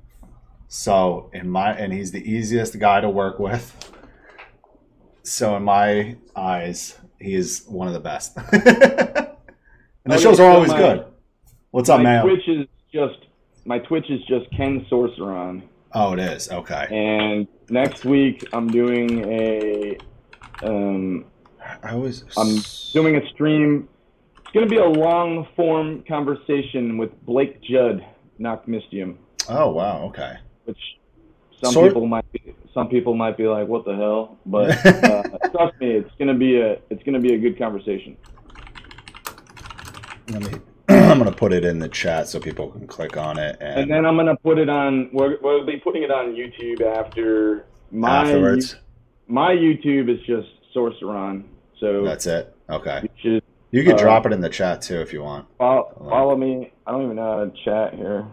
Speaker 2: So in my and he's the easiest guy to work with. So in my eyes, he is one of the best. and the
Speaker 1: Okay,
Speaker 2: shows are
Speaker 1: Oh, so
Speaker 2: always
Speaker 1: my-
Speaker 2: good. What's up,
Speaker 1: my
Speaker 2: man?
Speaker 1: Twitch is just my Twitch is just Ken Sorceron.
Speaker 2: Oh, it is okay.
Speaker 1: And next week I'm doing a um
Speaker 2: I always
Speaker 1: I'm doing a stream. It's gonna be a long form conversation with Blake Judd, Noctmistium,
Speaker 2: Oh wow, okay.
Speaker 1: which some
Speaker 2: Sort-
Speaker 1: people might be, some people might be like, what the hell? But uh, trust me, it's gonna be a it's gonna be a good conversation.
Speaker 2: Let me. I'm gonna put it in the chat so people can click on it and,
Speaker 1: And then I'm gonna put it on. We're, we'll be putting it on YouTube after my
Speaker 2: afterwards.
Speaker 1: my YouTube is just Sorceron, so
Speaker 2: That's it. Okay.
Speaker 1: you should
Speaker 2: You can
Speaker 1: Uh,
Speaker 2: drop it in the chat too if you want.
Speaker 1: Follow,
Speaker 2: Hello.
Speaker 1: follow me. I don't even know how to chat here.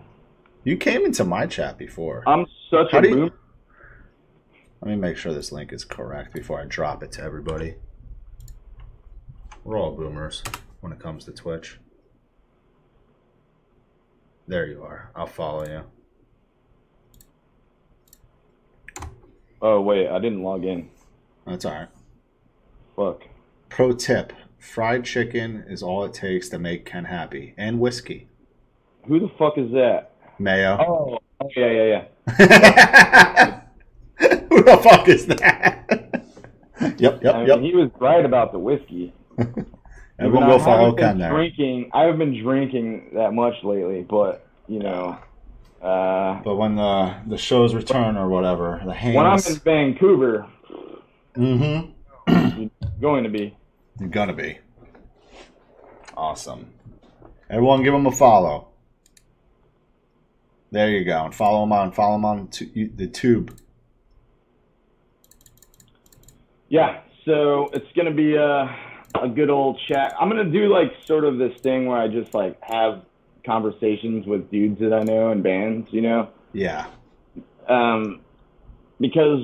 Speaker 2: You came into my chat before.
Speaker 1: I'm such
Speaker 2: How
Speaker 1: a
Speaker 2: do you-
Speaker 1: boomer.
Speaker 2: Let me make sure this link is correct before I drop it to everybody. We're all boomers when it comes to Twitch. There you are. I'll follow you.
Speaker 1: Oh wait, I didn't log in.
Speaker 2: That's all right.
Speaker 1: Fuck.
Speaker 2: Pro tip fried chicken is all it takes to make Ken happy, and whiskey.
Speaker 1: Who the fuck is that?
Speaker 2: Mayo.
Speaker 1: Oh, oh yeah, yeah, yeah.
Speaker 2: Who the fuck is that? yep, yep,
Speaker 1: I mean,
Speaker 2: yep.
Speaker 1: He was right about the whiskey.
Speaker 2: Everyone
Speaker 1: I mean,
Speaker 2: go
Speaker 1: I
Speaker 2: follow
Speaker 1: haven't been
Speaker 2: Ken there.
Speaker 1: Drinking, I haven't been drinking that much lately, but you know, uh,
Speaker 2: But when the the shows return or whatever, the
Speaker 1: when I'm in
Speaker 2: hangs.
Speaker 1: Vancouver,
Speaker 2: Mm-hmm.
Speaker 1: going to be.
Speaker 2: You're gonna be. Awesome. Everyone give him a follow. There you go. And follow him on. Follow him on tu- the tube.
Speaker 1: Yeah, so it's gonna be a, a good old chat. I'm gonna do like sort of this thing where I just like have conversations with dudes that I know and bands, you know,
Speaker 2: Yeah.
Speaker 1: um, because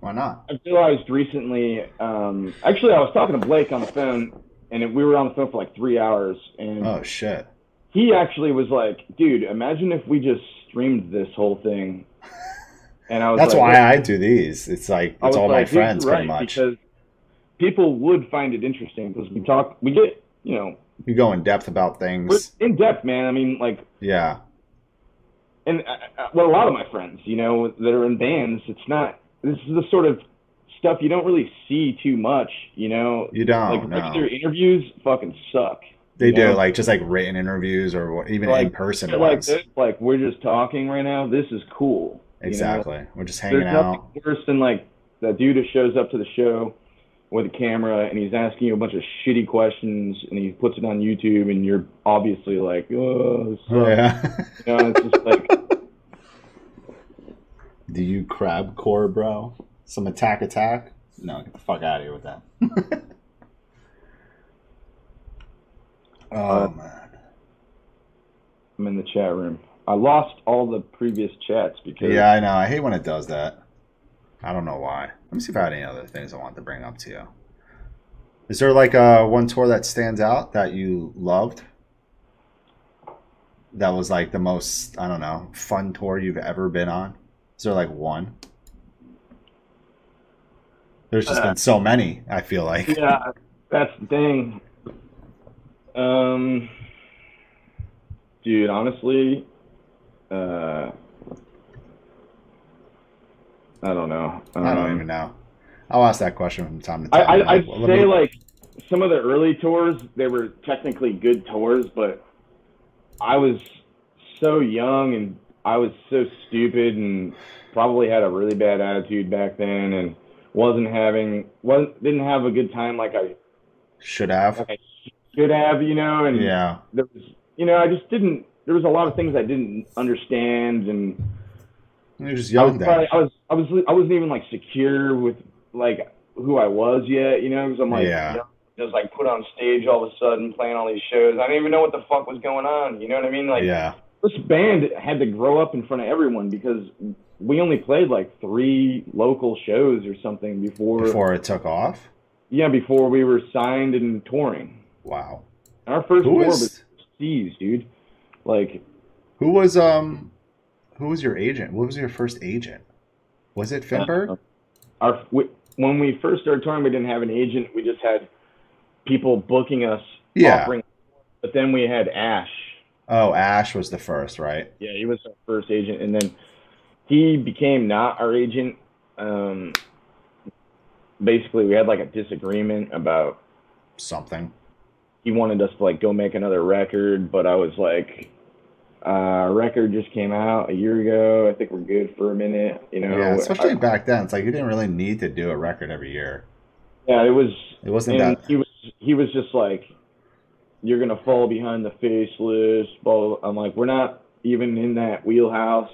Speaker 2: Why not?
Speaker 1: I realized recently. Um, actually, I was talking to Blake on the phone, and we were on the phone for like three hours, and
Speaker 2: Oh shit.
Speaker 1: he actually was like, "Dude, imagine if we just streamed this whole thing." And I was
Speaker 2: That's
Speaker 1: like,
Speaker 2: why I do these. It's like
Speaker 1: I
Speaker 2: it's
Speaker 1: was
Speaker 2: all
Speaker 1: like,
Speaker 2: my
Speaker 1: "Dude, you're
Speaker 2: friends, pretty
Speaker 1: right,"
Speaker 2: much.
Speaker 1: Because people would find it interesting because we talk, we get, you know,
Speaker 2: You go in depth about
Speaker 1: we're
Speaker 2: things.
Speaker 1: in depth, man. I mean, like,
Speaker 2: Yeah.
Speaker 1: and uh, uh, well, a lot of my friends, you know, that are in bands, it's not. This is the sort of stuff you don't really see too much, you know.
Speaker 2: You don't.
Speaker 1: like
Speaker 2: Oh, no.
Speaker 1: regular interviews fucking suck.
Speaker 2: They do
Speaker 1: Yeah.
Speaker 2: like just like written interviews or what- even
Speaker 1: Like,
Speaker 2: in person
Speaker 1: They're Like
Speaker 2: ones.
Speaker 1: this, like we're just talking right now. This is cool. you know?
Speaker 2: exactly. We're just hanging
Speaker 1: There's
Speaker 2: out.
Speaker 1: nothing worse than like that dude who shows up to the show with a camera and he's asking you a bunch of shitty questions and he puts it on YouTube and you're obviously like, oh, this sucks."
Speaker 2: Yeah.
Speaker 1: you know, it's just like,
Speaker 2: do you crab core, bro? Some attack attack? No, get the fuck out of here with that. oh man.
Speaker 1: I'm in the chat room. I lost all the previous chats because
Speaker 2: Yeah, I know. I hate when it does that. I don't know why. Let me see if I had any other things I wanted to bring up to you. Is there like a one tour that stands out that you loved? That was like the most I don't know fun tour you've ever been on. Is there like one? There's just been so many. I feel like
Speaker 1: yeah, that's the thing. Um, dude, honestly, uh, I don't know. Um,
Speaker 2: I don't even know. I'll ask that question from time to
Speaker 1: I,
Speaker 2: time.
Speaker 1: I I'd
Speaker 2: Let
Speaker 1: say
Speaker 2: me-
Speaker 1: like some of the early tours, they were technically good tours, but I was so young and I was so stupid and probably had a really bad attitude back then and wasn't having was didn't have a good time like I
Speaker 2: should have.
Speaker 1: like I should have, you know, and
Speaker 2: Yeah,
Speaker 1: there was, you know, I just didn't. There was a lot of things I didn't understand, and
Speaker 2: you're just
Speaker 1: I was,
Speaker 2: young
Speaker 1: probably,
Speaker 2: then.
Speaker 1: I was, I was, I wasn't even like secure with like who I was yet, you know, because I'm like,
Speaker 2: Yeah.
Speaker 1: you know, just like put on stage all of a sudden, playing all these shows. I didn't even know what the fuck was going on. You know what I mean? Like
Speaker 2: Yeah,
Speaker 1: this band had to grow up in front of everyone because we only played like three local shows or something before,
Speaker 2: before it took off.
Speaker 1: yeah, before we were signed and touring.
Speaker 2: Wow.
Speaker 1: And our first
Speaker 2: Who
Speaker 1: tour
Speaker 2: was-
Speaker 1: was overseas, dude. Like
Speaker 2: Who was um who was your agent? What was your first agent? Was it
Speaker 1: Uh,
Speaker 2: Finberg?
Speaker 1: our we, when we first started touring, we didn't have an agent. We just had people booking us.
Speaker 2: Yeah.
Speaker 1: Offering, but then we had Ash.
Speaker 2: Oh, Ash was the first, right?
Speaker 1: Yeah, he was our first agent, and then he became not our agent. Um, basically, we had like a disagreement about
Speaker 2: Something.
Speaker 1: he wanted us to like go make another record, but I was like, uh, our record just came out a year ago. I think we're good for a minute, you know.
Speaker 2: Yeah, especially
Speaker 1: I-
Speaker 2: back then. It's like you didn't really need to do a record every year.
Speaker 1: yeah, it was
Speaker 2: It wasn't
Speaker 1: and
Speaker 2: that
Speaker 1: he was he was just like, "You're gonna fall behind the faceless." Blah, blah. I'm like, "We're not even in that wheelhouse."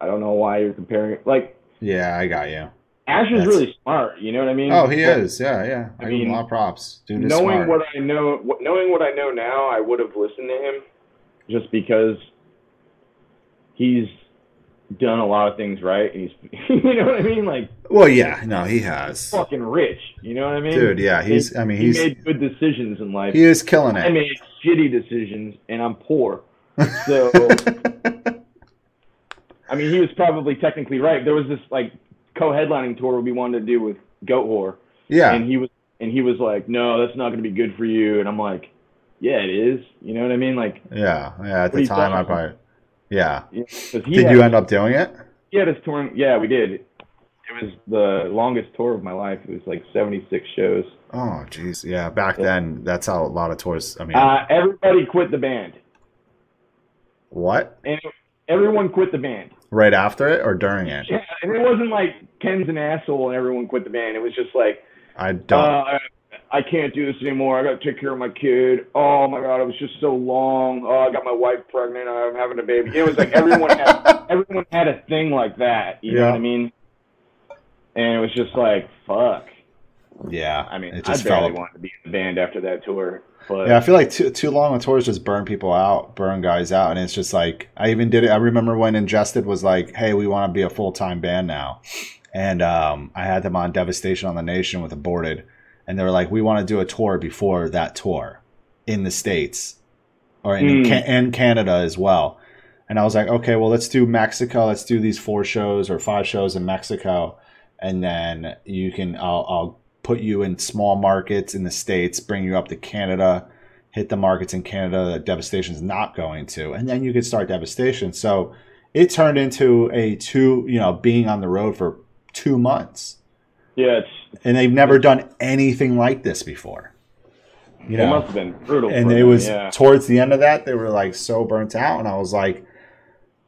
Speaker 1: I don't know why you're comparing. Like
Speaker 2: Yeah, I got you.
Speaker 1: Ash is
Speaker 2: That's-
Speaker 1: really smart. You know what I mean?
Speaker 2: Oh, he
Speaker 1: But
Speaker 2: is. Yeah, yeah. I,
Speaker 1: I
Speaker 2: give him
Speaker 1: mean,
Speaker 2: a lot of props. Dude is
Speaker 1: Knowing
Speaker 2: smart.
Speaker 1: what I know, wh- knowing what I know now, I would have listened to him, just because he's done a lot of things right, and he's you know what I mean, like
Speaker 2: well, yeah, no, he has.
Speaker 1: fucking rich. You know what I mean?
Speaker 2: Dude, yeah, he's I mean
Speaker 1: he
Speaker 2: he's
Speaker 1: made good decisions in life.
Speaker 2: he is killing
Speaker 1: I
Speaker 2: it.
Speaker 1: made shitty decisions and I'm poor. So, I mean, he was probably technically right. There was this like co-headlining tour we wanted to do with Goat Whore,
Speaker 2: yeah.
Speaker 1: and he was and he was like, "No, that's not going to be good for you." And I'm like, "Yeah, it is." You know what I mean? Like,
Speaker 2: Yeah. Yeah. At the
Speaker 1: Pretty
Speaker 2: time, I
Speaker 1: awesome.
Speaker 2: probably. Yeah.
Speaker 1: 'cause he
Speaker 2: Did
Speaker 1: had,
Speaker 2: you end up doing it?
Speaker 1: he had his touring. Yeah, we did. It was the longest tour of my life. It was like 76 shows.
Speaker 2: Oh, jeez. Yeah. Back
Speaker 1: Yeah.
Speaker 2: then, that's how a lot of tours. I mean,
Speaker 1: Uh, everybody quit the band,
Speaker 2: what?
Speaker 1: and everyone quit the band.
Speaker 2: Right after it or during it?
Speaker 1: Yeah, and it wasn't like Ken's an asshole and everyone quit the band. It was just like,
Speaker 2: I don't.
Speaker 1: uh, I can't do this anymore. I got to take care of my kid. Oh my god, it was just so long. Oh, I got my wife pregnant. I'm having a baby. It was like everyone had everyone had a thing like that. You know
Speaker 2: Yeah.
Speaker 1: what I mean? And it was just like, fuck.
Speaker 2: yeah.
Speaker 1: I mean,
Speaker 2: it
Speaker 1: I
Speaker 2: just
Speaker 1: barely
Speaker 2: felt.
Speaker 1: wanted to be in the band after that tour. But
Speaker 2: Yeah, I feel like too too long of tours just burn people out, burn guys out, and it's just like I even did it. I remember when Ingested was like, "Hey, we want to be a full time band now," and um, I had them on Devastation on the Nation with Aborted, and they were like, "We want to do a tour before that tour in the states, or in
Speaker 1: Mm.
Speaker 2: Ca- and Canada as well." And I was like, "Okay, well, let's do Mexico. Let's do these four shows or five shows in Mexico, and then you can I'll, I'll put you in small markets in the states, bring you up to Canada." hit the markets in Canada that Devastation's not going to, and then you could start Devastation. So it turned into a two, you know, being on the road for two months,
Speaker 1: yeah, it's,
Speaker 2: and they've never done anything like this before. You
Speaker 1: it
Speaker 2: know,
Speaker 1: must have been brutal.
Speaker 2: and
Speaker 1: for
Speaker 2: it
Speaker 1: them,
Speaker 2: was
Speaker 1: yeah.
Speaker 2: towards the end of that they were like so burnt out and i was like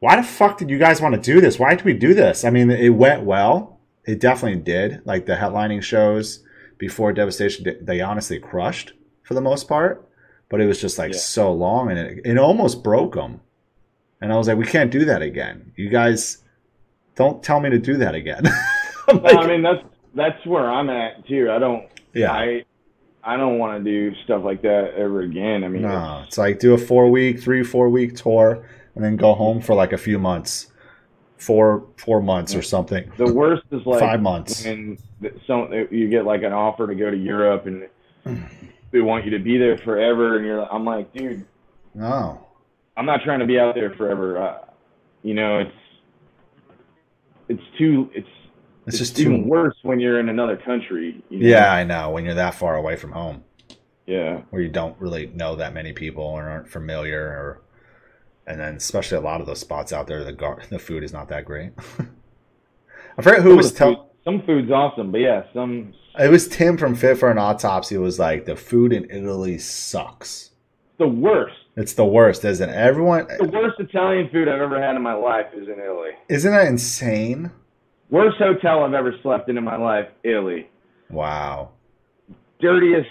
Speaker 2: why the fuck did you guys want to do this why did we do this i mean it went well it definitely did like the headlining shows before devastation they- they honestly crushed for the most part but it was just like
Speaker 1: Yeah.
Speaker 2: so long and it, it almost broke them and i was like we can't do that again you guys don't tell me to do that again I'm
Speaker 1: No, I
Speaker 2: like,
Speaker 1: mean that's that's where I'm at too. I don't
Speaker 2: yeah
Speaker 1: I I don't want to do stuff like that ever again. I mean,
Speaker 2: no it's like do a four week three four week tour and then go home for like a few months four four months or something
Speaker 1: the worst is like
Speaker 2: five months
Speaker 1: when th- some you get like an offer to go to Europe and they want you to be there forever, and you're like, I'm like, dude,
Speaker 2: no
Speaker 1: I'm not trying to be out there forever. Uh, you know, it's it's too it's
Speaker 2: it's just
Speaker 1: even
Speaker 2: too
Speaker 1: worse when you're in another country. You know?
Speaker 2: yeah i know when you're that far away from home
Speaker 1: yeah,
Speaker 2: where you don't really know that many people or aren't familiar or and then especially a lot of those spots out there the gar- the food is not that great i forget who
Speaker 1: Some
Speaker 2: was
Speaker 1: of the
Speaker 2: telling
Speaker 1: food- some food's awesome, but yeah, some
Speaker 2: it was tim from fit for an autopsy was like the food in italy sucks
Speaker 1: the worst.
Speaker 2: it's the worst isn't it everyone
Speaker 1: The worst Italian food I've ever had in my life is in Italy.
Speaker 2: isn't that insane
Speaker 1: Worst hotel I've ever slept in in my life, Italy.
Speaker 2: wow
Speaker 1: Dirtiest.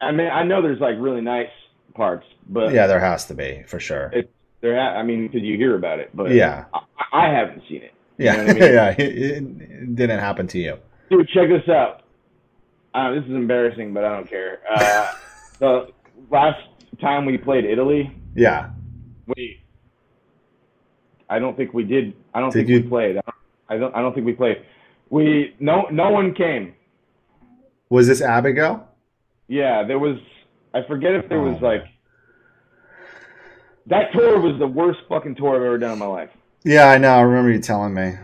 Speaker 1: I mean, I know there's like really nice parts, but
Speaker 2: yeah, there has to be for sure.
Speaker 1: It- there. Ha- I mean, because you hear about it, but
Speaker 2: yeah,
Speaker 1: I, I haven't seen it.
Speaker 2: yeah,
Speaker 1: know what I mean?
Speaker 2: yeah. It, it didn't happen to you.
Speaker 1: Dude, check this out. Uh, this is embarrassing, but I don't care. Uh, the last time we played Italy,
Speaker 2: Yeah,
Speaker 1: we. I don't think we did. I don't
Speaker 2: Did
Speaker 1: think
Speaker 2: you-
Speaker 1: we played. I don't, I don't. I don't think we played. We no. No one came.
Speaker 2: was this Abigail?
Speaker 1: Yeah, there was. I forget if there was
Speaker 2: Oh.
Speaker 1: like. That tour was the worst fucking tour I've ever done in my life.
Speaker 2: Yeah, I know. I remember you telling me.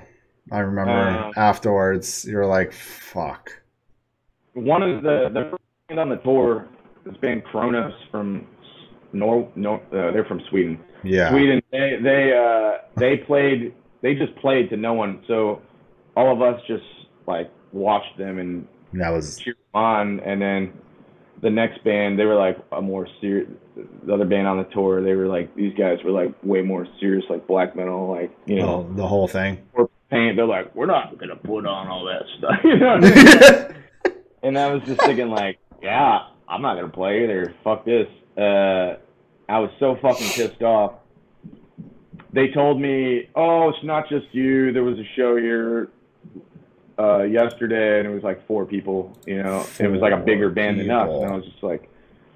Speaker 2: I remember
Speaker 1: Um,
Speaker 2: afterwards, you were like, "Fuck."
Speaker 1: One of the the first band on the tour, this band Kronos from Nor, Nor uh, they're from Sweden.
Speaker 2: Yeah,
Speaker 1: Sweden. They they uh they played. They just played to no one. So all of us just like watched them and
Speaker 2: that was
Speaker 1: cheered them on. And then the next band, they were like a more serious. The other band on the tour, they were like these guys were like way more serious, like black metal, like you know.
Speaker 2: oh, the whole thing.
Speaker 1: or paint. They're like, we're not gonna put on all that stuff. you know what I mean?
Speaker 2: yeah,
Speaker 1: and I was just thinking like, yeah, I'm not gonna play either. Fuck this. Uh, I was so fucking pissed off. They told me, oh, it's not just you. There was a show here uh, yesterday, and it was like four people. You know, and it was like a bigger
Speaker 2: Four
Speaker 1: band than us.
Speaker 2: people.
Speaker 1: And I was just like,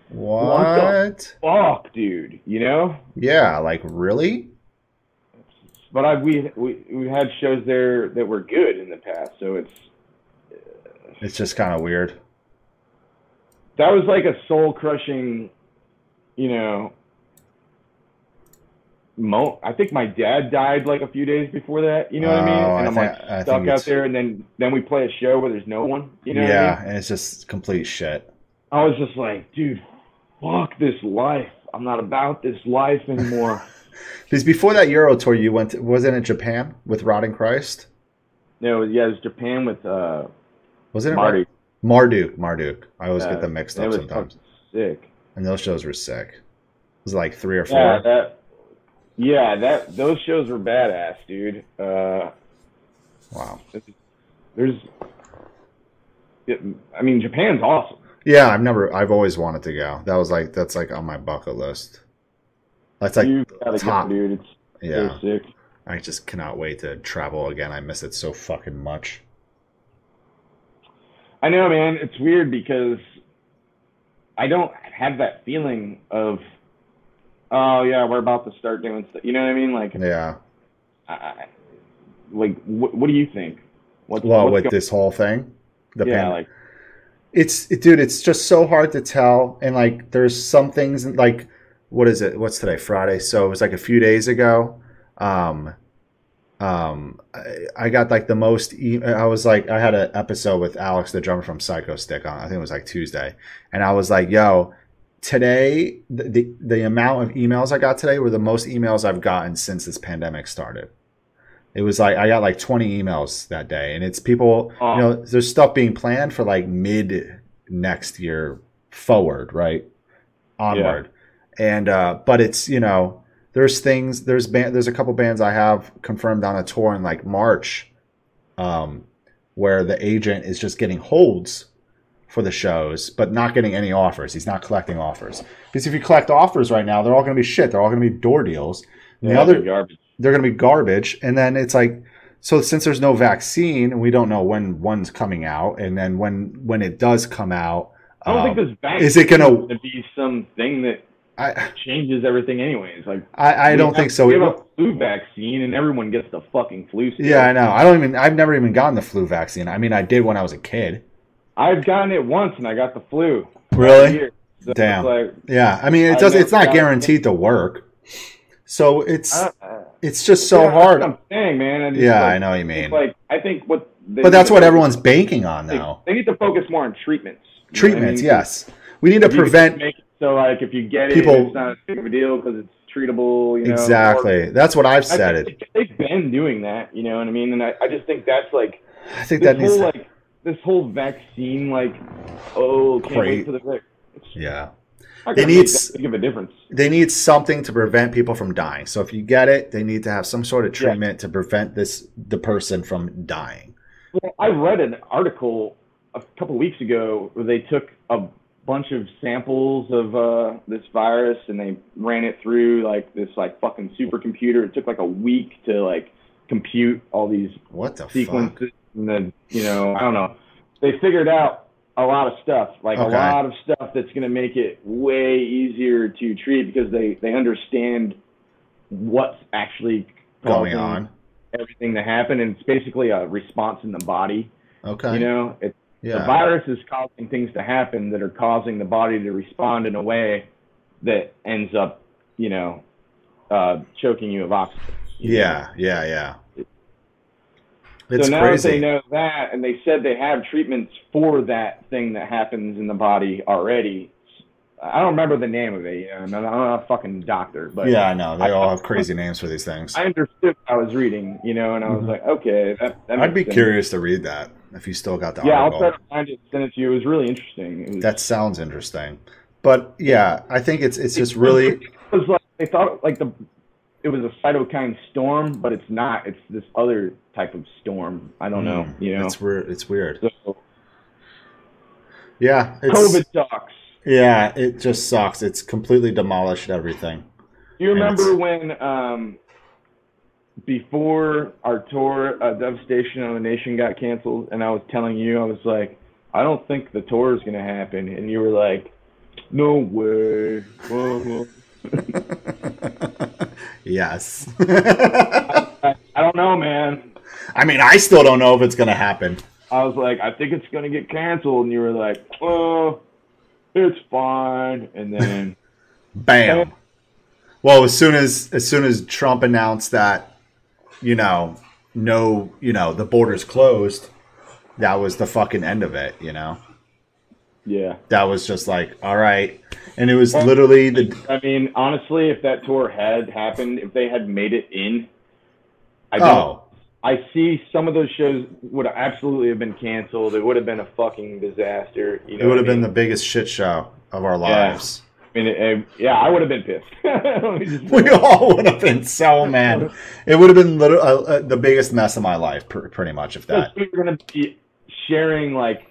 Speaker 1: What
Speaker 2: what?
Speaker 1: fuck, dude. You know.
Speaker 2: Yeah, like really?
Speaker 1: But I we we we had shows there that were good in the past, so it's
Speaker 2: It's just kind of weird.
Speaker 1: that was like a soul crushing, you know, mo I think my dad died like a few days before that. You know what I
Speaker 2: Oh,
Speaker 1: mean? And
Speaker 2: I
Speaker 1: I'm
Speaker 2: thi-
Speaker 1: like
Speaker 2: I
Speaker 1: stuck
Speaker 2: think
Speaker 1: out
Speaker 2: it's-
Speaker 1: there, and then then we play a show where there's no one. You know? what I mean?
Speaker 2: yeah, and it's just complete shit.
Speaker 1: I was just like, dude, fuck this life. I'm not about this life anymore.
Speaker 2: Because before that Euro tour, you went to, wasn't it Japan with Rotting Christ?
Speaker 1: no, yeah, it was Japan with uh,
Speaker 2: Wasn't it
Speaker 1: Marty.
Speaker 2: Marduk? Marduk. I always
Speaker 1: Uh,
Speaker 2: get them mixed
Speaker 1: it
Speaker 2: up
Speaker 1: was
Speaker 2: sometimes.
Speaker 1: fucking sick.
Speaker 2: And those shows were sick. It was like three or four.
Speaker 1: Yeah, that. Yeah, that those shows were badass, dude. Uh,
Speaker 2: Wow.
Speaker 1: there's, it, I mean, Japan's awesome.
Speaker 2: Yeah, I've never. I've always wanted to go. That was like that's like on my bucket list. That's like
Speaker 1: you gotta
Speaker 2: top.
Speaker 1: go, dude. It's
Speaker 2: yeah.
Speaker 1: so sick.
Speaker 2: I just cannot wait to travel again. I miss it so fucking much.
Speaker 1: I know, man. It's weird because I don't have that feeling of, oh yeah, we're about to start doing stuff. You know what I mean? Like,
Speaker 2: Yeah.
Speaker 1: I, I- like what, what do you think? What's,
Speaker 2: Well,
Speaker 1: what's
Speaker 2: with
Speaker 1: go-
Speaker 2: this whole thing, the
Speaker 1: yeah,
Speaker 2: pandemic.
Speaker 1: like
Speaker 2: it's it, dude it's just so hard to tell and like there's some things like what is it what's today friday so it was like a few days ago um um i, I got like the most e- i was like i had an episode with alex the drummer from psycho stick on i think it was like tuesday and i was like yo today the, the the amount of emails i got today were the most emails i've gotten since this pandemic started it was like i got like 20 emails that day and it's people
Speaker 1: Oh.
Speaker 2: you know there's stuff being planned for like mid next year forward right onward and uh but it's you know there's things there's band there's a couple bands i have confirmed on a tour in like march um where the agent is just getting holds for the shows, but not getting any offers. He's not collecting offers because if you collect offers right now, they're all going to be shit. They're all going to be door deals. And the
Speaker 1: yeah,
Speaker 2: other,
Speaker 1: garbage.
Speaker 2: they're going to be garbage. And then it's like, so since there's no vaccine, we don't know when one's coming out, and then when when it does come out,
Speaker 1: I don't
Speaker 2: um,
Speaker 1: think this vaccine
Speaker 2: is it gonna-
Speaker 1: to be something that
Speaker 2: I
Speaker 1: changes everything, anyways. Like
Speaker 2: I, I
Speaker 1: we
Speaker 2: don't
Speaker 1: have-
Speaker 2: think so. e-
Speaker 1: We have a flu vaccine, and everyone gets the fucking flu. still.
Speaker 2: yeah, I know. I don't even. I've never even gotten the flu vaccine. I mean, I did when I was a kid.
Speaker 1: I've gotten it once, and I got the flu.
Speaker 2: Really?
Speaker 1: Here. So
Speaker 2: Damn.
Speaker 1: It's
Speaker 2: Yeah. I mean, it
Speaker 1: I've
Speaker 2: does.
Speaker 1: never
Speaker 2: It's not
Speaker 1: gotten it.
Speaker 2: guaranteed to work. So it's
Speaker 1: like, uh, uh,
Speaker 2: it's just so
Speaker 1: yeah, that's
Speaker 2: hard.
Speaker 1: what I'm saying, man. I just,
Speaker 2: Yeah,
Speaker 1: like,
Speaker 2: I know what you mean.
Speaker 1: it's Like I think what. They
Speaker 2: but that's
Speaker 1: need
Speaker 2: what
Speaker 1: to
Speaker 2: everyone's banking on
Speaker 1: focus-
Speaker 2: now.
Speaker 1: They need to focus more on treatments. You know what I
Speaker 2: Treatments,
Speaker 1: mean?
Speaker 2: yes. We need to
Speaker 1: You can
Speaker 2: prevent
Speaker 1: Make it so like if you get
Speaker 2: people-
Speaker 1: it, it's not as big of a deal because it's treatable. You know or-
Speaker 2: exactly. That's what I've
Speaker 1: I
Speaker 2: said. It.
Speaker 1: think They've been doing that, you know what I mean? And I, I just think that's like
Speaker 2: I think
Speaker 1: this
Speaker 2: that needs.
Speaker 1: whole
Speaker 2: to-
Speaker 1: like this whole vaccine like oh can't
Speaker 2: Great.
Speaker 1: wait for the vac- it's
Speaker 2: yeah.
Speaker 1: not gonna
Speaker 2: It
Speaker 1: make
Speaker 2: needs-
Speaker 1: that big of a difference.
Speaker 2: they need something to prevent people from dying. So if you get it, they need to have some sort of treatment to prevent this the person from dying.
Speaker 1: Well, I read an article a couple weeks ago where they took a bunch of samples of uh, this virus and they ran it through like this like fucking supercomputer. It took like a week to like compute all these
Speaker 2: What the fuck?
Speaker 1: sequences and then you know i don't know they figured out a lot of stuff like
Speaker 2: Okay.
Speaker 1: a lot of stuff that's going to make it way easier to treat because they they understand what's actually
Speaker 2: Going
Speaker 1: causing
Speaker 2: on.
Speaker 1: everything to happen and it's basically a response in the body
Speaker 2: Okay.
Speaker 1: you know it's the
Speaker 2: yeah.
Speaker 1: virus is causing things to happen that are causing the body to respond in a way that ends up you know uh choking you of oxygen you know?
Speaker 2: Yeah. Yeah. Yeah. It's
Speaker 1: so now that they
Speaker 2: crazy.
Speaker 1: know that, and they said they have treatments for that thing that happens in the body already. I don't remember the name of it. You know, I'm not, I'm not a fucking doctor, but
Speaker 2: yeah, I know. They
Speaker 1: I-
Speaker 2: all have crazy names for these things.
Speaker 1: I understood what I was reading, you know, and I was
Speaker 2: Mhm.
Speaker 1: like, okay, that, that makes
Speaker 2: I'd be
Speaker 1: sense.
Speaker 2: curious to read that if you still got the
Speaker 1: Yeah, I'll
Speaker 2: article.
Speaker 1: try to find it, and send it to you. It was really interesting. It was,
Speaker 2: That sounds interesting. But yeah, I think it's it's just
Speaker 1: It's-
Speaker 2: really
Speaker 1: it was like they thought like the it was a cytokine storm, but it's not. It's this other type of storm. I don't know,
Speaker 2: Mm,
Speaker 1: you know.
Speaker 2: It's weird. It's weird.
Speaker 1: So
Speaker 2: Yeah. It's,
Speaker 1: COVID sucks.
Speaker 2: Yeah, it just sucks. It's completely demolished everything.
Speaker 1: Do you
Speaker 2: And it's-
Speaker 1: remember when, um, before our tour, uh, Devastation on the Nation got canceled, and I was telling you, I was like, I don't think the tour is going to happen. And you were like, no way. Whoa, whoa.
Speaker 2: yes.
Speaker 1: I, I don't know, man.
Speaker 2: I mean, I still don't know if it's going to happen.
Speaker 1: I was like, I think it's going to get canceled. And you were like, oh, it's fine. And then,
Speaker 2: Bam. Well, as soon as as soon as Trump announced that, you know, no, you know, the borders closed, that was the fucking end of it. You know,
Speaker 1: Yeah.
Speaker 2: that was just like, all right, and it was literally the
Speaker 1: I mean, honestly, if that tour had happened, if they had made it in, I don't.
Speaker 2: oh
Speaker 1: I see some of those shows would absolutely have been canceled. It would have been a fucking disaster. You know
Speaker 2: It would have
Speaker 1: what I
Speaker 2: been
Speaker 1: mean?
Speaker 2: the biggest shit show of our lives.
Speaker 1: I mean, it- it- yeah, I would have been pissed. Let me just-
Speaker 2: We all would have been so mad. It would have been liter- uh, uh, the biggest mess of my life, pr- pretty much, if that.
Speaker 1: we were gonna be sharing like,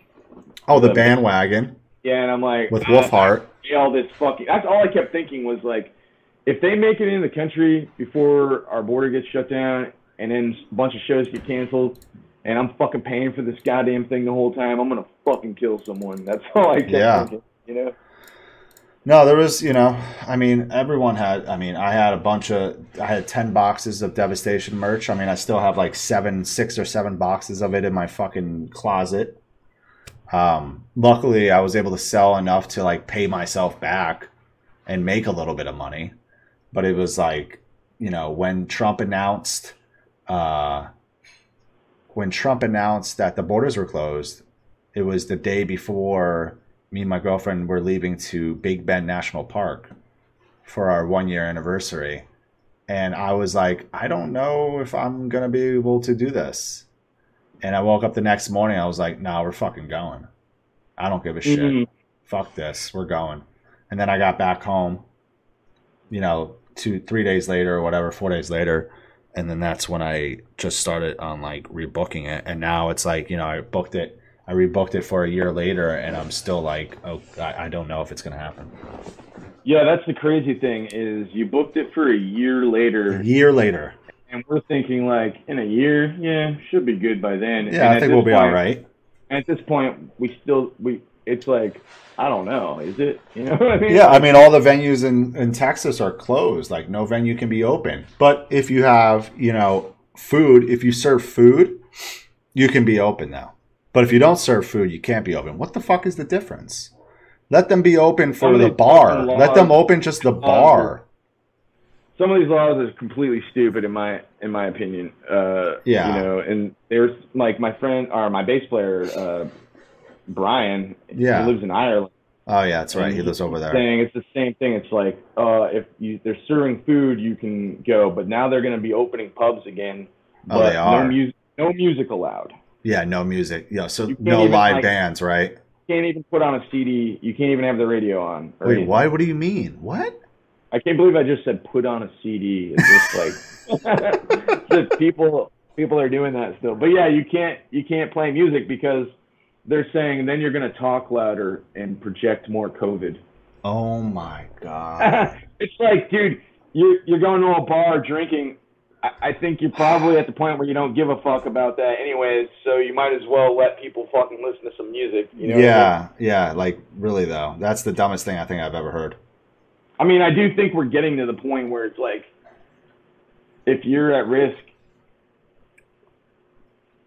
Speaker 2: Oh, the bandwagon
Speaker 1: yeah, and I'm like,
Speaker 2: with
Speaker 1: ah,
Speaker 2: Wolfheart.
Speaker 1: see all this fucking. That's all I kept thinking was like, if they make it in the country before our border gets shut down, and then a bunch of shows get canceled, and I'm fucking paying for this goddamn thing the whole time, I'm gonna fucking kill someone. That's all I kept
Speaker 2: Yeah.
Speaker 1: thinking. You know?
Speaker 2: No, there was, you know, I mean, everyone had, I mean, I had a bunch of, I had 10 boxes of Devastation merch. I mean, I still have like seven, six or seven boxes of it in my fucking closet. Um, luckily, I was able to sell enough to like pay myself back and make a little bit of money. But it was like, you know, when Trump announced, uh, when Trump announced that the borders were closed, it was the day before me and my girlfriend were leaving to Big Bend National Park for our one year anniversary. And I was like, I don't know if I'm going to be able to do this. And I woke up the next morning. I was like, no, we're fucking going. I don't give a shit.
Speaker 1: Mhm.
Speaker 2: Fuck this. We're going. And then I got back home, you know, two, three days later or whatever, four days later. And then that's when I just started on like rebooking it. And now it's like, you know, I booked it I rebooked it for a year later, and I'm still like, oh, I, I don't know if it's gonna happen.
Speaker 1: Yeah, that's the crazy thing is you booked it for a year
Speaker 2: A
Speaker 1: later,
Speaker 2: year later,
Speaker 1: and we're thinking like in a year, yeah, should be good by then. And
Speaker 2: yeah, I
Speaker 1: at
Speaker 2: think
Speaker 1: this
Speaker 2: we'll be
Speaker 1: point-
Speaker 2: all right.
Speaker 1: At this point, we still we it's like I don't know, is it? You know what I mean?
Speaker 2: Yeah, I mean, all the venues in in Texas are closed; like, no venue can be open. But if you have, you know, food, if you serve food, you can be open now. But if you don't serve food, you can't be open. What the fuck is the difference? Let them be open
Speaker 1: Some
Speaker 2: for
Speaker 1: of
Speaker 2: the
Speaker 1: these
Speaker 2: bar.
Speaker 1: fucking
Speaker 2: Let them
Speaker 1: laws-
Speaker 2: open just
Speaker 1: Uh,
Speaker 2: the bar.
Speaker 1: some of these laws are completely stupid in my in my opinion. Uh,
Speaker 2: Yeah.
Speaker 1: You know, and there's like my friend or my bass player, uh, Brian.
Speaker 2: Yeah.
Speaker 1: He lives in Ireland.
Speaker 2: Oh yeah, that's right.
Speaker 1: And
Speaker 2: He lives over there.
Speaker 1: Saying it's the same thing. It's like uh, if you, they're serving food, you can go, but now they're going to be opening pubs again.
Speaker 2: Oh,
Speaker 1: but
Speaker 2: they are.
Speaker 1: No music. No music allowed.
Speaker 2: Yeah, no music. Yeah, so
Speaker 1: You can't
Speaker 2: no
Speaker 1: even,
Speaker 2: live
Speaker 1: like-
Speaker 2: bands, right?
Speaker 1: Can't even put on a CD. You can't even have the radio on. or
Speaker 2: Wait,
Speaker 1: anything.
Speaker 2: why? What do you mean? What?
Speaker 1: I can't believe I just said put on a CD. It's just like just people people are doing that still. But yeah, you can't you can't play music because they're saying then you're going to talk louder and project more COVID.
Speaker 2: Oh my god.
Speaker 1: it's like, dude, you're you're going to a bar drinking. I, I think you're probably at the point where you don't give a fuck about that anyways. So you might as well let people fucking listen to some music. You know?
Speaker 2: yeah, yeah, like really though. That's the dumbest thing I think I've ever heard.
Speaker 1: I mean, I do think we're getting to the point where it's like, if you're at risk,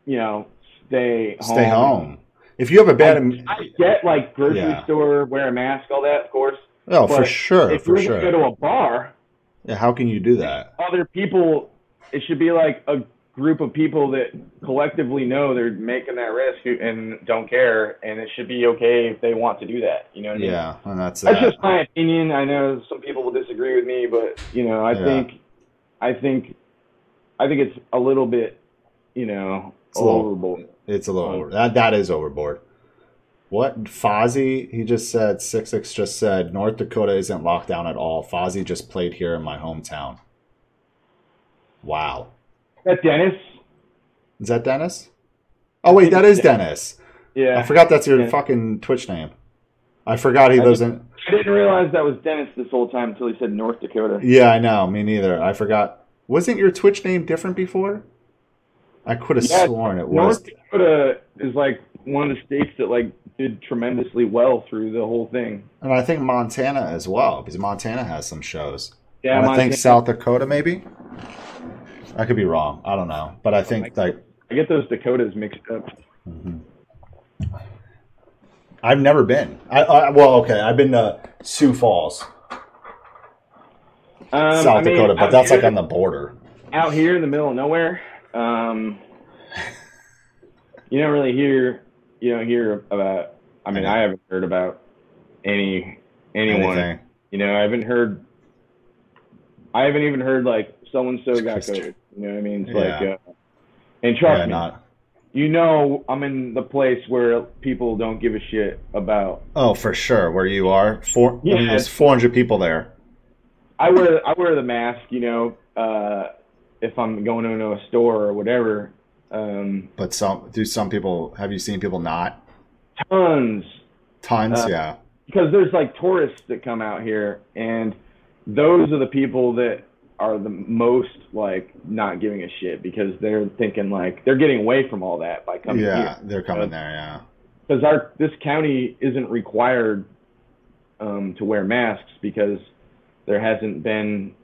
Speaker 1: you know, stay home.
Speaker 2: Stay home. If you have a bad
Speaker 1: I get like grocery
Speaker 2: Yeah.
Speaker 1: store, wear a mask, all that, of course.
Speaker 2: Oh, for
Speaker 1: but
Speaker 2: sure,
Speaker 1: if
Speaker 2: for
Speaker 1: you're
Speaker 2: sure.
Speaker 1: gonna go to a bar,
Speaker 2: yeah, how can you do that?
Speaker 1: other people, it should be like a group of people that collectively know they're making that risk and don't care, and it should be okay if they want to do that. You know what I mean?
Speaker 2: Yeah, and that's
Speaker 1: That's
Speaker 2: that.
Speaker 1: just my opinion. I know some people will disagree with me, but you know, I
Speaker 2: Yeah.
Speaker 1: think, I think, I think it's a little bit, you know,
Speaker 2: It's a little-
Speaker 1: overboard.
Speaker 2: It's a little
Speaker 1: Oh.
Speaker 2: over. That that is overboard. What Fozzy? He just said six six. Just said North Dakota isn't locked down at all. Fozzy just played here in my hometown. Wow,
Speaker 1: That Dennis,
Speaker 2: is that Dennis? Oh wait, that is Dennis. I
Speaker 1: yeah,
Speaker 2: forgot that's your
Speaker 1: Yeah.
Speaker 2: fucking Twitch name. I forgot he
Speaker 1: I
Speaker 2: lives in.
Speaker 1: I didn't realize that was Dennis this whole time until he said North Dakota.
Speaker 2: Yeah, I know. Me neither. I forgot. Wasn't your Twitch name different before? I could have
Speaker 1: Yeah,
Speaker 2: sworn it was.
Speaker 1: North Dakota is like one of the states that like did tremendously well through the whole thing.
Speaker 2: And I think Montana as well, because Montana has some shows.
Speaker 1: Yeah,
Speaker 2: and I think
Speaker 1: Montana-
Speaker 2: South Dakota maybe. I could be wrong. I don't know, but I think
Speaker 1: my
Speaker 2: like mm-hmm.
Speaker 1: I get those Dakotas mixed up.
Speaker 2: I've never been. I, I well, okay, I've been to Sioux Falls.
Speaker 1: Um,
Speaker 2: South
Speaker 1: I mean,
Speaker 2: Dakota, but
Speaker 1: out
Speaker 2: that's
Speaker 1: here-
Speaker 2: like on the border.
Speaker 1: out here in the middle of nowhere. Um, you don't really hear, you don't hear about. I mean, I haven't heard about any anyone.
Speaker 2: Anything.
Speaker 1: You know, I haven't heard. I haven't even heard like so and so got
Speaker 2: Christ.
Speaker 1: COVID. You know what I mean? It's
Speaker 2: Yeah.
Speaker 1: like, uh, and trust
Speaker 2: Yeah,
Speaker 1: me,
Speaker 2: not.
Speaker 1: you know, I'm in the place where people don't give a shit about.
Speaker 2: Oh, for sure. Where you are, four. I mean,
Speaker 1: Yeah.
Speaker 2: there's 400 people there.
Speaker 1: I wear I wear the mask. You know, uh, if I'm going into a store or whatever. Um,
Speaker 2: But some, do some people? Have you seen people not?
Speaker 1: tons
Speaker 2: Tons,
Speaker 1: Uh,
Speaker 2: yeah.
Speaker 1: because there's like tourists that come out here and those are the people that are the most like not giving a shit because they're thinking like they're getting away from all that by coming
Speaker 2: yeah,
Speaker 1: here
Speaker 2: they're coming
Speaker 1: Uh,
Speaker 2: there. Yeah,
Speaker 1: because our this county isn't required um, to wear masks because there hasn't been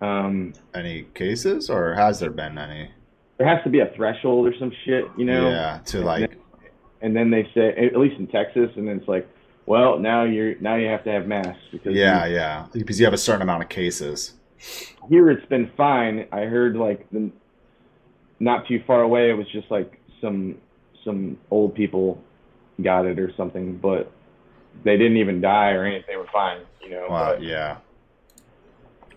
Speaker 1: um,
Speaker 2: any cases or has there been any?
Speaker 1: there has to be a threshold or some shit you know
Speaker 2: yeah, to like,
Speaker 1: and then they say at least in Texas and then it's like well now you're now you have to have masks because you-
Speaker 2: yeah, yeah, because you have a certain amount of cases.
Speaker 1: here it's been fine. I heard like the, not too far away it was just like some some old people got it or something, but they didn't even die or anything. They were fine, you know.
Speaker 2: Wow,
Speaker 1: but
Speaker 2: yeah.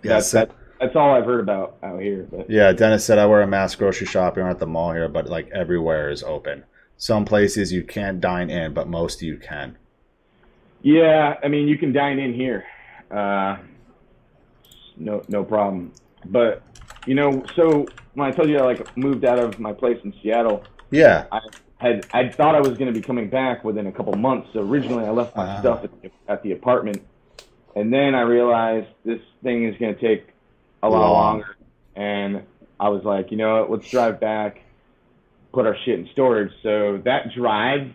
Speaker 2: Yeah,
Speaker 1: that's,
Speaker 2: so,
Speaker 1: that's that's all I've heard about out here. But
Speaker 2: yeah. Dennis said I wear a mask grocery shopping or at the mall here, but like everywhere is open. Some places you can't dine in, but most you can.
Speaker 1: yeah, I mean you can dine in here, uh, no no problem. But you know, so when I told you I like moved out of my place in Seattle,
Speaker 2: Yeah,
Speaker 1: had I thought I was going to be coming back within a couple months. So originally, I left my
Speaker 2: Wow.
Speaker 1: stuff at the, at the apartment, and then I realized this thing is going to take a lot
Speaker 2: Long.
Speaker 1: longer. And I was like, you know what? Let's drive back, put our shit in storage. So that drive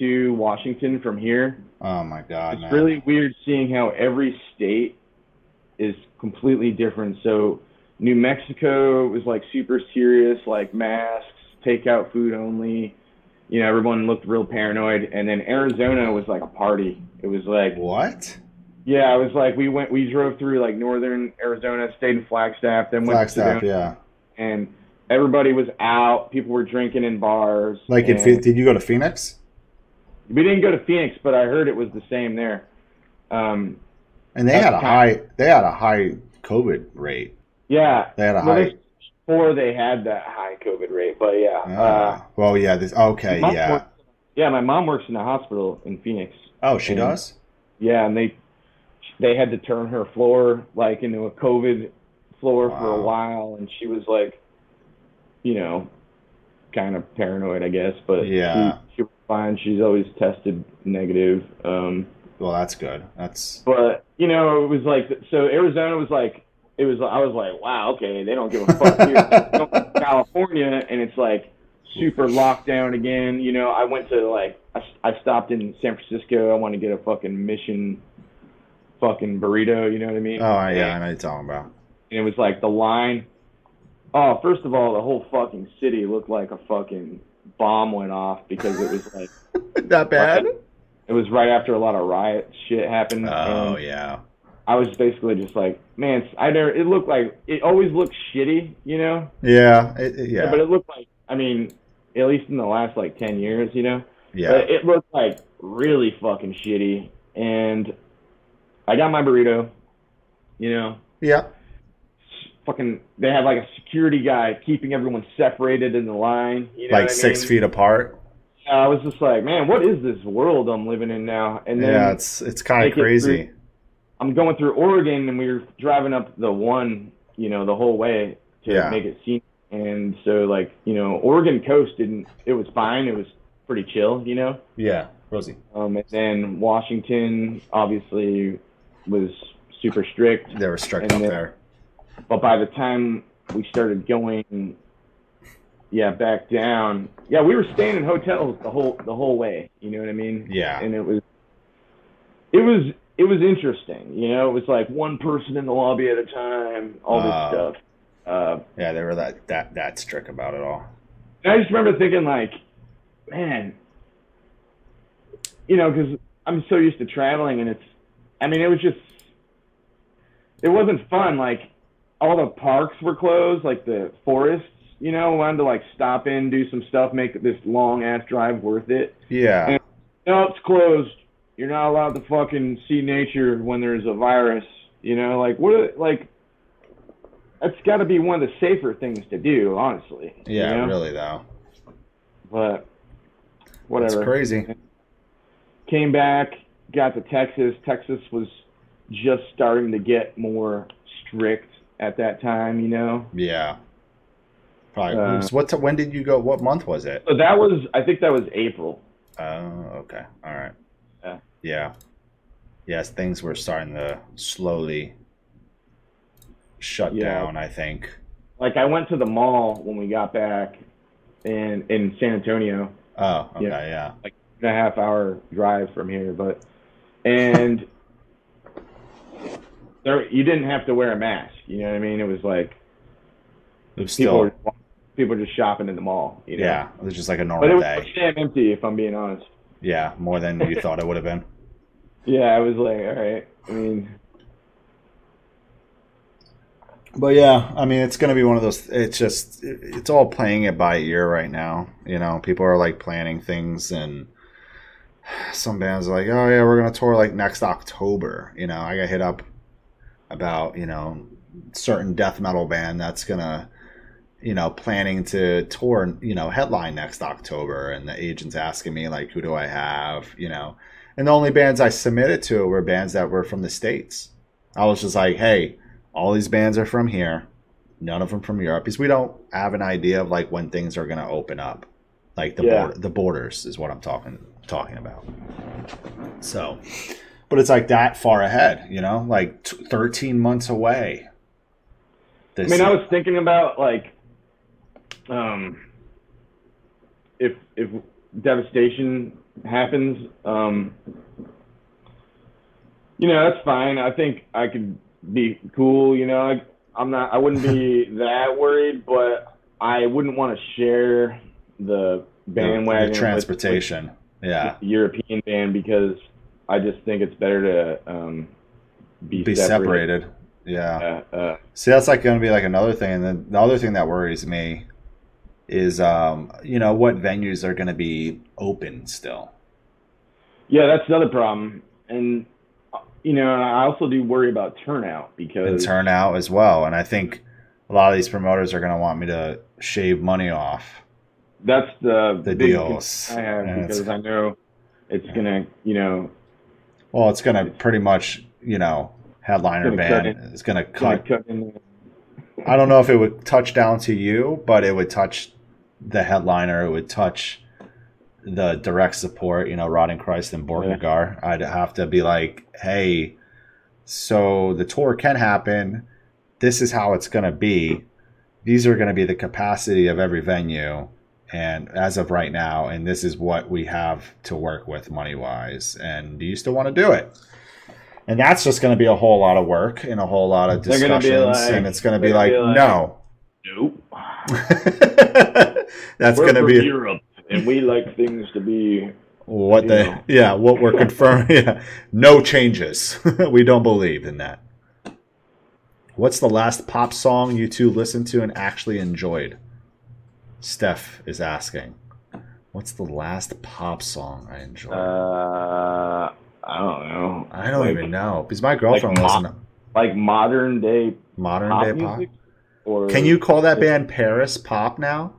Speaker 1: to Washington from here,
Speaker 2: Oh my god,
Speaker 1: it's
Speaker 2: man.
Speaker 1: really weird seeing how every state is completely different. So New Mexico was like super serious, like masks, takeout food only. You know, everyone looked real paranoid. And then Arizona was like a party. It was like,
Speaker 2: what?
Speaker 1: yeah, it was like we went, we drove through like northern Arizona, stayed in Flagstaff, then went
Speaker 2: Flagstaff,
Speaker 1: to Sedona,
Speaker 2: yeah.
Speaker 1: and everybody was out. People were drinking in bars.
Speaker 2: Like, in
Speaker 1: and-
Speaker 2: Phoe- did you go to Phoenix?
Speaker 1: we didn't go to Phoenix, but I heard it was the same there. Um,
Speaker 2: And they
Speaker 1: That's
Speaker 2: had a
Speaker 1: kind-
Speaker 2: high, they had a high COVID rate.
Speaker 1: yeah,
Speaker 2: They had
Speaker 1: Well,
Speaker 2: a high.
Speaker 1: there's four they had that high COVID rate, but yeah, uh,
Speaker 2: Ah, well, yeah. This okay,
Speaker 1: my
Speaker 2: yeah.
Speaker 1: work- yeah. My mom works in a hospital in Phoenix.
Speaker 2: Oh, she
Speaker 1: and-
Speaker 2: does.
Speaker 1: Yeah, and they they had to turn her floor like into a COVID floor for a
Speaker 2: Wow.
Speaker 1: while, and she was like, you know, kind of paranoid, I guess, but she-
Speaker 2: Yeah.
Speaker 1: she, was fine. She's always tested negative. Um,
Speaker 2: Well, that's good. That's
Speaker 1: but you know, it was like so Arizona was like it was I was like, wow, okay, they don't give a fuck here. Go to California and it's like super lockdown again. You know, I went to like I, I stopped in San Francisco. I want to get a fucking mission fucking burrito, you know what I mean?
Speaker 2: oh yeah, I
Speaker 1: And,
Speaker 2: know what you're talking about.
Speaker 1: and it was like the line Oh, first of all, the whole fucking city looked like a fucking bomb went off because it was like
Speaker 2: Not bad.
Speaker 1: it was right after a lot of riot shit happened. and-
Speaker 2: Oh yeah.
Speaker 1: I was basically just like, man, it's- I never. It looked like it always looked shitty, you know.
Speaker 2: Yeah. It, it- yeah.
Speaker 1: But it looked like, I mean, at least in the last like ten years, you know.
Speaker 2: Yeah.
Speaker 1: But it looked like really fucking shitty. And I got my burrito, you know.
Speaker 2: Yeah.
Speaker 1: Fucking, they have like a security guy keeping everyone separated in the line. You know
Speaker 2: Like
Speaker 1: what I
Speaker 2: six
Speaker 1: mean?
Speaker 2: feet apart.
Speaker 1: I was just like, man, what is this world I'm living in now? And then
Speaker 2: Yeah, it's it's kind
Speaker 1: make
Speaker 2: of
Speaker 1: it through-
Speaker 2: crazy.
Speaker 1: I'm going through Oregon and we were driving up the one, you know, the whole way to
Speaker 2: Yeah.
Speaker 1: make it scenic. And so like, you know, Oregon coast didn't it was fine, it was pretty chill, you know.
Speaker 2: Yeah, Rosie.
Speaker 1: Um and then Washington obviously was super strict.
Speaker 2: They were strict
Speaker 1: And
Speaker 2: up
Speaker 1: then-
Speaker 2: there.
Speaker 1: But by the time we started going yeah, back down. Yeah, we were staying in hotels the whole the whole way, you know what I mean?
Speaker 2: Yeah.
Speaker 1: and it was it was it was interesting you know it was like one person in the lobby at a time all this
Speaker 2: Wow.
Speaker 1: stuff uh,
Speaker 2: Yeah, they were that that that strict about it all.
Speaker 1: and i just remember thinking like man you know because i'm so used to traveling and it's i mean it was just it wasn't fun. Like all the parks were closed, like the forests. You know, wanted to like stop in, do some stuff, make this long ass drive worth it.
Speaker 2: Yeah.
Speaker 1: No, it's closed. You're not allowed to fucking see nature when there's a virus. You know, like what? are- Like that's got to be one of the safer things to do, honestly. you
Speaker 2: Yeah,
Speaker 1: know?
Speaker 2: really though.
Speaker 1: But
Speaker 2: That's
Speaker 1: whatever.
Speaker 2: crazy.
Speaker 1: came back, got to Texas. Texas was just starting to get more strict at that time, you know.
Speaker 2: Yeah. Probably.
Speaker 1: Uh,
Speaker 2: so what's when did you go? What month was it?
Speaker 1: So that was, I think that was April.
Speaker 2: Oh, okay. All right.
Speaker 1: Yeah.
Speaker 2: Yeah. Yes, things were starting to slowly shut
Speaker 1: Yeah.
Speaker 2: down. I think.
Speaker 1: Like I went to the mall when we got back, in in San Antonio,
Speaker 2: Oh, okay.
Speaker 1: Yeah.
Speaker 2: Yeah.
Speaker 1: and a half hour drive from here, but and there you didn't have to wear a mask. You know what I mean? It was like
Speaker 2: It was
Speaker 1: people
Speaker 2: still.
Speaker 1: were people were just shopping in the mall. You know?
Speaker 2: yeah. It was just like a
Speaker 1: but it
Speaker 2: normal
Speaker 1: was
Speaker 2: day.
Speaker 1: damn empty if I'm being honest.
Speaker 2: Yeah, more than you thought it would have been.
Speaker 1: Yeah, I was like, all right. I mean,
Speaker 2: But yeah, I mean, it's going to be one of those. It's just, it's all playing it by ear right now. You know, people are like planning things, and some bands are like, oh, yeah, we're going to tour like next October. You know, I got hit up about, you know, certain death metal band that's going to, you know, planning to tour, you know, headline next October. And the agent's asking me, like, who do I have, you know? And the only bands I submitted to were bands that were from the States. I was just like, hey, all these bands are from here none of them from europe because we don't have an idea of like when things are going to open up like the
Speaker 1: Yeah.
Speaker 2: border, the borders is what i'm talking talking about so but it's like that far ahead you know like t- 13 months away
Speaker 1: I
Speaker 2: this
Speaker 1: mean, I was thinking about like, um, if if devastation happens, um, you know, that's fine. I think I could be cool. You know, I, I'm not. I wouldn't be that worried, but I wouldn't want to share the
Speaker 2: the- the
Speaker 1: bandwagon with-
Speaker 2: transportation yeah
Speaker 1: with the European band because I just think it's better to um, be,
Speaker 2: be
Speaker 1: separate.
Speaker 2: separated yeah
Speaker 1: Uh, uh,
Speaker 2: See, that's like going to be like another thing. And then the other thing that worries me is, um, you know, what venues are going to be open still.
Speaker 1: Yeah, that's another problem. And uh, you know, and I also do worry about turnout
Speaker 2: and
Speaker 1: because
Speaker 2: turnout as well. And I think a lot of these promoters are going to want me to shave money off
Speaker 1: that's the
Speaker 2: the
Speaker 1: big
Speaker 2: deals.
Speaker 1: concern I have
Speaker 2: And it's-
Speaker 1: because I know it's gonna, you know,
Speaker 2: well, it's going to pretty much, you know, headliner
Speaker 1: Gonna cut
Speaker 2: band is going to
Speaker 1: it's gonna
Speaker 2: cut.
Speaker 1: cut in the-
Speaker 2: I don't know if it would touch down to you, but it would touch the headliner. It would touch the direct support, you know, Rodden Christ and Borgengar. I'd have to be like, hey, so the tour can happen. This is how it's going to be. These are going to be the capacity of every venue. And as of right now, and this is what we have to work with money wise. And do you still want to do it? And that's just going to be a whole lot of work and a whole lot of
Speaker 1: They're gonna
Speaker 2: discussions.
Speaker 1: be like-
Speaker 2: and it's going to be
Speaker 1: they're gonna
Speaker 2: like,
Speaker 1: be like-
Speaker 2: no.
Speaker 1: nope.
Speaker 2: that's
Speaker 1: We're
Speaker 2: going to
Speaker 1: from
Speaker 2: be
Speaker 1: Europe, and we like things to be.
Speaker 2: what they,
Speaker 1: Yeah.
Speaker 2: yeah, what we're confirming. Yeah. No changes. we don't believe in that. What's the last pop song you two listened to and actually enjoyed? Steph is asking. What's the last pop song I enjoyed?
Speaker 1: Uh, I don't know.
Speaker 2: I
Speaker 1: Uh,
Speaker 2: don't
Speaker 1: like,
Speaker 2: even know because my girlfriend
Speaker 1: like
Speaker 2: was
Speaker 1: pop-
Speaker 2: in
Speaker 1: like modern day
Speaker 2: modern
Speaker 1: pop
Speaker 2: day pop.
Speaker 1: music. Or
Speaker 2: Can you call that band Paris pop now?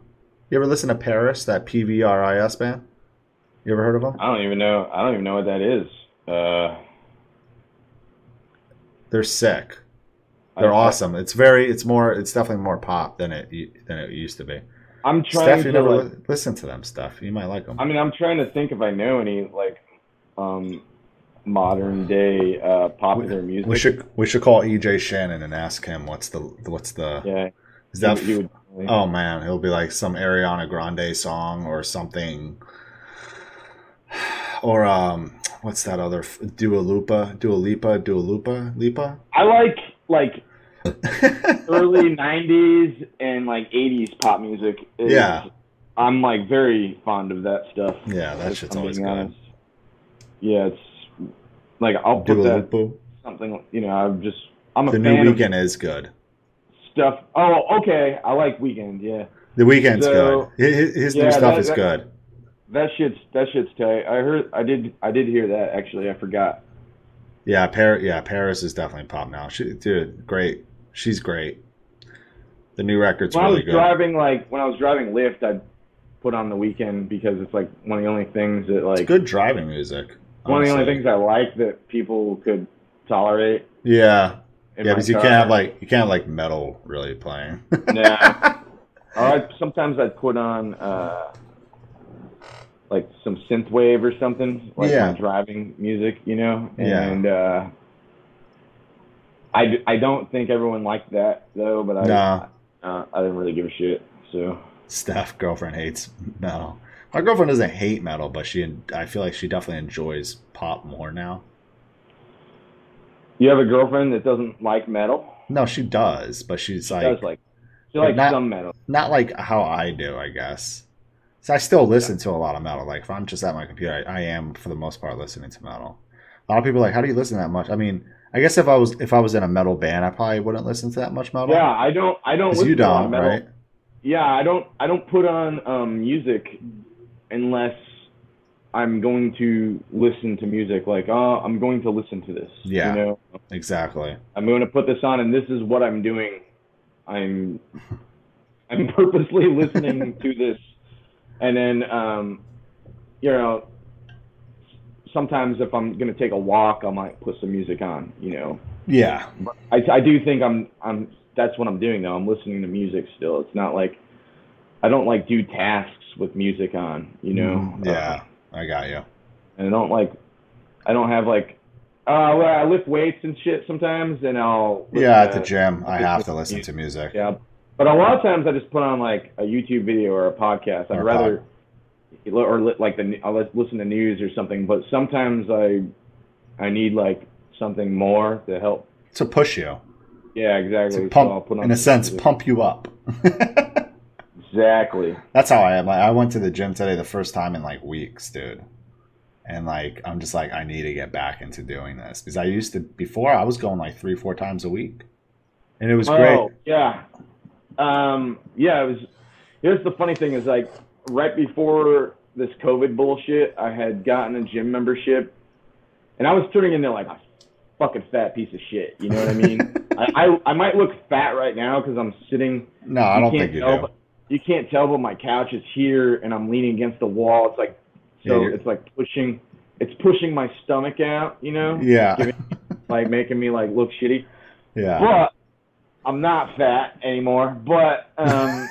Speaker 2: You ever listen to Paris, that PVRIS band? You ever heard of them?
Speaker 1: I don't even know. I don't even know what that is. Uh,
Speaker 2: They're sick. They're
Speaker 1: I-
Speaker 2: awesome. It's very. It's more. It's definitely more pop than it u- than it used to be.
Speaker 1: I'm trying
Speaker 2: Steph,
Speaker 1: to
Speaker 2: you never
Speaker 1: like,
Speaker 2: li- listen to them. Stuff you might like them.
Speaker 1: I mean, I'm trying to think if I know any like um, modern day uh, popular music.
Speaker 2: we should we should call EJ Shannon and ask him what's the what's the
Speaker 1: yeah,
Speaker 2: is that
Speaker 1: you would- you would-
Speaker 2: oh man it'll be like some Ariana Grande song or something or um what's that other f- Dua Lipa Dua Lipa Dua Lipa Lipa
Speaker 1: I like like early '90s and like '80s pop music. is-
Speaker 2: Yeah.
Speaker 1: I'm like very fond of that stuff.
Speaker 2: yeah that
Speaker 1: if
Speaker 2: shit's
Speaker 1: I'm
Speaker 2: always
Speaker 1: being
Speaker 2: good
Speaker 1: honest. Yeah, it's like I'll put
Speaker 2: Dua
Speaker 1: that
Speaker 2: Lipa
Speaker 1: something. You know, I'm just I'm a
Speaker 2: The
Speaker 1: fan
Speaker 2: new
Speaker 1: of
Speaker 2: weekend is good.
Speaker 1: stuff. Oh, okay. I like weekend. Yeah,
Speaker 2: The weekend's
Speaker 1: So-
Speaker 2: good. Hi- hi- His,
Speaker 1: Yeah,
Speaker 2: new stuff
Speaker 1: that-
Speaker 2: is
Speaker 1: that-
Speaker 2: good.
Speaker 1: that shit's that shit's tight. I heard. I did. I did hear that actually. I forgot.
Speaker 2: Yeah, Paris. Yeah, Paris is definitely pop now. She, dude, great. She's great. The new record's
Speaker 1: when I
Speaker 2: really
Speaker 1: was
Speaker 2: good.
Speaker 1: driving, like when I was driving Lyft, I put on the weekend because it's like one of the only things that
Speaker 2: it's
Speaker 1: like
Speaker 2: good driving music.
Speaker 1: one of the only
Speaker 2: honestly.
Speaker 1: things I like that people could tolerate.
Speaker 2: Yeah,
Speaker 1: in
Speaker 2: yeah,
Speaker 1: my
Speaker 2: because you
Speaker 1: car.
Speaker 2: can't have like you can't have like metal really playing.
Speaker 1: Nah. Or I'd, sometimes I'd put on uh, like some synth wave or something, like
Speaker 2: Yeah.
Speaker 1: my driving music, you know.
Speaker 2: Yeah.
Speaker 1: And uh, I d- I don't think everyone liked that though, but I
Speaker 2: Nah.
Speaker 1: uh, I didn't really give a shit. So
Speaker 2: Steph girlfriend hates metal. My girlfriend doesn't hate metal, but she I feel like she definitely enjoys pop more now.
Speaker 1: you have a girlfriend that doesn't like metal?
Speaker 2: No, she does, but she's
Speaker 1: She
Speaker 2: like,
Speaker 1: does like she
Speaker 2: but
Speaker 1: likes
Speaker 2: not-
Speaker 1: some metal.
Speaker 2: not like how I do, I guess. So I still listen to a lot of metal. Like if I'm just at my computer, I, I am for the most part listening to metal. A lot of people are like, how do you listen to that much? I mean, I guess if I was if I was in a metal band, I probably wouldn't listen to that much metal.
Speaker 1: Yeah, I don't I don't
Speaker 2: 'Cause
Speaker 1: listen
Speaker 2: you
Speaker 1: to a lot
Speaker 2: don't,
Speaker 1: of metal.
Speaker 2: right?
Speaker 1: Yeah, I don't I don't put on um music unless I'm going to listen to music like, oh, I'm going to listen to this.
Speaker 2: Yeah.
Speaker 1: You know,
Speaker 2: Exactly.
Speaker 1: I'm going to put this on and this is what I'm doing. I'm I'm purposely listening to this. And then um you know sometimes if I'm going to take a walk, I might put some music on, you know.
Speaker 2: Yeah.
Speaker 1: I, I do think I'm I'm that's what I'm doing though. I'm listening to music still. It's not like I don't like do tasks with music on, you know.
Speaker 2: Mm, Yeah.
Speaker 1: Uh,
Speaker 2: I got you.
Speaker 1: and I don't like I don't have like uh well, I lift weights and shit sometimes and I'll listen
Speaker 2: Yeah, at
Speaker 1: to-
Speaker 2: the gym, I have to listen
Speaker 1: music.
Speaker 2: to music.
Speaker 1: Yeah. But a lot of times I just put on like a YouTube video or a podcast. I'd
Speaker 2: Or a
Speaker 1: rather or li- like the I'll lis- listen to news or something, but sometimes I I need like something more to help.
Speaker 2: To push you.
Speaker 1: Yeah,
Speaker 2: To
Speaker 1: exactly. So I'll
Speaker 2: pump
Speaker 1: put on
Speaker 2: in a
Speaker 1: some
Speaker 2: sense,
Speaker 1: music.
Speaker 2: pump you up.
Speaker 1: Exactly.
Speaker 2: That's how I am. Like, I went to the gym today the first time in like weeks, dude. And like, I'm just like, I need to get back into doing this because I used to before I was going like three, four times a week, and it was
Speaker 1: Oh
Speaker 2: great.
Speaker 1: yeah, um, yeah. It was. Here's the funny thing: is like right before this COVID bullshit, I had gotten a gym membership, and I was turning into like a fucking fat piece of shit. You know what I mean? I, I I might look fat right now because I'm sitting.
Speaker 2: No, I
Speaker 1: you
Speaker 2: don't
Speaker 1: can't
Speaker 2: think you
Speaker 1: tell,
Speaker 2: do.
Speaker 1: But, you can't tell, but my couch is here, and I'm leaning against the wall. It's like so.
Speaker 2: Yeah, you're-
Speaker 1: it's like pushing. It's pushing my stomach out. You know,
Speaker 2: yeah,
Speaker 1: Give like making me like look shitty.
Speaker 2: yeah.
Speaker 1: But I'm not fat anymore. But um,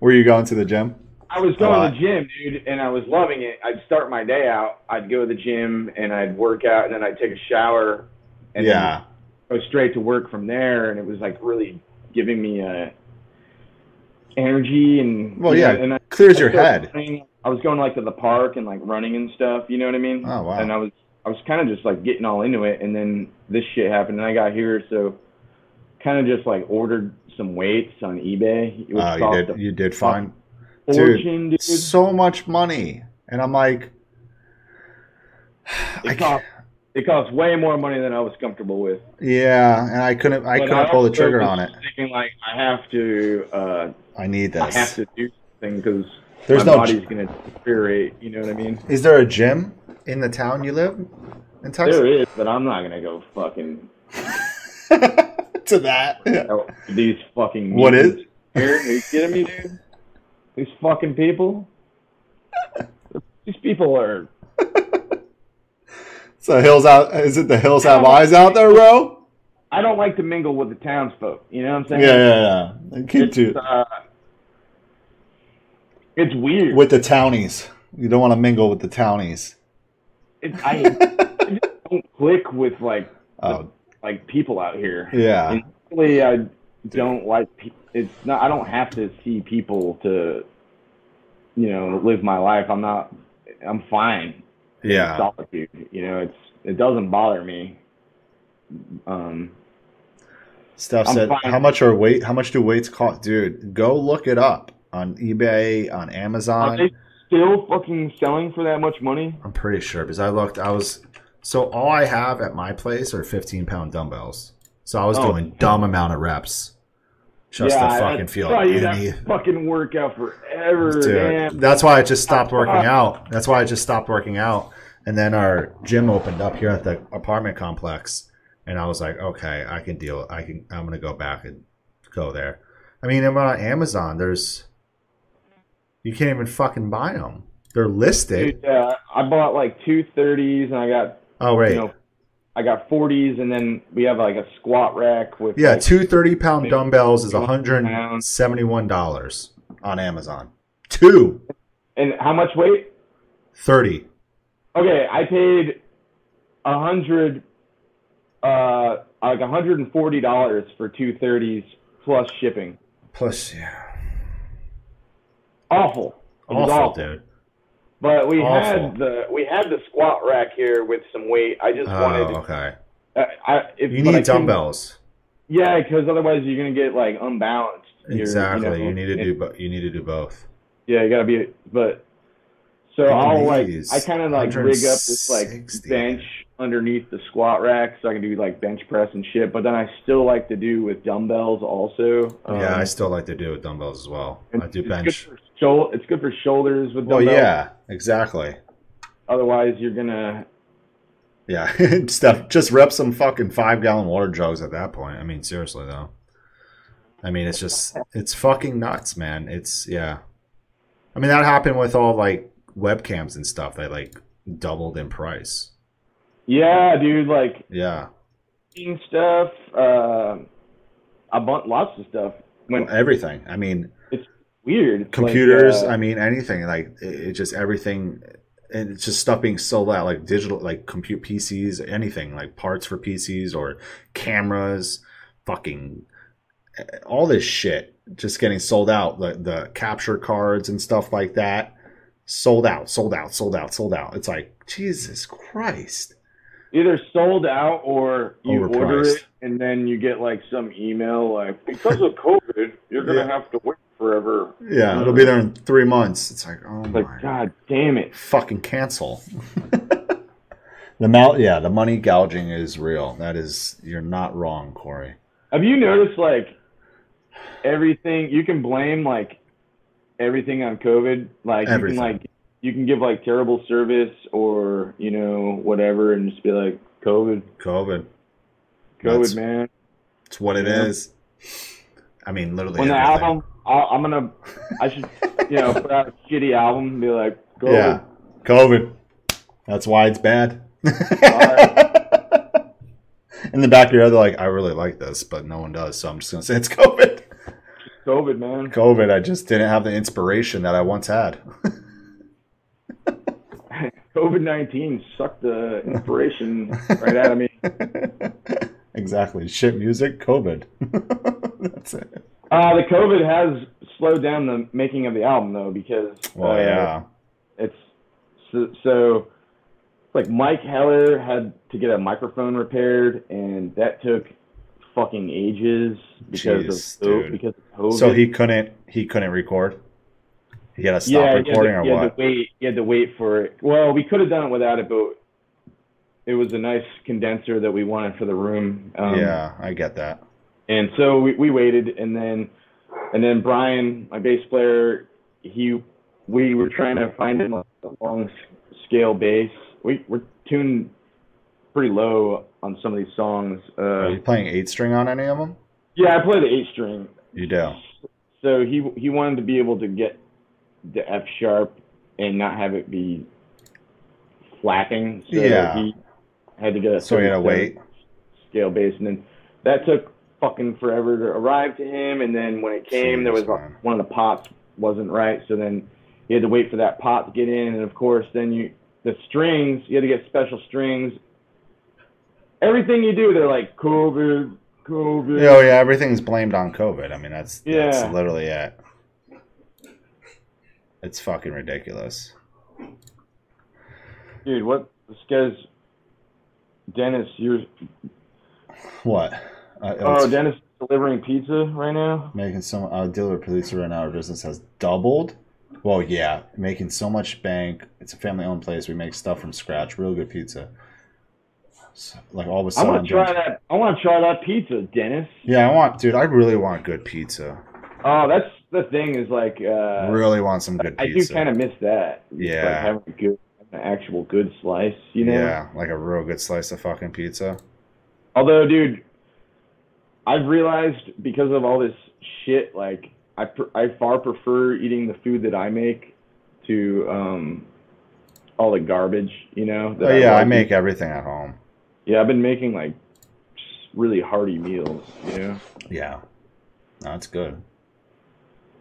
Speaker 2: Were you going to the gym?
Speaker 1: I was going
Speaker 2: lot.
Speaker 1: to the gym, dude, and I was loving it. I'd start my day out. I'd go to the gym and I'd work out, and then I'd take a shower, and then
Speaker 2: yeah,
Speaker 1: go straight to work from there. And it was like really giving me uh, energy and
Speaker 2: Well,
Speaker 1: you
Speaker 2: yeah,
Speaker 1: know, and I,
Speaker 2: clears your
Speaker 1: I started
Speaker 2: head.
Speaker 1: running. I was going like to the park and like running and stuff. You know what I mean?
Speaker 2: Oh wow.
Speaker 1: and I was I was kind of just like getting all into it, and then this shit happened, and I got here, so kind of just like ordered some weights on eBay. It
Speaker 2: Oh,
Speaker 1: was
Speaker 2: you
Speaker 1: cost
Speaker 2: did.
Speaker 1: a
Speaker 2: You did fine. dude,
Speaker 1: fortune, dude.
Speaker 2: So much money, and I'm like, I
Speaker 1: It
Speaker 2: can't.
Speaker 1: cost it cost way more money than I was comfortable with.
Speaker 2: Yeah, and I couldn't. I
Speaker 1: But
Speaker 2: couldn't pull the
Speaker 1: also
Speaker 2: trigger
Speaker 1: was
Speaker 2: on it.
Speaker 1: Thinking like I have to, uh,
Speaker 2: I need
Speaker 1: I
Speaker 2: this.
Speaker 1: have to do something because
Speaker 2: There's
Speaker 1: my
Speaker 2: no.
Speaker 1: body's gonna deteriorate. You know what I mean?
Speaker 2: Is there a gym in the town you live in Texas?
Speaker 1: There is, but I'm not gonna go fucking
Speaker 2: to that.
Speaker 1: out to Oh, these fucking.
Speaker 2: What is-
Speaker 1: mutants Here, are you kidding me, dude? These fucking people. These people are
Speaker 2: So hills out. Is it the hills have eyes out there, bro?
Speaker 1: I don't like to mingle with the townsfolk. You know what I'm
Speaker 2: Yeah,
Speaker 1: saying?
Speaker 2: yeah, yeah. And Keep
Speaker 1: It's,
Speaker 2: to
Speaker 1: uh, it's weird.
Speaker 2: with the townies. You don't want to mingle with the townies.
Speaker 1: It, I, I just don't click with like
Speaker 2: Oh,
Speaker 1: like people out here.
Speaker 2: yeah.
Speaker 1: And really, I don't like. Pe- it's not. I don't have to see people to, you know, live my life. I'm not. I'm fine. in
Speaker 2: Yeah.
Speaker 1: Solitude. You know, it's it doesn't bother me. Um.
Speaker 2: Steph
Speaker 1: I'm
Speaker 2: said,
Speaker 1: fine.
Speaker 2: "How much are weight? How much do weights cost, dude? Go look it up on eBay, on
Speaker 1: Are they
Speaker 2: Amazon.
Speaker 1: still fucking selling for that much money?
Speaker 2: I'm pretty sure because I looked. I was So all I have at my place are 15 pound dumbbells. So I was
Speaker 1: Oh.
Speaker 2: doing dumb amount of reps just to fucking feel any.
Speaker 1: that fucking workout forever.
Speaker 2: Dude,
Speaker 1: man.
Speaker 2: that's why I just stopped working out. That's why I just stopped working out. And then our gym opened up here at the apartment complex, and I was like, okay, I can deal. I can. I'm gonna go back and go there. I mean, I'm on Amazon. There's you can't even fucking buy them. They're
Speaker 1: Dude,
Speaker 2: listed.
Speaker 1: yeah, I bought like two thirties, and I got
Speaker 2: oh wait,
Speaker 1: you know, I got forties, and then we have like a squat rack with
Speaker 2: yeah,
Speaker 1: like,
Speaker 2: two 30 pound dumbbells is 171 dollars on Amazon. Two
Speaker 1: and how much weight?
Speaker 2: 30.
Speaker 1: Okay, I paid a hundred, uh, like a hundred and forty dollars for two thirties plus shipping.
Speaker 2: plus yeah,
Speaker 1: Awful. It was
Speaker 2: awful, dude.
Speaker 1: But we
Speaker 2: Awful.
Speaker 1: had the we had the squat rack here with some weight. I just
Speaker 2: Oh,
Speaker 1: wanted.
Speaker 2: okay.
Speaker 1: I, I, if,
Speaker 2: You
Speaker 1: but I couldn't-
Speaker 2: need dumbbells.
Speaker 1: Yeah, because otherwise you're gonna get like unbalanced. You're,
Speaker 2: Exactly.
Speaker 1: know,
Speaker 2: you need to
Speaker 1: it-
Speaker 2: do. Bo- you need to do both.
Speaker 1: Yeah, you gotta be. But so
Speaker 2: Look at
Speaker 1: I'll like
Speaker 2: these.
Speaker 1: I kind of like rig up this like
Speaker 2: 160.
Speaker 1: bench underneath the squat rack so I can do like bench press and shit. But then I still like to do with dumbbells also. Um,
Speaker 2: yeah, I still like to do it with dumbbells as well.
Speaker 1: and
Speaker 2: I do
Speaker 1: it's
Speaker 2: bench.
Speaker 1: Good for shou- it's good for shoulders with
Speaker 2: Well,
Speaker 1: dumbbells.
Speaker 2: yeah, exactly.
Speaker 1: Otherwise, you're gonna
Speaker 2: Yeah, stuff. Just rep some fucking five gallon water jugs at that point. I mean, seriously though. I mean, it's just it's fucking nuts, man. It's yeah. I mean, that happened with all like webcams and stuff. They like doubled in price.
Speaker 1: yeah, dude. Like
Speaker 2: Yeah,
Speaker 1: eating stuff, uh, a bunch, lots of stuff. When
Speaker 2: everything. I mean,
Speaker 1: weird It's like,
Speaker 2: computers
Speaker 1: uh,
Speaker 2: i mean anything like it, it just everything and it's just stuff being sold out like digital like compute pcs anything like parts for pcs or cameras fucking eh, all this shit just getting sold out the, the capture cards and stuff like that sold out sold out sold out sold out it's like jesus christ
Speaker 1: either sold out or you order
Speaker 2: Overpriced.
Speaker 1: it and then you get like some email like because of COVID you're gonna
Speaker 2: Yeah.
Speaker 1: have to wait forever.
Speaker 2: yeah it'll be there in three months it's like oh
Speaker 1: It's
Speaker 2: my
Speaker 1: like God damn it.
Speaker 2: fucking cancel. the mal- yeah, the money gouging is real. That is, you're not wrong, Corey.
Speaker 1: Have you noticed like everything you can blame like everything on COVID? Like you can
Speaker 2: Everything.
Speaker 1: like you can give like terrible service or you know whatever and just be like COVID,
Speaker 2: COVID,
Speaker 1: COVID
Speaker 2: That's-
Speaker 1: man.
Speaker 2: it's what it is.
Speaker 1: Yeah.
Speaker 2: I mean, literally.
Speaker 1: When the
Speaker 2: everything.
Speaker 1: album, I'll, I'm gonna, I should you know put out a shitty album and be like COVID.
Speaker 2: yeah, COVID. That's why it's bad. In the back of your head, they're like, I really like this, but no one does, so I'm just gonna say it's COVID.
Speaker 1: COVID, man.
Speaker 2: COVID. I just didn't have the inspiration that I once had.
Speaker 1: COVID 19 sucked the inspiration right out of me.
Speaker 2: exactly. Shit music. COVID. That's it.
Speaker 1: Uh, the COVID has slowed down the making of the album, though, because
Speaker 2: Well,
Speaker 1: uh,
Speaker 2: yeah.
Speaker 1: it's so, so, like, Mike Heller had to get a microphone repaired, and that took fucking ages because,
Speaker 2: Jeez,
Speaker 1: of, co-
Speaker 2: dude.
Speaker 1: because of COVID.
Speaker 2: So he couldn't. He couldn't record. He had to stop
Speaker 1: yeah,
Speaker 2: recording
Speaker 1: you had to,
Speaker 2: or
Speaker 1: you had
Speaker 2: what?
Speaker 1: to wait. You had to wait for it. Well, we could have done it without it, but it was a nice condenser that we wanted for the room. Um,
Speaker 2: yeah, I get that.
Speaker 1: And so we, we waited, and then and then Brian, my bass player, he we were trying to find him a long s- scale bass. We were tuned pretty low on some of these songs.
Speaker 2: Are
Speaker 1: Uh,
Speaker 2: you playing eight string on any of them?
Speaker 1: yeah, I play the eight string,
Speaker 2: You do.
Speaker 1: so he he wanted to be able to get the F sharp and not have it be flapping. So
Speaker 2: Yeah.
Speaker 1: he had to get a
Speaker 2: So he had to
Speaker 1: 37
Speaker 2: wait.
Speaker 1: scale bass, and then that took fucking forever to arrive to him. And then when it came, there was
Speaker 2: Jeez, man.
Speaker 1: like one of the pots wasn't right, so then he had to wait for that pot to get in, and of course, then you the strings you had to get special strings. Everything you do, they're like COVID, COVID.
Speaker 2: Yeah, oh yeah, everything's blamed on COVID. I mean, that's
Speaker 1: Yeah.
Speaker 2: that's literally it. It's fucking ridiculous.
Speaker 1: Dude, what this guy's Dennis, you're
Speaker 2: What? Uh,
Speaker 1: oh
Speaker 2: it's
Speaker 1: Dennis is delivering pizza right now?
Speaker 2: making so our dealer producer right now our business has doubled well yeah making so much bank it's a family owned place we make stuff from scratch real good pizza So, like all of a
Speaker 1: I
Speaker 2: sudden,
Speaker 1: want to try
Speaker 2: dude-
Speaker 1: that. I want to try that pizza, Dennis.
Speaker 2: yeah, I want, dude. I really want good pizza.
Speaker 1: Oh, that's the thing is like uh,
Speaker 2: really want some good
Speaker 1: I do
Speaker 2: pizza.
Speaker 1: kind of miss that. It's like
Speaker 2: Yeah.
Speaker 1: having a good, an actual good slice, you know.
Speaker 2: Yeah, like a real good slice of fucking pizza.
Speaker 1: Although, dude, I've realized because of all this shit, like I pr- I far prefer eating the food that I make to um all the garbage, you know. that
Speaker 2: Oh, yeah, I
Speaker 1: like.
Speaker 2: make everything at home.
Speaker 1: Yeah, I've been making like just really hearty meals, you know.
Speaker 2: Yeah, no, it's good.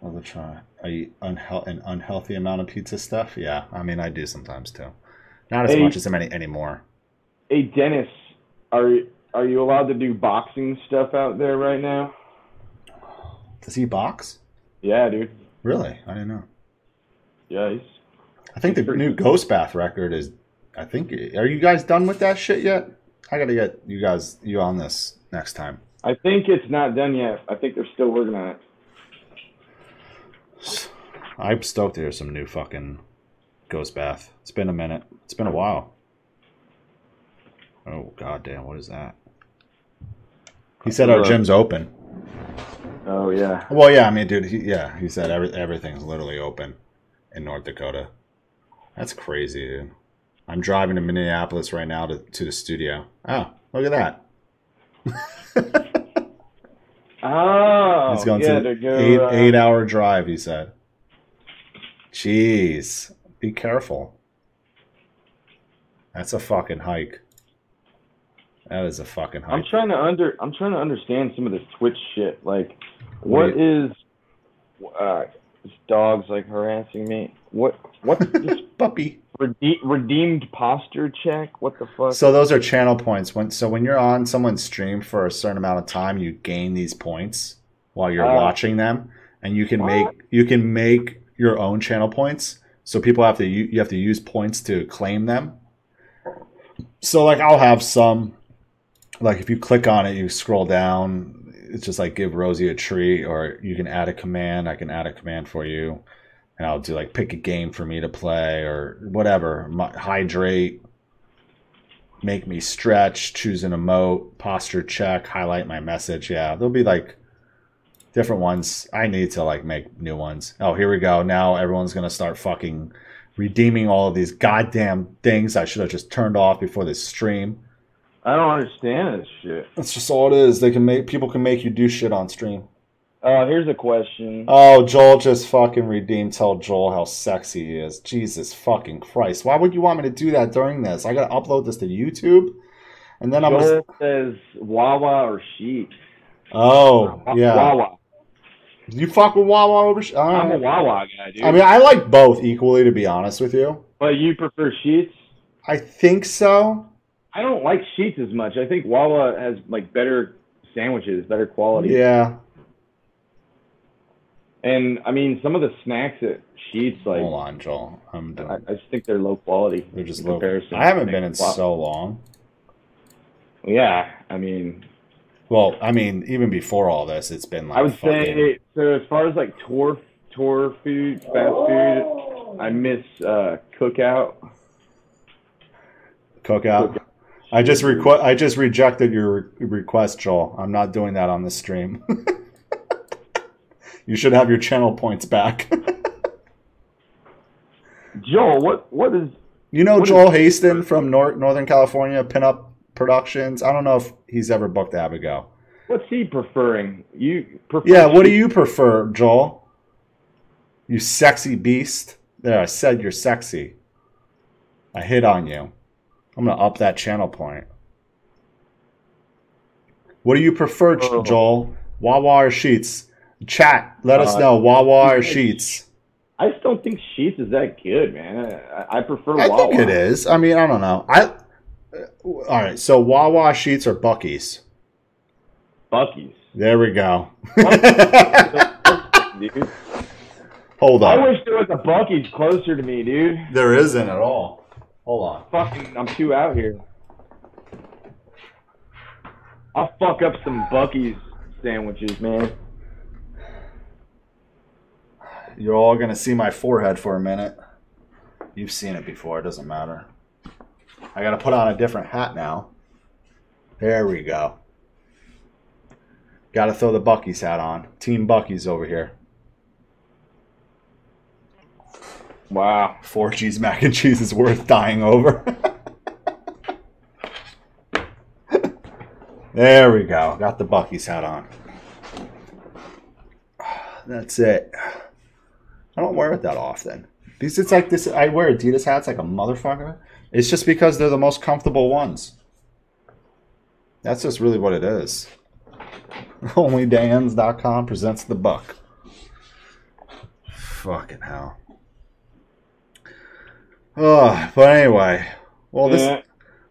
Speaker 2: I'll try. I eat unhe- an unhealthy amount of pizza stuff. Yeah, I mean I do sometimes too. Not as
Speaker 1: Hey.
Speaker 2: much as many anymore.
Speaker 1: Hey, Dennis, are are you allowed to do boxing stuff out there right now?
Speaker 2: Does he box?
Speaker 1: Yeah, dude.
Speaker 2: Really? I didn't know.
Speaker 1: Yeah, he's
Speaker 2: I think the new Ghost Bath record is. I think. Are you guys done with that shit yet? I gotta get you guys you on this next time.
Speaker 1: I think it's not done yet. I think they're still working on it.
Speaker 2: I'm stoked there's some new fucking Ghost Bath. It's been a minute. It's been a while. Oh god damn, what is that? He said our
Speaker 1: Uh,
Speaker 2: gym's open.
Speaker 1: Oh yeah.
Speaker 2: Well, yeah, I mean, dude, he, yeah, he said every, everything's literally open in North Dakota. That's crazy, dude. I'm driving to Minneapolis right now to, to the studio. Oh, look at that.
Speaker 1: Oh,
Speaker 2: He's going
Speaker 1: yeah, to
Speaker 2: to
Speaker 1: go,
Speaker 2: eight
Speaker 1: uh,
Speaker 2: eight hour drive. He said. Jeez, be careful. That's a fucking hike. That is a fucking
Speaker 1: I'm
Speaker 2: hike.
Speaker 1: trying to under I'm trying to understand some of this Twitch shit. Like, what is uh, this dog's like harassing me? What what's this
Speaker 2: Puppy.
Speaker 1: rede- redeemed posture check? What the fuck?
Speaker 2: So those are channel points. When so when you're on someone's stream for a certain amount of time, you gain these points while you're
Speaker 1: Oh.
Speaker 2: watching them, and you can
Speaker 1: What?
Speaker 2: make you can make your own channel points. So people have to u- you have to use points to claim them. So like I'll have some, like if you click on it, you scroll down. It's just like give Rosie a treat, or you can add a command. I can add a command for you, and I'll do like pick a game for me to play or whatever. My, hydrate make me stretch, choose an emote, posture check, highlight my message. Yeah, there'll be like different ones. I need to like make new ones. Oh, here we go. Now everyone's gonna start fucking redeeming all of these goddamn things I should have just turned off before this stream.
Speaker 1: I don't understand this shit.
Speaker 2: That's just all it is. They can make people can make you do shit on stream.
Speaker 1: Uh, here's a question.
Speaker 2: Oh, Joel just fucking redeemed. Tell Joel how sexy he is. Jesus fucking Christ! Why would you want me to do that during this? I gotta upload this to YouTube, and then I'm gonna.
Speaker 1: Joel says Wawa or sheep.
Speaker 2: Oh yeah.
Speaker 1: Wawa.
Speaker 2: You fuck with Wawa over. Sh-
Speaker 1: I'm a
Speaker 2: Alright.
Speaker 1: Wawa guy, dude.
Speaker 2: I mean, I like both equally, to be honest with you.
Speaker 1: but you prefer sheets?
Speaker 2: I think so.
Speaker 1: I don't like sheets as much. I think Wawa has like better sandwiches, better quality.
Speaker 2: Yeah.
Speaker 1: And I mean, some of the snacks at Sheets, like
Speaker 2: Hold on, Joel. I'm
Speaker 1: I,
Speaker 2: done.
Speaker 1: I just think they're low quality.
Speaker 2: They're just
Speaker 1: in
Speaker 2: low.
Speaker 1: comparison
Speaker 2: I haven't
Speaker 1: to
Speaker 2: been in
Speaker 1: Wawa.
Speaker 2: so long.
Speaker 1: Yeah, I mean,
Speaker 2: Well, I mean, even before all this, it's been like.
Speaker 1: I would
Speaker 2: fucking-
Speaker 1: say so. As far as like tour tour food, fast food, I miss uh, Cookout.
Speaker 2: cookout. I just requ- I just rejected your re- request, Joel. I'm not doing that on this stream. you should have your channel points back.
Speaker 1: Joel, what what is?
Speaker 2: You know
Speaker 1: What is-
Speaker 2: Joel Haston from Nor- Northern California Pinup Productions. I don't know if he's ever booked Abigail.
Speaker 1: What's he preferring? You prefer?
Speaker 2: Yeah, what do you prefer, Joel? You sexy beast. There, I said you're sexy. I hit on you. I'm gonna up that channel point. What do you prefer, Ch-
Speaker 1: Oh.
Speaker 2: Joel? Wawa or sheets? Chat, let us
Speaker 1: Uh,
Speaker 2: know. Wawa or
Speaker 1: yeah.
Speaker 2: sheets?
Speaker 1: I just don't think Sheets is that good, man. I, I prefer
Speaker 2: I
Speaker 1: Wawa.
Speaker 2: think it is. I mean, I don't know. I uh, all right. So Wawa sheets or Bucky's?
Speaker 1: Bucky's.
Speaker 2: There we go.
Speaker 1: Dude.
Speaker 2: Hold
Speaker 1: I
Speaker 2: on.
Speaker 1: wish there was a Bucky's closer to me, dude.
Speaker 2: There isn't at all. Hold on.
Speaker 1: fucking I'm too out here. I'll fuck up some Bucky's sandwiches, man.
Speaker 2: You're all gonna see my forehead for a minute. You've seen it before. It doesn't matter. I gotta put on a different hat now. There we go. Got to throw the Bucky's hat on. Team Bucky's over here.
Speaker 1: Wow.
Speaker 2: Four G's mac and cheese is worth dying over. there we go. Got the Bucky's hat on. That's it. I don't wear it that often. These it's like this. I wear Adidas hats like a motherfucker. It's just because they're the most comfortable ones. That's just really what it is. OnlyDans.com presents the buck. Fucking hell. Oh, but anyway, well this,
Speaker 1: Yeah,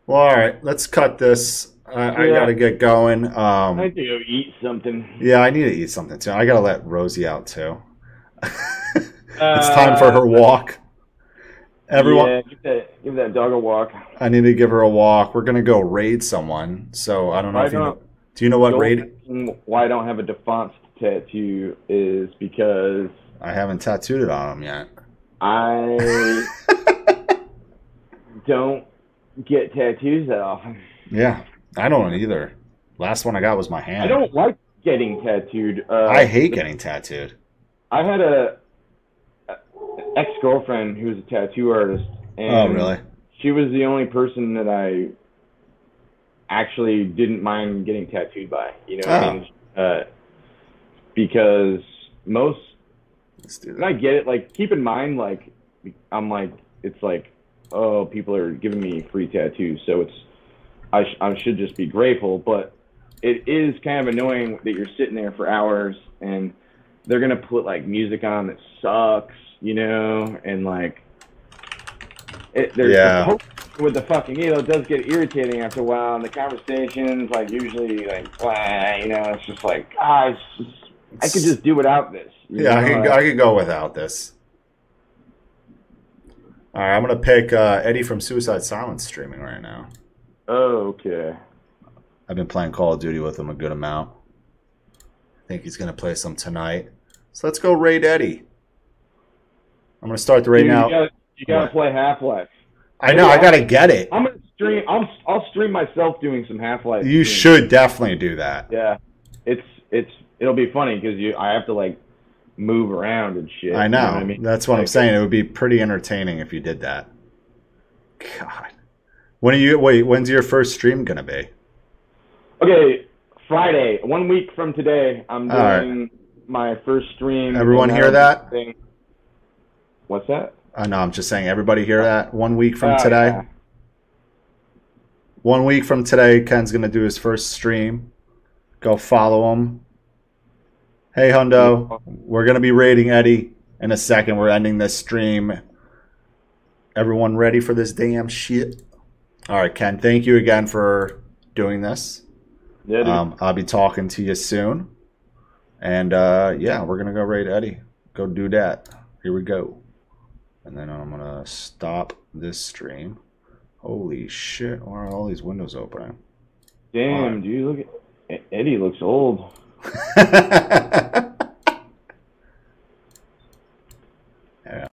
Speaker 2: well all right, let's cut this. I, I
Speaker 1: Yeah.
Speaker 2: gotta get going. Um,
Speaker 1: I need to go eat something.
Speaker 2: yeah, I need to eat something too. I gotta let Rosie out too. It's time for her walk. Everyone,
Speaker 1: Uh, Yeah, give that give that dog a walk.
Speaker 2: I need to give her a walk. We're gonna go raid someone. So I don't know
Speaker 1: Why
Speaker 2: if you know.
Speaker 1: not?
Speaker 2: Do you know what
Speaker 1: The only
Speaker 2: raid?
Speaker 1: reason Why I don't have a defunct tattoo is because
Speaker 2: I haven't tattooed it on him yet.
Speaker 1: I don't get tattoos that often.
Speaker 2: Yeah, I don't either. Last one I got was my hand.
Speaker 1: I don't like getting tattooed. Uh,
Speaker 2: I hate getting tattooed.
Speaker 1: I had a, a ex girlfriend who was a tattoo artist, and
Speaker 2: Oh, really?
Speaker 1: she was the only person that I actually didn't mind getting tattooed by. You know, what I
Speaker 2: Oh.
Speaker 1: mean? uh, because most
Speaker 2: Let's do
Speaker 1: and I
Speaker 2: that.
Speaker 1: get it. Like, keep in mind, like, I'm like, it's like, oh, people are giving me free tattoos, so it's, I, sh- I should just be grateful. But it is kind of annoying that you're sitting there for hours and they're gonna put like music on that sucks, you know, and like, it, there's
Speaker 2: Yeah.
Speaker 1: with the fucking you know, it does get irritating after a while, and the conversations like usually like, blah, you know, it's just like, ah, it's just- I could just do without this. you
Speaker 2: Yeah, I
Speaker 1: know,
Speaker 2: could.
Speaker 1: like-
Speaker 2: I could go without this. All right, I'm gonna pick uh, Eddie from Suicide Silence streaming right now.
Speaker 1: Oh, Okay.
Speaker 2: I've been playing Call of Duty with him a good amount. I think he's gonna play some tonight. So let's go raid Eddie. I'm gonna start the raid
Speaker 1: Dude,
Speaker 2: now.
Speaker 1: you gotta, you gotta
Speaker 2: What?
Speaker 1: play Half Life.
Speaker 2: I know. I gotta get it.
Speaker 1: I'm gonna stream. I'm, I'll stream myself doing some Half Life.
Speaker 2: You should definitely do that.
Speaker 1: Yeah, it's it's it'll be funny because you I have to like move around and shit.
Speaker 2: I
Speaker 1: you what
Speaker 2: know.
Speaker 1: I mean,
Speaker 2: That's what I'm
Speaker 1: Like,
Speaker 2: saying. It would be pretty entertaining if you did that. God. When are you? Wait. When's your first stream gonna be?
Speaker 1: Okay, Friday, one week from today, I'm
Speaker 2: All right.
Speaker 1: doing my first stream.
Speaker 2: Everyone
Speaker 1: and
Speaker 2: hear
Speaker 1: I'm
Speaker 2: that?
Speaker 1: doing- What's that?
Speaker 2: I know. I'm just saying. Everybody hear that? One week from
Speaker 1: Oh,
Speaker 2: today.
Speaker 1: yeah.
Speaker 2: One week from today, Ken's gonna do his first stream. Go follow him. Hey Hundo, we're gonna be raiding Eddie in a second. We're ending this stream. Everyone ready for this damn shit? All right, Ken. Thank you again for doing this.
Speaker 1: Yeah, dude.
Speaker 2: Um, I'll be talking to you soon. And uh, yeah, we're gonna go raid Eddie. Go do that. Here we go. And then I'm gonna stop this stream. Holy shit! Why are all these windows opening?
Speaker 1: E-, Damn, dude, look at Eddie looks old.
Speaker 2: I